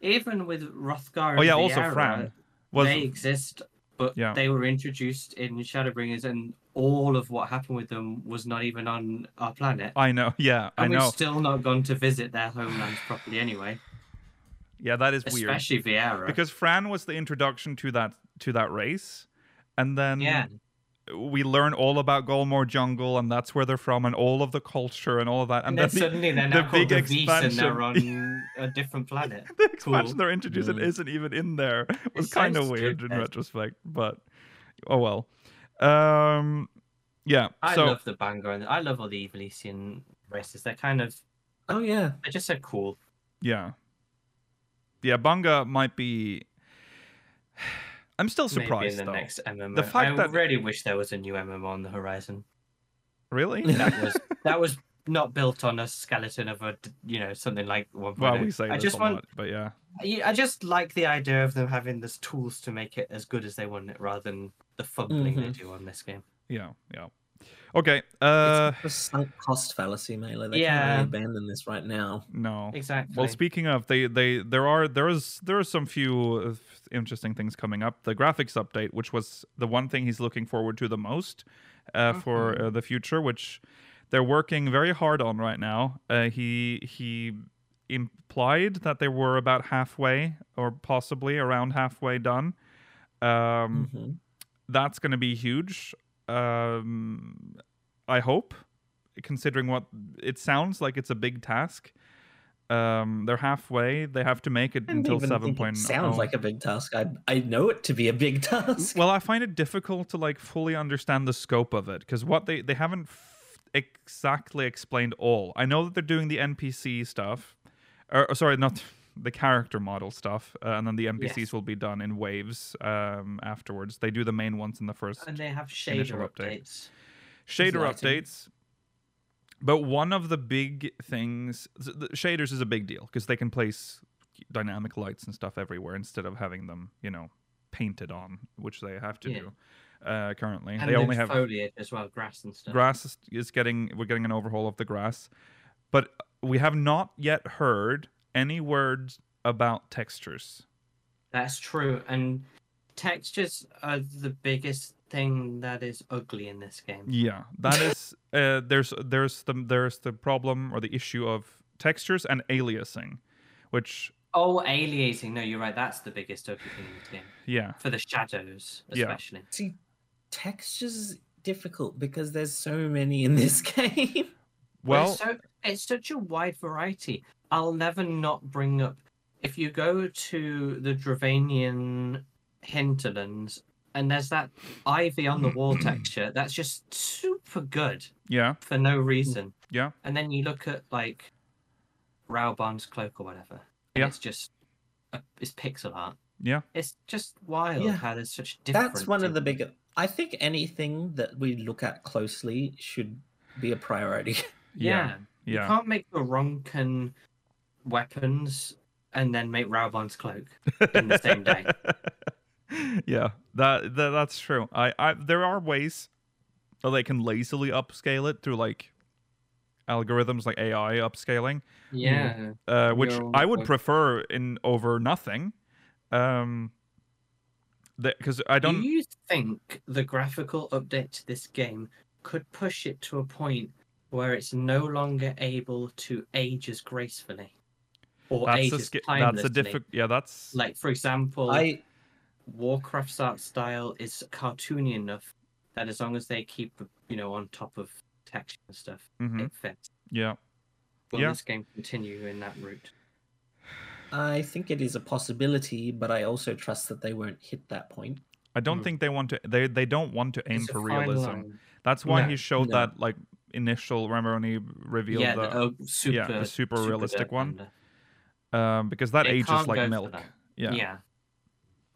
Speaker 3: Even with Rothgar.
Speaker 1: Oh
Speaker 3: and
Speaker 1: yeah, also
Speaker 3: Viera,
Speaker 1: Fran was
Speaker 3: they exist, but
Speaker 1: Yeah.
Speaker 3: they were introduced in Shadowbringers, and all of what happened with them was not even on our planet.
Speaker 1: I know, yeah, I
Speaker 3: and
Speaker 1: know.
Speaker 3: we've still not gone to visit their homelands properly anyway,
Speaker 1: yeah, that is weird.
Speaker 3: especially Vieira.
Speaker 1: because Fran was the introduction to that to that race, and then
Speaker 3: Yeah.
Speaker 1: we learn all about Golmore Jungle and that's where they're from and all of the culture and all of that.
Speaker 3: and
Speaker 1: And,
Speaker 3: then
Speaker 1: then the,
Speaker 3: suddenly they're
Speaker 1: the
Speaker 3: now
Speaker 1: big
Speaker 3: called Devis and they're
Speaker 1: expansion-
Speaker 3: on a different planet.
Speaker 1: the expansion
Speaker 3: cool.
Speaker 1: they're introducing
Speaker 4: Mm.
Speaker 1: isn't even in there. It was
Speaker 3: It
Speaker 1: kind of
Speaker 3: sounds
Speaker 1: weird in
Speaker 3: stupid.
Speaker 1: retrospect, but oh well. Um, yeah.
Speaker 3: I
Speaker 1: so
Speaker 3: love the Bangar and I love all the Evelisian races. They're kind of
Speaker 4: Oh yeah,
Speaker 3: they're just so cool.
Speaker 1: yeah, yeah. Bunga might be. I'm still surprised
Speaker 3: Maybe in the
Speaker 1: though.
Speaker 3: next MMO.
Speaker 1: The fact
Speaker 3: I
Speaker 1: that-
Speaker 3: really wish there was a new MMO on the horizon.
Speaker 1: Really?
Speaker 3: That was that was not built on a skeleton of a d- you know something like one. oh.
Speaker 1: well, we say
Speaker 3: I
Speaker 1: this
Speaker 3: just
Speaker 1: a
Speaker 3: want
Speaker 1: lot, but yeah.
Speaker 3: I I just like the idea of them having those tools to make it as good as they want it, rather than the fumbling they
Speaker 1: Mm-hmm.
Speaker 4: Mhm.
Speaker 3: do on this game.
Speaker 1: Yeah, yeah. Okay. Uh
Speaker 4: it's a sunk cost fallacy, Mela. They
Speaker 3: Yeah.
Speaker 4: can't really abandon this right now.
Speaker 1: no.
Speaker 3: Exactly.
Speaker 1: Well, speaking of they they there are there is there are some few uh, interesting things coming up. The graphics update, which was the one thing he's looking forward to the most uh, for uh, the future, which they're working very hard on right now. Uh, he he implied that they were about halfway or possibly around halfway done. Um
Speaker 4: Mhm.
Speaker 1: that's going to be huge. Um, I hope, considering what it sounds like, it's a big task. Um, they're halfway. They have to make it
Speaker 4: I don't
Speaker 1: until
Speaker 4: even think
Speaker 1: seven
Speaker 4: it
Speaker 1: point. oh.
Speaker 4: Sounds like a big task. I I know it to be a big task.
Speaker 1: Well, I find it difficult to like fully understand the scope of it because what they they haven't f- exactly explained all. I know that they're doing the NPC stuff, or, or sorry, not the character model stuff, uh, and then the NPCs
Speaker 3: Yes.
Speaker 1: will be done in waves um, afterwards. They do the main ones in the first
Speaker 3: and they have shader
Speaker 1: initial update.
Speaker 3: updates.
Speaker 1: shader
Speaker 4: lighting.
Speaker 1: updates. But one of the big things, th- th- shaders is a big deal because they can place dynamic lights and stuff everywhere instead of having them, you know, painted on, which they have to
Speaker 3: Yeah.
Speaker 1: do uh, currently.
Speaker 3: And
Speaker 1: they only
Speaker 3: the
Speaker 1: have
Speaker 3: foliage as well, grass and stuff.
Speaker 1: grass is, is getting we're getting an overhaul of the grass, but we have not yet heard any words about textures.
Speaker 3: That's true. And textures are the biggest thing that is ugly in this game.
Speaker 1: Yeah, that is uh, there's there's the there's the problem or the issue of textures and aliasing, which
Speaker 3: Oh, aliasing. No, you're right. That's the biggest ugly thing in this game
Speaker 1: yeah
Speaker 3: for the shadows,
Speaker 1: Yeah.
Speaker 3: especially.
Speaker 4: See, textures is difficult because there's so many in this game.
Speaker 3: But
Speaker 1: Well,
Speaker 3: it's, so, it's such a wide variety. I'll never not bring up if you go to the Dravanian hinterlands and there's that ivy on the wall texture that's just super good
Speaker 1: yeah,
Speaker 3: for no reason.
Speaker 1: Yeah.
Speaker 3: And then you look at like Raubon's cloak or whatever. And
Speaker 1: Yeah.
Speaker 3: It's just a, it's pixel art.
Speaker 1: yeah,
Speaker 3: It's just wild
Speaker 4: Yeah.
Speaker 3: how there's such different.
Speaker 4: That's one of the bigger. I think anything that we look at closely should be a priority.
Speaker 1: Yeah.
Speaker 3: yeah. You
Speaker 1: yeah.
Speaker 3: can't make the Ronkin weapons and then make Raubon's cloak
Speaker 1: Hmm.
Speaker 3: in the same day.
Speaker 1: yeah, that, that that's true. I, I there are ways that they can lazily upscale it through like algorithms like AI upscaling,
Speaker 3: Yeah.
Speaker 1: uh, which
Speaker 3: Yo,
Speaker 1: I would
Speaker 3: like-
Speaker 1: prefer in over nothing. Um, because I
Speaker 3: Do
Speaker 1: don't.
Speaker 3: you think the graphical update to this game could push it to a point where it's no longer able to age as gracefully? Or age
Speaker 1: that's a
Speaker 3: as
Speaker 1: sca-
Speaker 3: timelessly?
Speaker 1: that's a difficult. Yeah, that's
Speaker 3: Like, for example,
Speaker 4: I
Speaker 3: Warcraft's art style is cartoony enough that as long as they keep, you know, on top of texture and stuff,
Speaker 1: mhm,
Speaker 3: it fits.
Speaker 1: yeah.
Speaker 3: Will
Speaker 1: Yeah.
Speaker 3: this game continue in that route?
Speaker 4: I think it is a possibility, but I also trust that they won't hit that point.
Speaker 1: I don't
Speaker 3: Mm.
Speaker 1: think they want to. They they don't want to aim
Speaker 3: It's a
Speaker 1: for
Speaker 3: fine
Speaker 1: realism.
Speaker 3: line.
Speaker 1: That's why
Speaker 3: No,
Speaker 1: he showed
Speaker 4: no.
Speaker 1: that like initial remember when he revealed
Speaker 3: Yeah,
Speaker 1: the,
Speaker 3: the, oh, super,
Speaker 1: yeah, the super realistic
Speaker 3: dark
Speaker 1: one.
Speaker 3: wonder.
Speaker 1: um, because that
Speaker 3: They
Speaker 1: ages
Speaker 3: can't go
Speaker 1: like
Speaker 3: for
Speaker 1: milk.
Speaker 3: that.
Speaker 1: Yeah.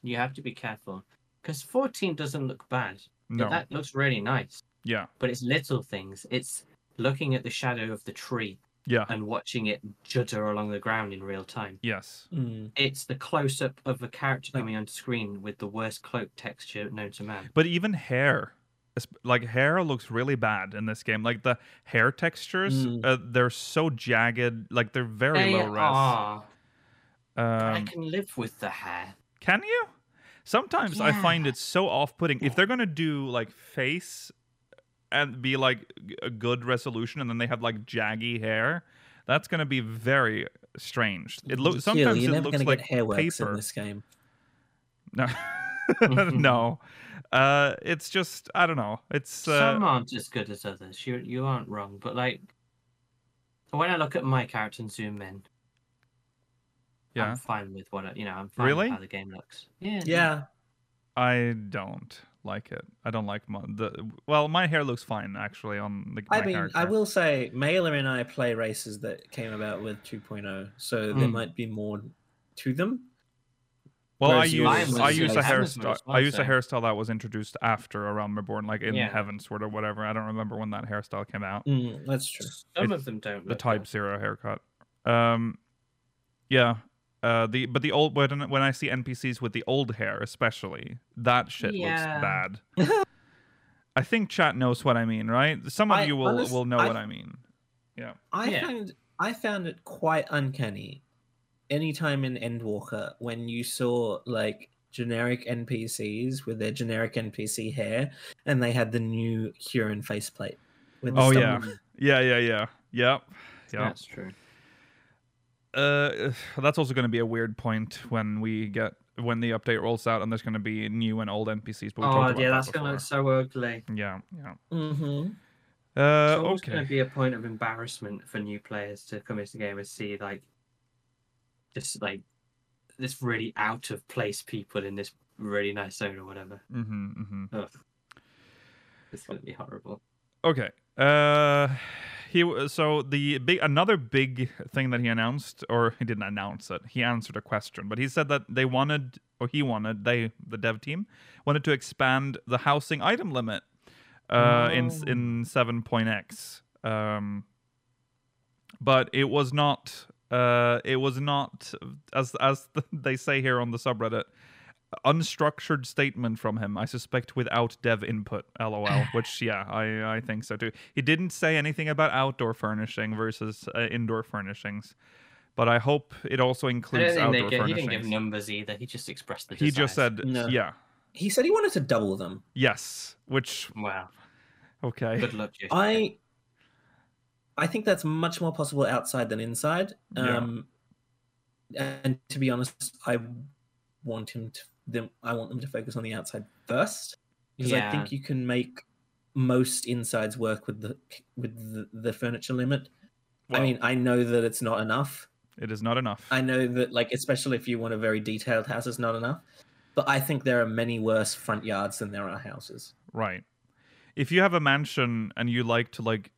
Speaker 3: You have to be careful because 14 doesn't look bad.
Speaker 1: No.
Speaker 3: That looks really nice,
Speaker 1: yeah.
Speaker 3: but it's little things. It's looking at the shadow of the tree
Speaker 1: Yeah.
Speaker 3: and watching it judder along the ground in real time.
Speaker 1: Yes.
Speaker 4: Mm.
Speaker 3: It's the close up of a character
Speaker 4: Like-
Speaker 3: coming on screen with the worst cloak texture known to man.
Speaker 1: But even hair, es- like hair, looks really bad in this game. Like the hair textures,
Speaker 4: Mm.
Speaker 1: uh, they're so jagged. Like they're very
Speaker 3: They
Speaker 1: low res.
Speaker 3: are. I
Speaker 1: Um,
Speaker 3: can live with the hair.
Speaker 1: Can you? Sometimes I find
Speaker 3: Yeah.
Speaker 1: it so off-putting. If they're gonna do like face and be like g- a good resolution, and then they have like jaggy hair, that's gonna be very strange. It
Speaker 4: Kill,
Speaker 1: looks sometimes
Speaker 4: you're
Speaker 1: it
Speaker 4: never
Speaker 1: looks
Speaker 4: gonna
Speaker 1: like
Speaker 4: get hair works
Speaker 1: paper.
Speaker 4: in this game.
Speaker 1: No, no, uh, it's just I don't know. It's uh,
Speaker 3: Some aren't as good as others. You you aren't wrong, but like when I look at my character and zoom in,
Speaker 1: yeah.
Speaker 3: I'm fine with what I, you know. I'm fine
Speaker 1: Really?
Speaker 3: with how the game looks. Yeah.
Speaker 4: Yeah,
Speaker 1: I don't like it. I don't like my, the. Well, my hair looks fine actually on the.
Speaker 4: I
Speaker 1: my
Speaker 4: mean, I
Speaker 1: character.
Speaker 4: will say, Mailer and I play races that came about with 2.0, so there
Speaker 3: Mm.
Speaker 4: might be more to them.
Speaker 1: Well, I
Speaker 4: Whereas
Speaker 1: use
Speaker 4: yours
Speaker 1: I
Speaker 4: is
Speaker 1: use a
Speaker 4: like-
Speaker 1: hairstyle.
Speaker 3: Amazon's
Speaker 1: I use a
Speaker 3: also.
Speaker 1: hairstyle that was introduced after A Realm Reborn, like in
Speaker 3: Yeah.
Speaker 1: Heaven, sort of whatever. I don't remember when that hairstyle came out.
Speaker 4: Mm, that's true.
Speaker 3: Some
Speaker 1: It's
Speaker 3: of them don't.
Speaker 1: The
Speaker 3: look
Speaker 1: Type Zero haircut. Um, yeah. Uh, the but the old when when I see NPCs with the old hair, especially that shit
Speaker 3: Yeah.
Speaker 1: looks bad. I think chat knows what I mean, right? Some of
Speaker 4: I
Speaker 1: you will
Speaker 4: honest-
Speaker 1: will know
Speaker 4: I-
Speaker 1: what I mean.
Speaker 4: I
Speaker 3: Yeah.
Speaker 4: found I found it quite uncanny. Anytime in Endwalker, when you saw like generic NPCs with their generic NPC hair, and they had the new Huron faceplate. with the
Speaker 1: Oh,
Speaker 4: stubble.
Speaker 1: yeah. Yeah, yeah, yeah, yep,
Speaker 3: bad.
Speaker 1: yep.
Speaker 3: Mm, That's true.
Speaker 1: Uh, that's also going to be a weird point when we get when the update rolls out, and there's going to be new and old NPCs. But we talked
Speaker 3: Oh
Speaker 1: about
Speaker 3: yeah,
Speaker 1: that
Speaker 3: that's gonna look
Speaker 1: before.
Speaker 3: so ugly.
Speaker 1: Yeah, yeah.
Speaker 4: Mhm.
Speaker 1: Uh,
Speaker 3: it's always gonna
Speaker 1: okay.
Speaker 3: be a point of embarrassment for new players to come into the game and see like just like this really out of place people in this really nice zone or whatever.
Speaker 1: hmm hmm
Speaker 3: Ugh. It's gonna be horrible.
Speaker 1: Okay. Uh, he w- so the big another big thing that he announced, or he didn't announce it. He answered a question, but he said that they wanted, or he wanted, they the dev team wanted to expand the housing item limit. Uh, in s-
Speaker 3: Oh.
Speaker 1: in seven point X. Um, but it was not. Uh, it was not as as they say here on the subreddit. Unstructured statement from him, I suspect, without dev input. LOL. Which, yeah, I I think so too. He didn't say anything about outdoor furnishing versus uh, indoor furnishings, but I hope it also
Speaker 3: I don't
Speaker 1: includes
Speaker 3: think
Speaker 1: outdoor
Speaker 3: they get, he didn't give
Speaker 1: furnishings.
Speaker 3: numbers either. He just expressed the.
Speaker 1: He just
Speaker 3: desires.
Speaker 1: said,
Speaker 4: No.
Speaker 1: yeah,
Speaker 4: He said he wanted to double them.
Speaker 1: yes, which
Speaker 3: "Wow,
Speaker 1: okay,
Speaker 3: good luck, Jason."
Speaker 4: I I think that's much more possible outside than inside.
Speaker 1: Yeah.
Speaker 4: Um, and to be honest, I want him to them. I want them to focus on the outside first because I think you can make most insides work with the with the, the furniture limit.
Speaker 1: Well,
Speaker 4: I mean, I know that it's not enough.
Speaker 1: it is not enough.
Speaker 4: I know that, like, especially if you want a very detailed house, it's not enough. But I think there are many worse front yards than there are houses.
Speaker 1: Right. If you have a mansion and you like to like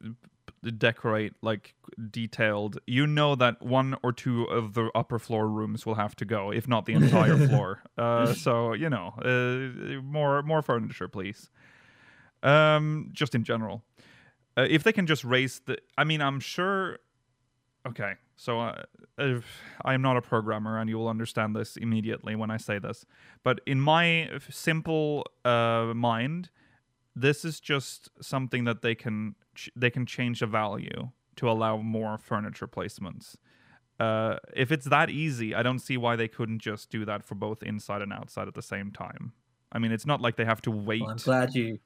Speaker 1: p- decorate like detailed, you know that one or two of the upper floor rooms will have to go, if not the entire floor. Uh, so you know, uh, more more furniture, please. Um, just in general, uh, if they can just raise the, I mean, I'm sure. Okay, so uh, if, I'm not a programmer, and you will understand this immediately when I say this. But in my f- simple uh, mind, this is just something that they can ch- they can change the value to allow more furniture placements. Uh, if it's that easy, I don't see why they couldn't just do that for both inside and outside at the same time. I mean, it's not like they have to wait.
Speaker 4: Well, I'm glad you.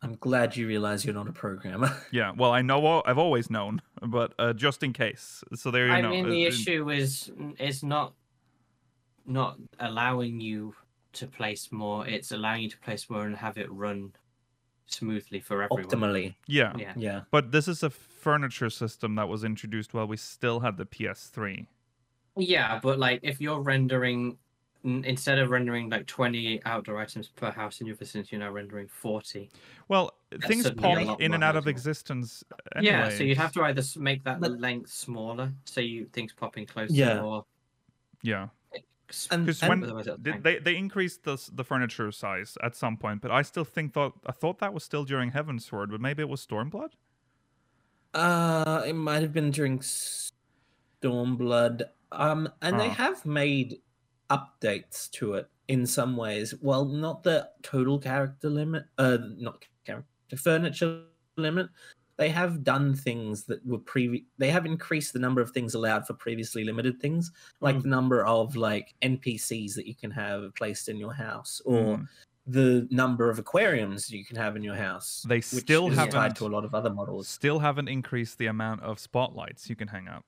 Speaker 4: I'm glad you realize you're not a programmer.
Speaker 1: yeah, well, I know I've always known, but uh, just in case. So there you
Speaker 3: I
Speaker 1: know.
Speaker 3: mean,
Speaker 1: uh,
Speaker 3: the
Speaker 1: uh,
Speaker 3: issue is is not not allowing you to place more. It's allowing you to place more and have it run smoothly for everyone.
Speaker 4: Optimally,
Speaker 1: Yeah.
Speaker 3: Yeah.
Speaker 4: yeah.
Speaker 1: But this is a furniture system that was introduced while we still had the PS3.
Speaker 3: Yeah, but like if you're rendering n- instead of rendering like 20 outdoor items per house in your vicinity, you're now rendering 40.
Speaker 1: Well, things
Speaker 3: certainly
Speaker 1: pop
Speaker 3: a lot
Speaker 1: in
Speaker 3: more
Speaker 1: and out of
Speaker 3: manageable.
Speaker 1: existence.
Speaker 3: Yeah, so
Speaker 1: anyway.
Speaker 3: you'd have to either s- make that
Speaker 4: But-
Speaker 3: length smaller, so you things popping closer,
Speaker 4: Yeah.
Speaker 3: or
Speaker 1: Yeah.
Speaker 4: And,
Speaker 1: Because
Speaker 4: and-
Speaker 1: when
Speaker 3: Otherwise it'll
Speaker 1: they,
Speaker 3: tank.
Speaker 1: they they increased the s- the furniture size at some point, but I still think thought I thought that was still during Heaven's Sword, but maybe it was Stormblood.
Speaker 4: uh, it might have been during Stormblood. Um, and they
Speaker 1: Ah.
Speaker 4: have made updates to it in some ways. Well, not the total character limit. Uh, not character furniture limit. They have done things that were previ- They have increased the number of things allowed for previously limited things, like the number of like NPCs that you can have placed in your house, or
Speaker 1: Mm.
Speaker 4: the number of aquariums you can have in your house.
Speaker 1: They
Speaker 4: which
Speaker 1: still
Speaker 4: is tied
Speaker 1: haven't-
Speaker 4: to a lot of other models.
Speaker 1: Still haven't increased the amount of spotlights you can hang up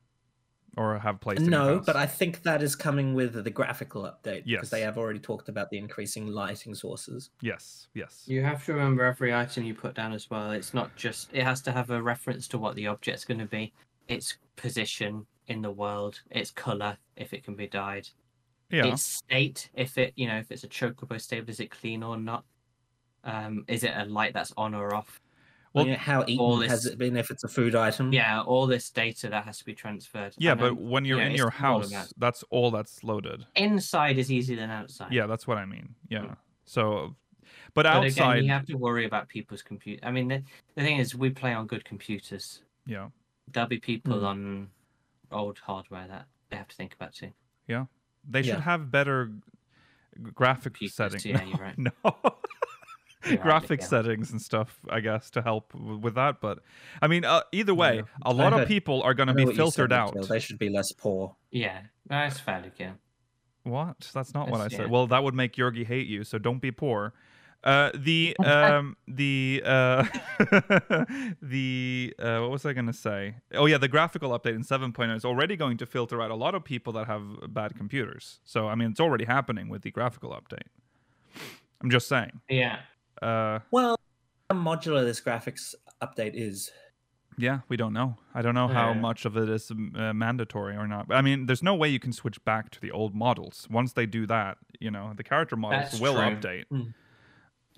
Speaker 1: or have placed. in your
Speaker 4: No,
Speaker 1: house.
Speaker 4: but I think that is coming with the graphical update
Speaker 1: Yes.
Speaker 4: because they have already talked about the increasing lighting sources.
Speaker 1: yes, yes,
Speaker 3: you have to remember every item you put down as well. It's not just it has to have a reference to what the object's going to be, its position in the world, its color if it can be dyed,
Speaker 1: yeah.
Speaker 3: its state if it you know if it's a chocobo stable, is it clean or not? Um, is it a light that's on or off?
Speaker 1: Well,
Speaker 4: Well, how
Speaker 3: all
Speaker 4: eaten has
Speaker 3: this-
Speaker 4: it been if it's a food item?
Speaker 3: Yeah, all this data that has to be transferred.
Speaker 1: Mm-hmm. yeah,
Speaker 3: and
Speaker 1: but
Speaker 3: then
Speaker 1: when you're
Speaker 3: yeah,
Speaker 1: in
Speaker 3: it's
Speaker 1: your
Speaker 3: more
Speaker 1: house,
Speaker 3: than that.
Speaker 1: that's all that's loaded.
Speaker 3: inside is easier than outside.
Speaker 1: Yeah, that's what I mean. Yeah.
Speaker 4: Mm.
Speaker 1: So, but,
Speaker 3: but
Speaker 1: outside,
Speaker 3: again, you have to worry about people's computer. I mean, the, the thing is, we play on good computers.
Speaker 1: yeah,
Speaker 3: There'll be people
Speaker 1: Hmm.
Speaker 4: Mm.
Speaker 3: on old hardware that they have to think about too.
Speaker 1: they should
Speaker 4: Yeah.
Speaker 1: have better g- graphic
Speaker 3: Computers,
Speaker 1: settings.
Speaker 3: yeah, you're right.
Speaker 1: No.
Speaker 3: You're right,
Speaker 1: graphic
Speaker 3: Miguel.
Speaker 1: settings and stuff, I guess, to help w- with that. But I mean, uh, either way,
Speaker 4: Yeah.
Speaker 1: a lot of
Speaker 4: heard-
Speaker 1: people are going
Speaker 4: I
Speaker 1: to
Speaker 4: know
Speaker 1: be
Speaker 4: what you said,
Speaker 1: filtered out.
Speaker 4: Mikhail, They should be less poor.
Speaker 3: Yeah, that's fair again.
Speaker 1: What? That's not what I
Speaker 3: That's-
Speaker 1: said.
Speaker 3: yeah.
Speaker 1: Well, that would make Yorgi hate you, so don't be poor. Uh, the um the uh the uh what was i gonna say oh yeah the graphical update in 7.0 is already going to filter out a lot of people that have bad computers so i mean it's already happening with the graphical update i'm just saying
Speaker 3: Yeah,
Speaker 1: uh
Speaker 4: Well, how modular this graphics update is.
Speaker 1: Yeah, we don't know. I don't know how
Speaker 3: Yeah.
Speaker 1: much of it is um, uh, mandatory or not. I mean, there's no way you can switch back to the old models. Once they do that, you know, the character models
Speaker 3: That's
Speaker 1: will
Speaker 3: true.
Speaker 1: update.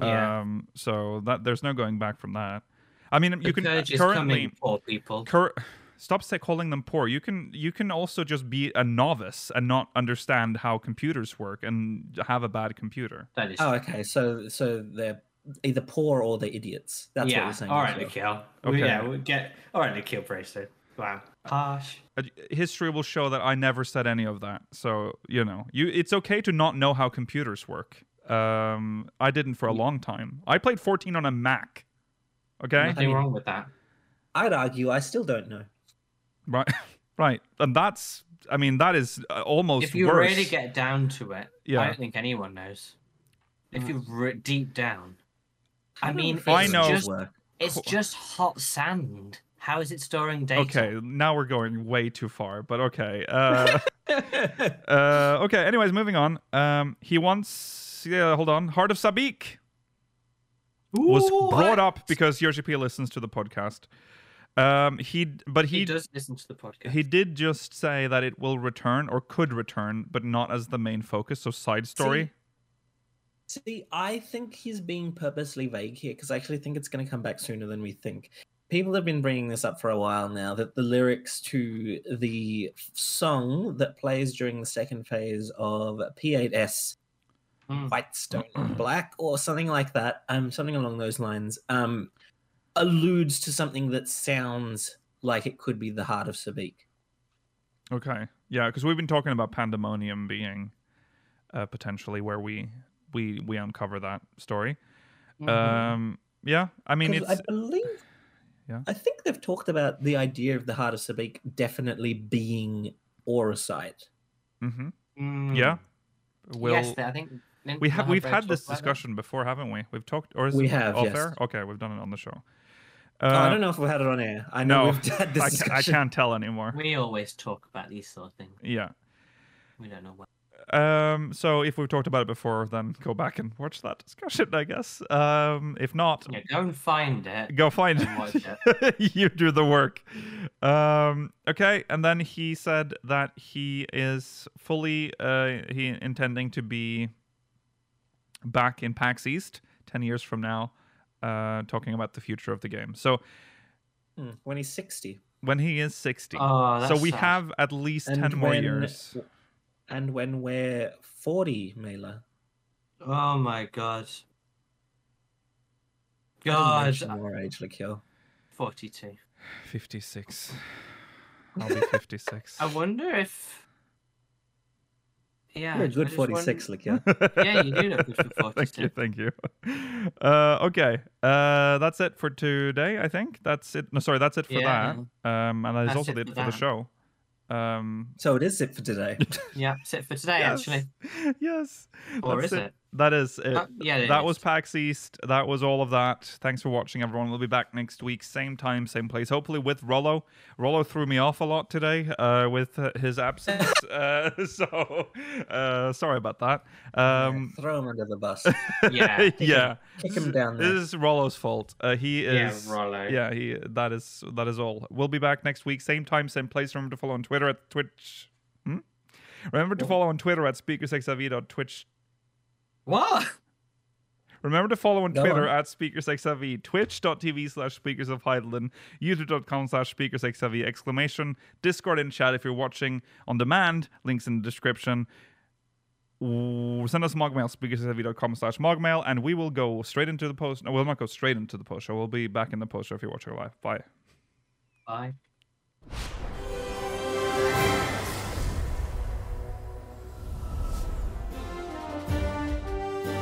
Speaker 3: yeah.
Speaker 1: Um, so that there's no going back from that. I mean, you
Speaker 3: the
Speaker 1: can uh,
Speaker 3: purge is
Speaker 1: currently
Speaker 3: coming for people.
Speaker 1: cur- stop say calling them poor. You can you can also just be a novice and not understand how computers work and have a bad computer.
Speaker 3: That is.
Speaker 4: Oh, okay. So, so they're either poor or they're idiots. That's
Speaker 3: yeah.
Speaker 4: what we're saying.
Speaker 3: All
Speaker 4: as
Speaker 3: right,
Speaker 4: well.
Speaker 3: Nikhil.
Speaker 1: Okay.
Speaker 3: Okay. Yeah, we get. All right, Nikhil Bracelet. Wow. Harsh.
Speaker 1: Uh, History will show that I never said any of that. So you know, you it's okay to not know how computers work. Um, I didn't for a long time. I played 14 on a Mac. Okay,
Speaker 3: Nothing
Speaker 4: mean-
Speaker 3: wrong with that.
Speaker 4: I'd argue I still don't know.
Speaker 1: right, right, and that's. I mean, that is uh, almost
Speaker 3: if you
Speaker 1: worse.
Speaker 3: really get down to it,
Speaker 1: Yeah.
Speaker 3: I don't think anyone knows. If you re- deep down, I
Speaker 4: How do
Speaker 3: mean,
Speaker 1: I
Speaker 4: refrigerators
Speaker 1: know-
Speaker 3: Just,
Speaker 4: work?
Speaker 3: it's
Speaker 1: Cool.
Speaker 3: just hot sand. How is it storing data?
Speaker 1: okay, now we're going way too far, but okay. Uh, uh, okay. Anyways, moving on. Um, he wants. Yeah, hold on. Heart of Sabik. was brought up because Yoshi P listens to the podcast. Um, he but
Speaker 3: He,
Speaker 1: he
Speaker 3: does listen to the podcast.
Speaker 1: he did just say that it will return or could return, but not as the main focus. So side story.
Speaker 4: See, I think he's being purposely vague here because I actually think it's going to come back sooner than we think. People have been bringing this up for a while now that the lyrics to the song that plays during the second phase of P8S,
Speaker 3: Mm.
Speaker 4: White Stone on Black, or something like that, um, something along those lines, um, alludes to something that sounds like it could be the heart of Sabik.
Speaker 1: Okay, yeah, because we've been talking about pandemonium being uh, potentially where we we we uncover that story.
Speaker 3: Mm-hmm.
Speaker 1: Um, yeah, I mean
Speaker 4: Because
Speaker 1: it's
Speaker 4: I believe,
Speaker 1: Yeah.
Speaker 4: I think they've talked about the idea of the heart of Sabik definitely being aura site.
Speaker 1: hmm
Speaker 3: Mhm.
Speaker 1: yeah.
Speaker 3: Mm.
Speaker 1: Will
Speaker 3: yes, I think didn't
Speaker 1: we have
Speaker 3: Mohammed
Speaker 1: we've
Speaker 3: Bro
Speaker 1: had
Speaker 3: talk
Speaker 1: this
Speaker 3: about that?
Speaker 1: discussion before, haven't we? We've talked or is
Speaker 4: We
Speaker 1: it
Speaker 4: have,
Speaker 1: off
Speaker 4: yes.
Speaker 1: air? Okay, we've done it on the show.
Speaker 4: Oh, I
Speaker 1: Uh,
Speaker 4: don't know if we had it on air. I know
Speaker 1: No,
Speaker 4: we've had this
Speaker 1: I, ca- I
Speaker 4: discussion.
Speaker 1: can't tell anymore.
Speaker 3: We always talk about these sort of things.
Speaker 1: Yeah.
Speaker 3: We don't know what.
Speaker 1: Um, so if we've talked about it before, then go back and watch that discussion, I guess. Um, if not,
Speaker 3: Yeah, go and find it.
Speaker 1: go find
Speaker 3: And watch
Speaker 1: it. you do the work. Um, okay, and then he said that he is fully uh, he intending to be back in PAX East ten years from now, uh, talking about the future of the game. So
Speaker 4: Hmm, When he's 60.
Speaker 1: when he is sixty,
Speaker 3: Oh, that's
Speaker 1: so we
Speaker 3: sad.
Speaker 1: have at least
Speaker 4: And
Speaker 1: ten more
Speaker 4: when-
Speaker 1: years.
Speaker 4: And when we're 40, Mela.
Speaker 3: Oh my god.
Speaker 4: Don't
Speaker 3: God,
Speaker 4: mention Your age, Lakil.
Speaker 3: 42.
Speaker 1: Fifty six. I'll be fifty six.
Speaker 3: I wonder if. Yeah.
Speaker 4: You're
Speaker 3: I
Speaker 4: a good
Speaker 3: just wonder-
Speaker 4: 46, Lakil.
Speaker 3: Yeah, you do look good for
Speaker 1: Thank you,
Speaker 3: 46.
Speaker 1: thank you. Uh, okay, uh, that's it for today. I think that's it. No, sorry, that's it for
Speaker 3: Yeah.
Speaker 1: that. Um, and that is
Speaker 3: That's
Speaker 1: also
Speaker 3: it
Speaker 1: the,
Speaker 3: for
Speaker 1: for the
Speaker 3: that.
Speaker 1: show. Um,
Speaker 4: So it is it for today.
Speaker 3: Yeah, that's it for today, actually.
Speaker 1: yes, yes.
Speaker 3: Or
Speaker 1: that's
Speaker 3: is it?
Speaker 1: That is it.
Speaker 3: Uh, yeah, it
Speaker 1: that
Speaker 3: is.
Speaker 1: was PAX East. That was all of that. Thanks for watching, everyone. We'll be back next week, same time, same place. Hopefully with Rollo. Rollo threw me off a lot today uh, with uh, his absence. uh, so uh, sorry about that. Um,
Speaker 4: Throw him under the bus.
Speaker 3: Yeah.
Speaker 1: yeah.
Speaker 4: Kick him down
Speaker 1: This
Speaker 4: there.
Speaker 1: is Rollo's fault. Uh, he is.
Speaker 3: yeah, Rollo.
Speaker 1: Yeah, he. That is that is all. We'll be back next week, same time, same place. Remember to follow on Twitter at Twitch. Hmm? Remember to follow on Twitter at SpeakersXLV.twitch.
Speaker 3: What?
Speaker 1: Remember to follow on
Speaker 4: Go
Speaker 1: Twitter
Speaker 4: on.
Speaker 1: at SpeakersXLV, twitch.tv slash Speakers of Heidelin, youtube.com slash SpeakersXLV, exclamation, Discord and chat if you're watching on demand, links in the description. Ooh, send us mogmail, speakersxlv.com slash mogmail, and we will go straight into the post. No, we'll not go straight into the post show. We'll be back in the post show if you're watching live. Bye.
Speaker 3: Bye.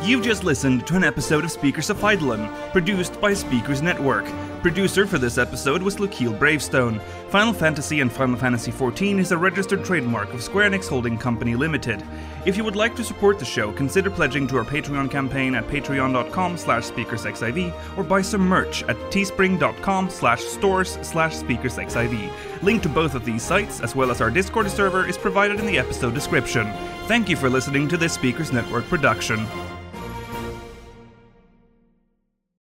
Speaker 5: You've just listened to an episode of Speakers of Eidolon, produced by Speakers Network. Producer for this episode was Lukeel Bravestone. Final Fantasy and Final Fantasy XIV is a registered trademark of Square Enix Holding Company Limited. If you would like to support the show, consider pledging to our Patreon campaign at patreon.com slash speakersxiv or buy some merch at teespring.com slash stores slash speakersxiv. Link to both of these sites, as well as our Discord server, is provided in the episode description. Thank you for listening to this Speakers Network production.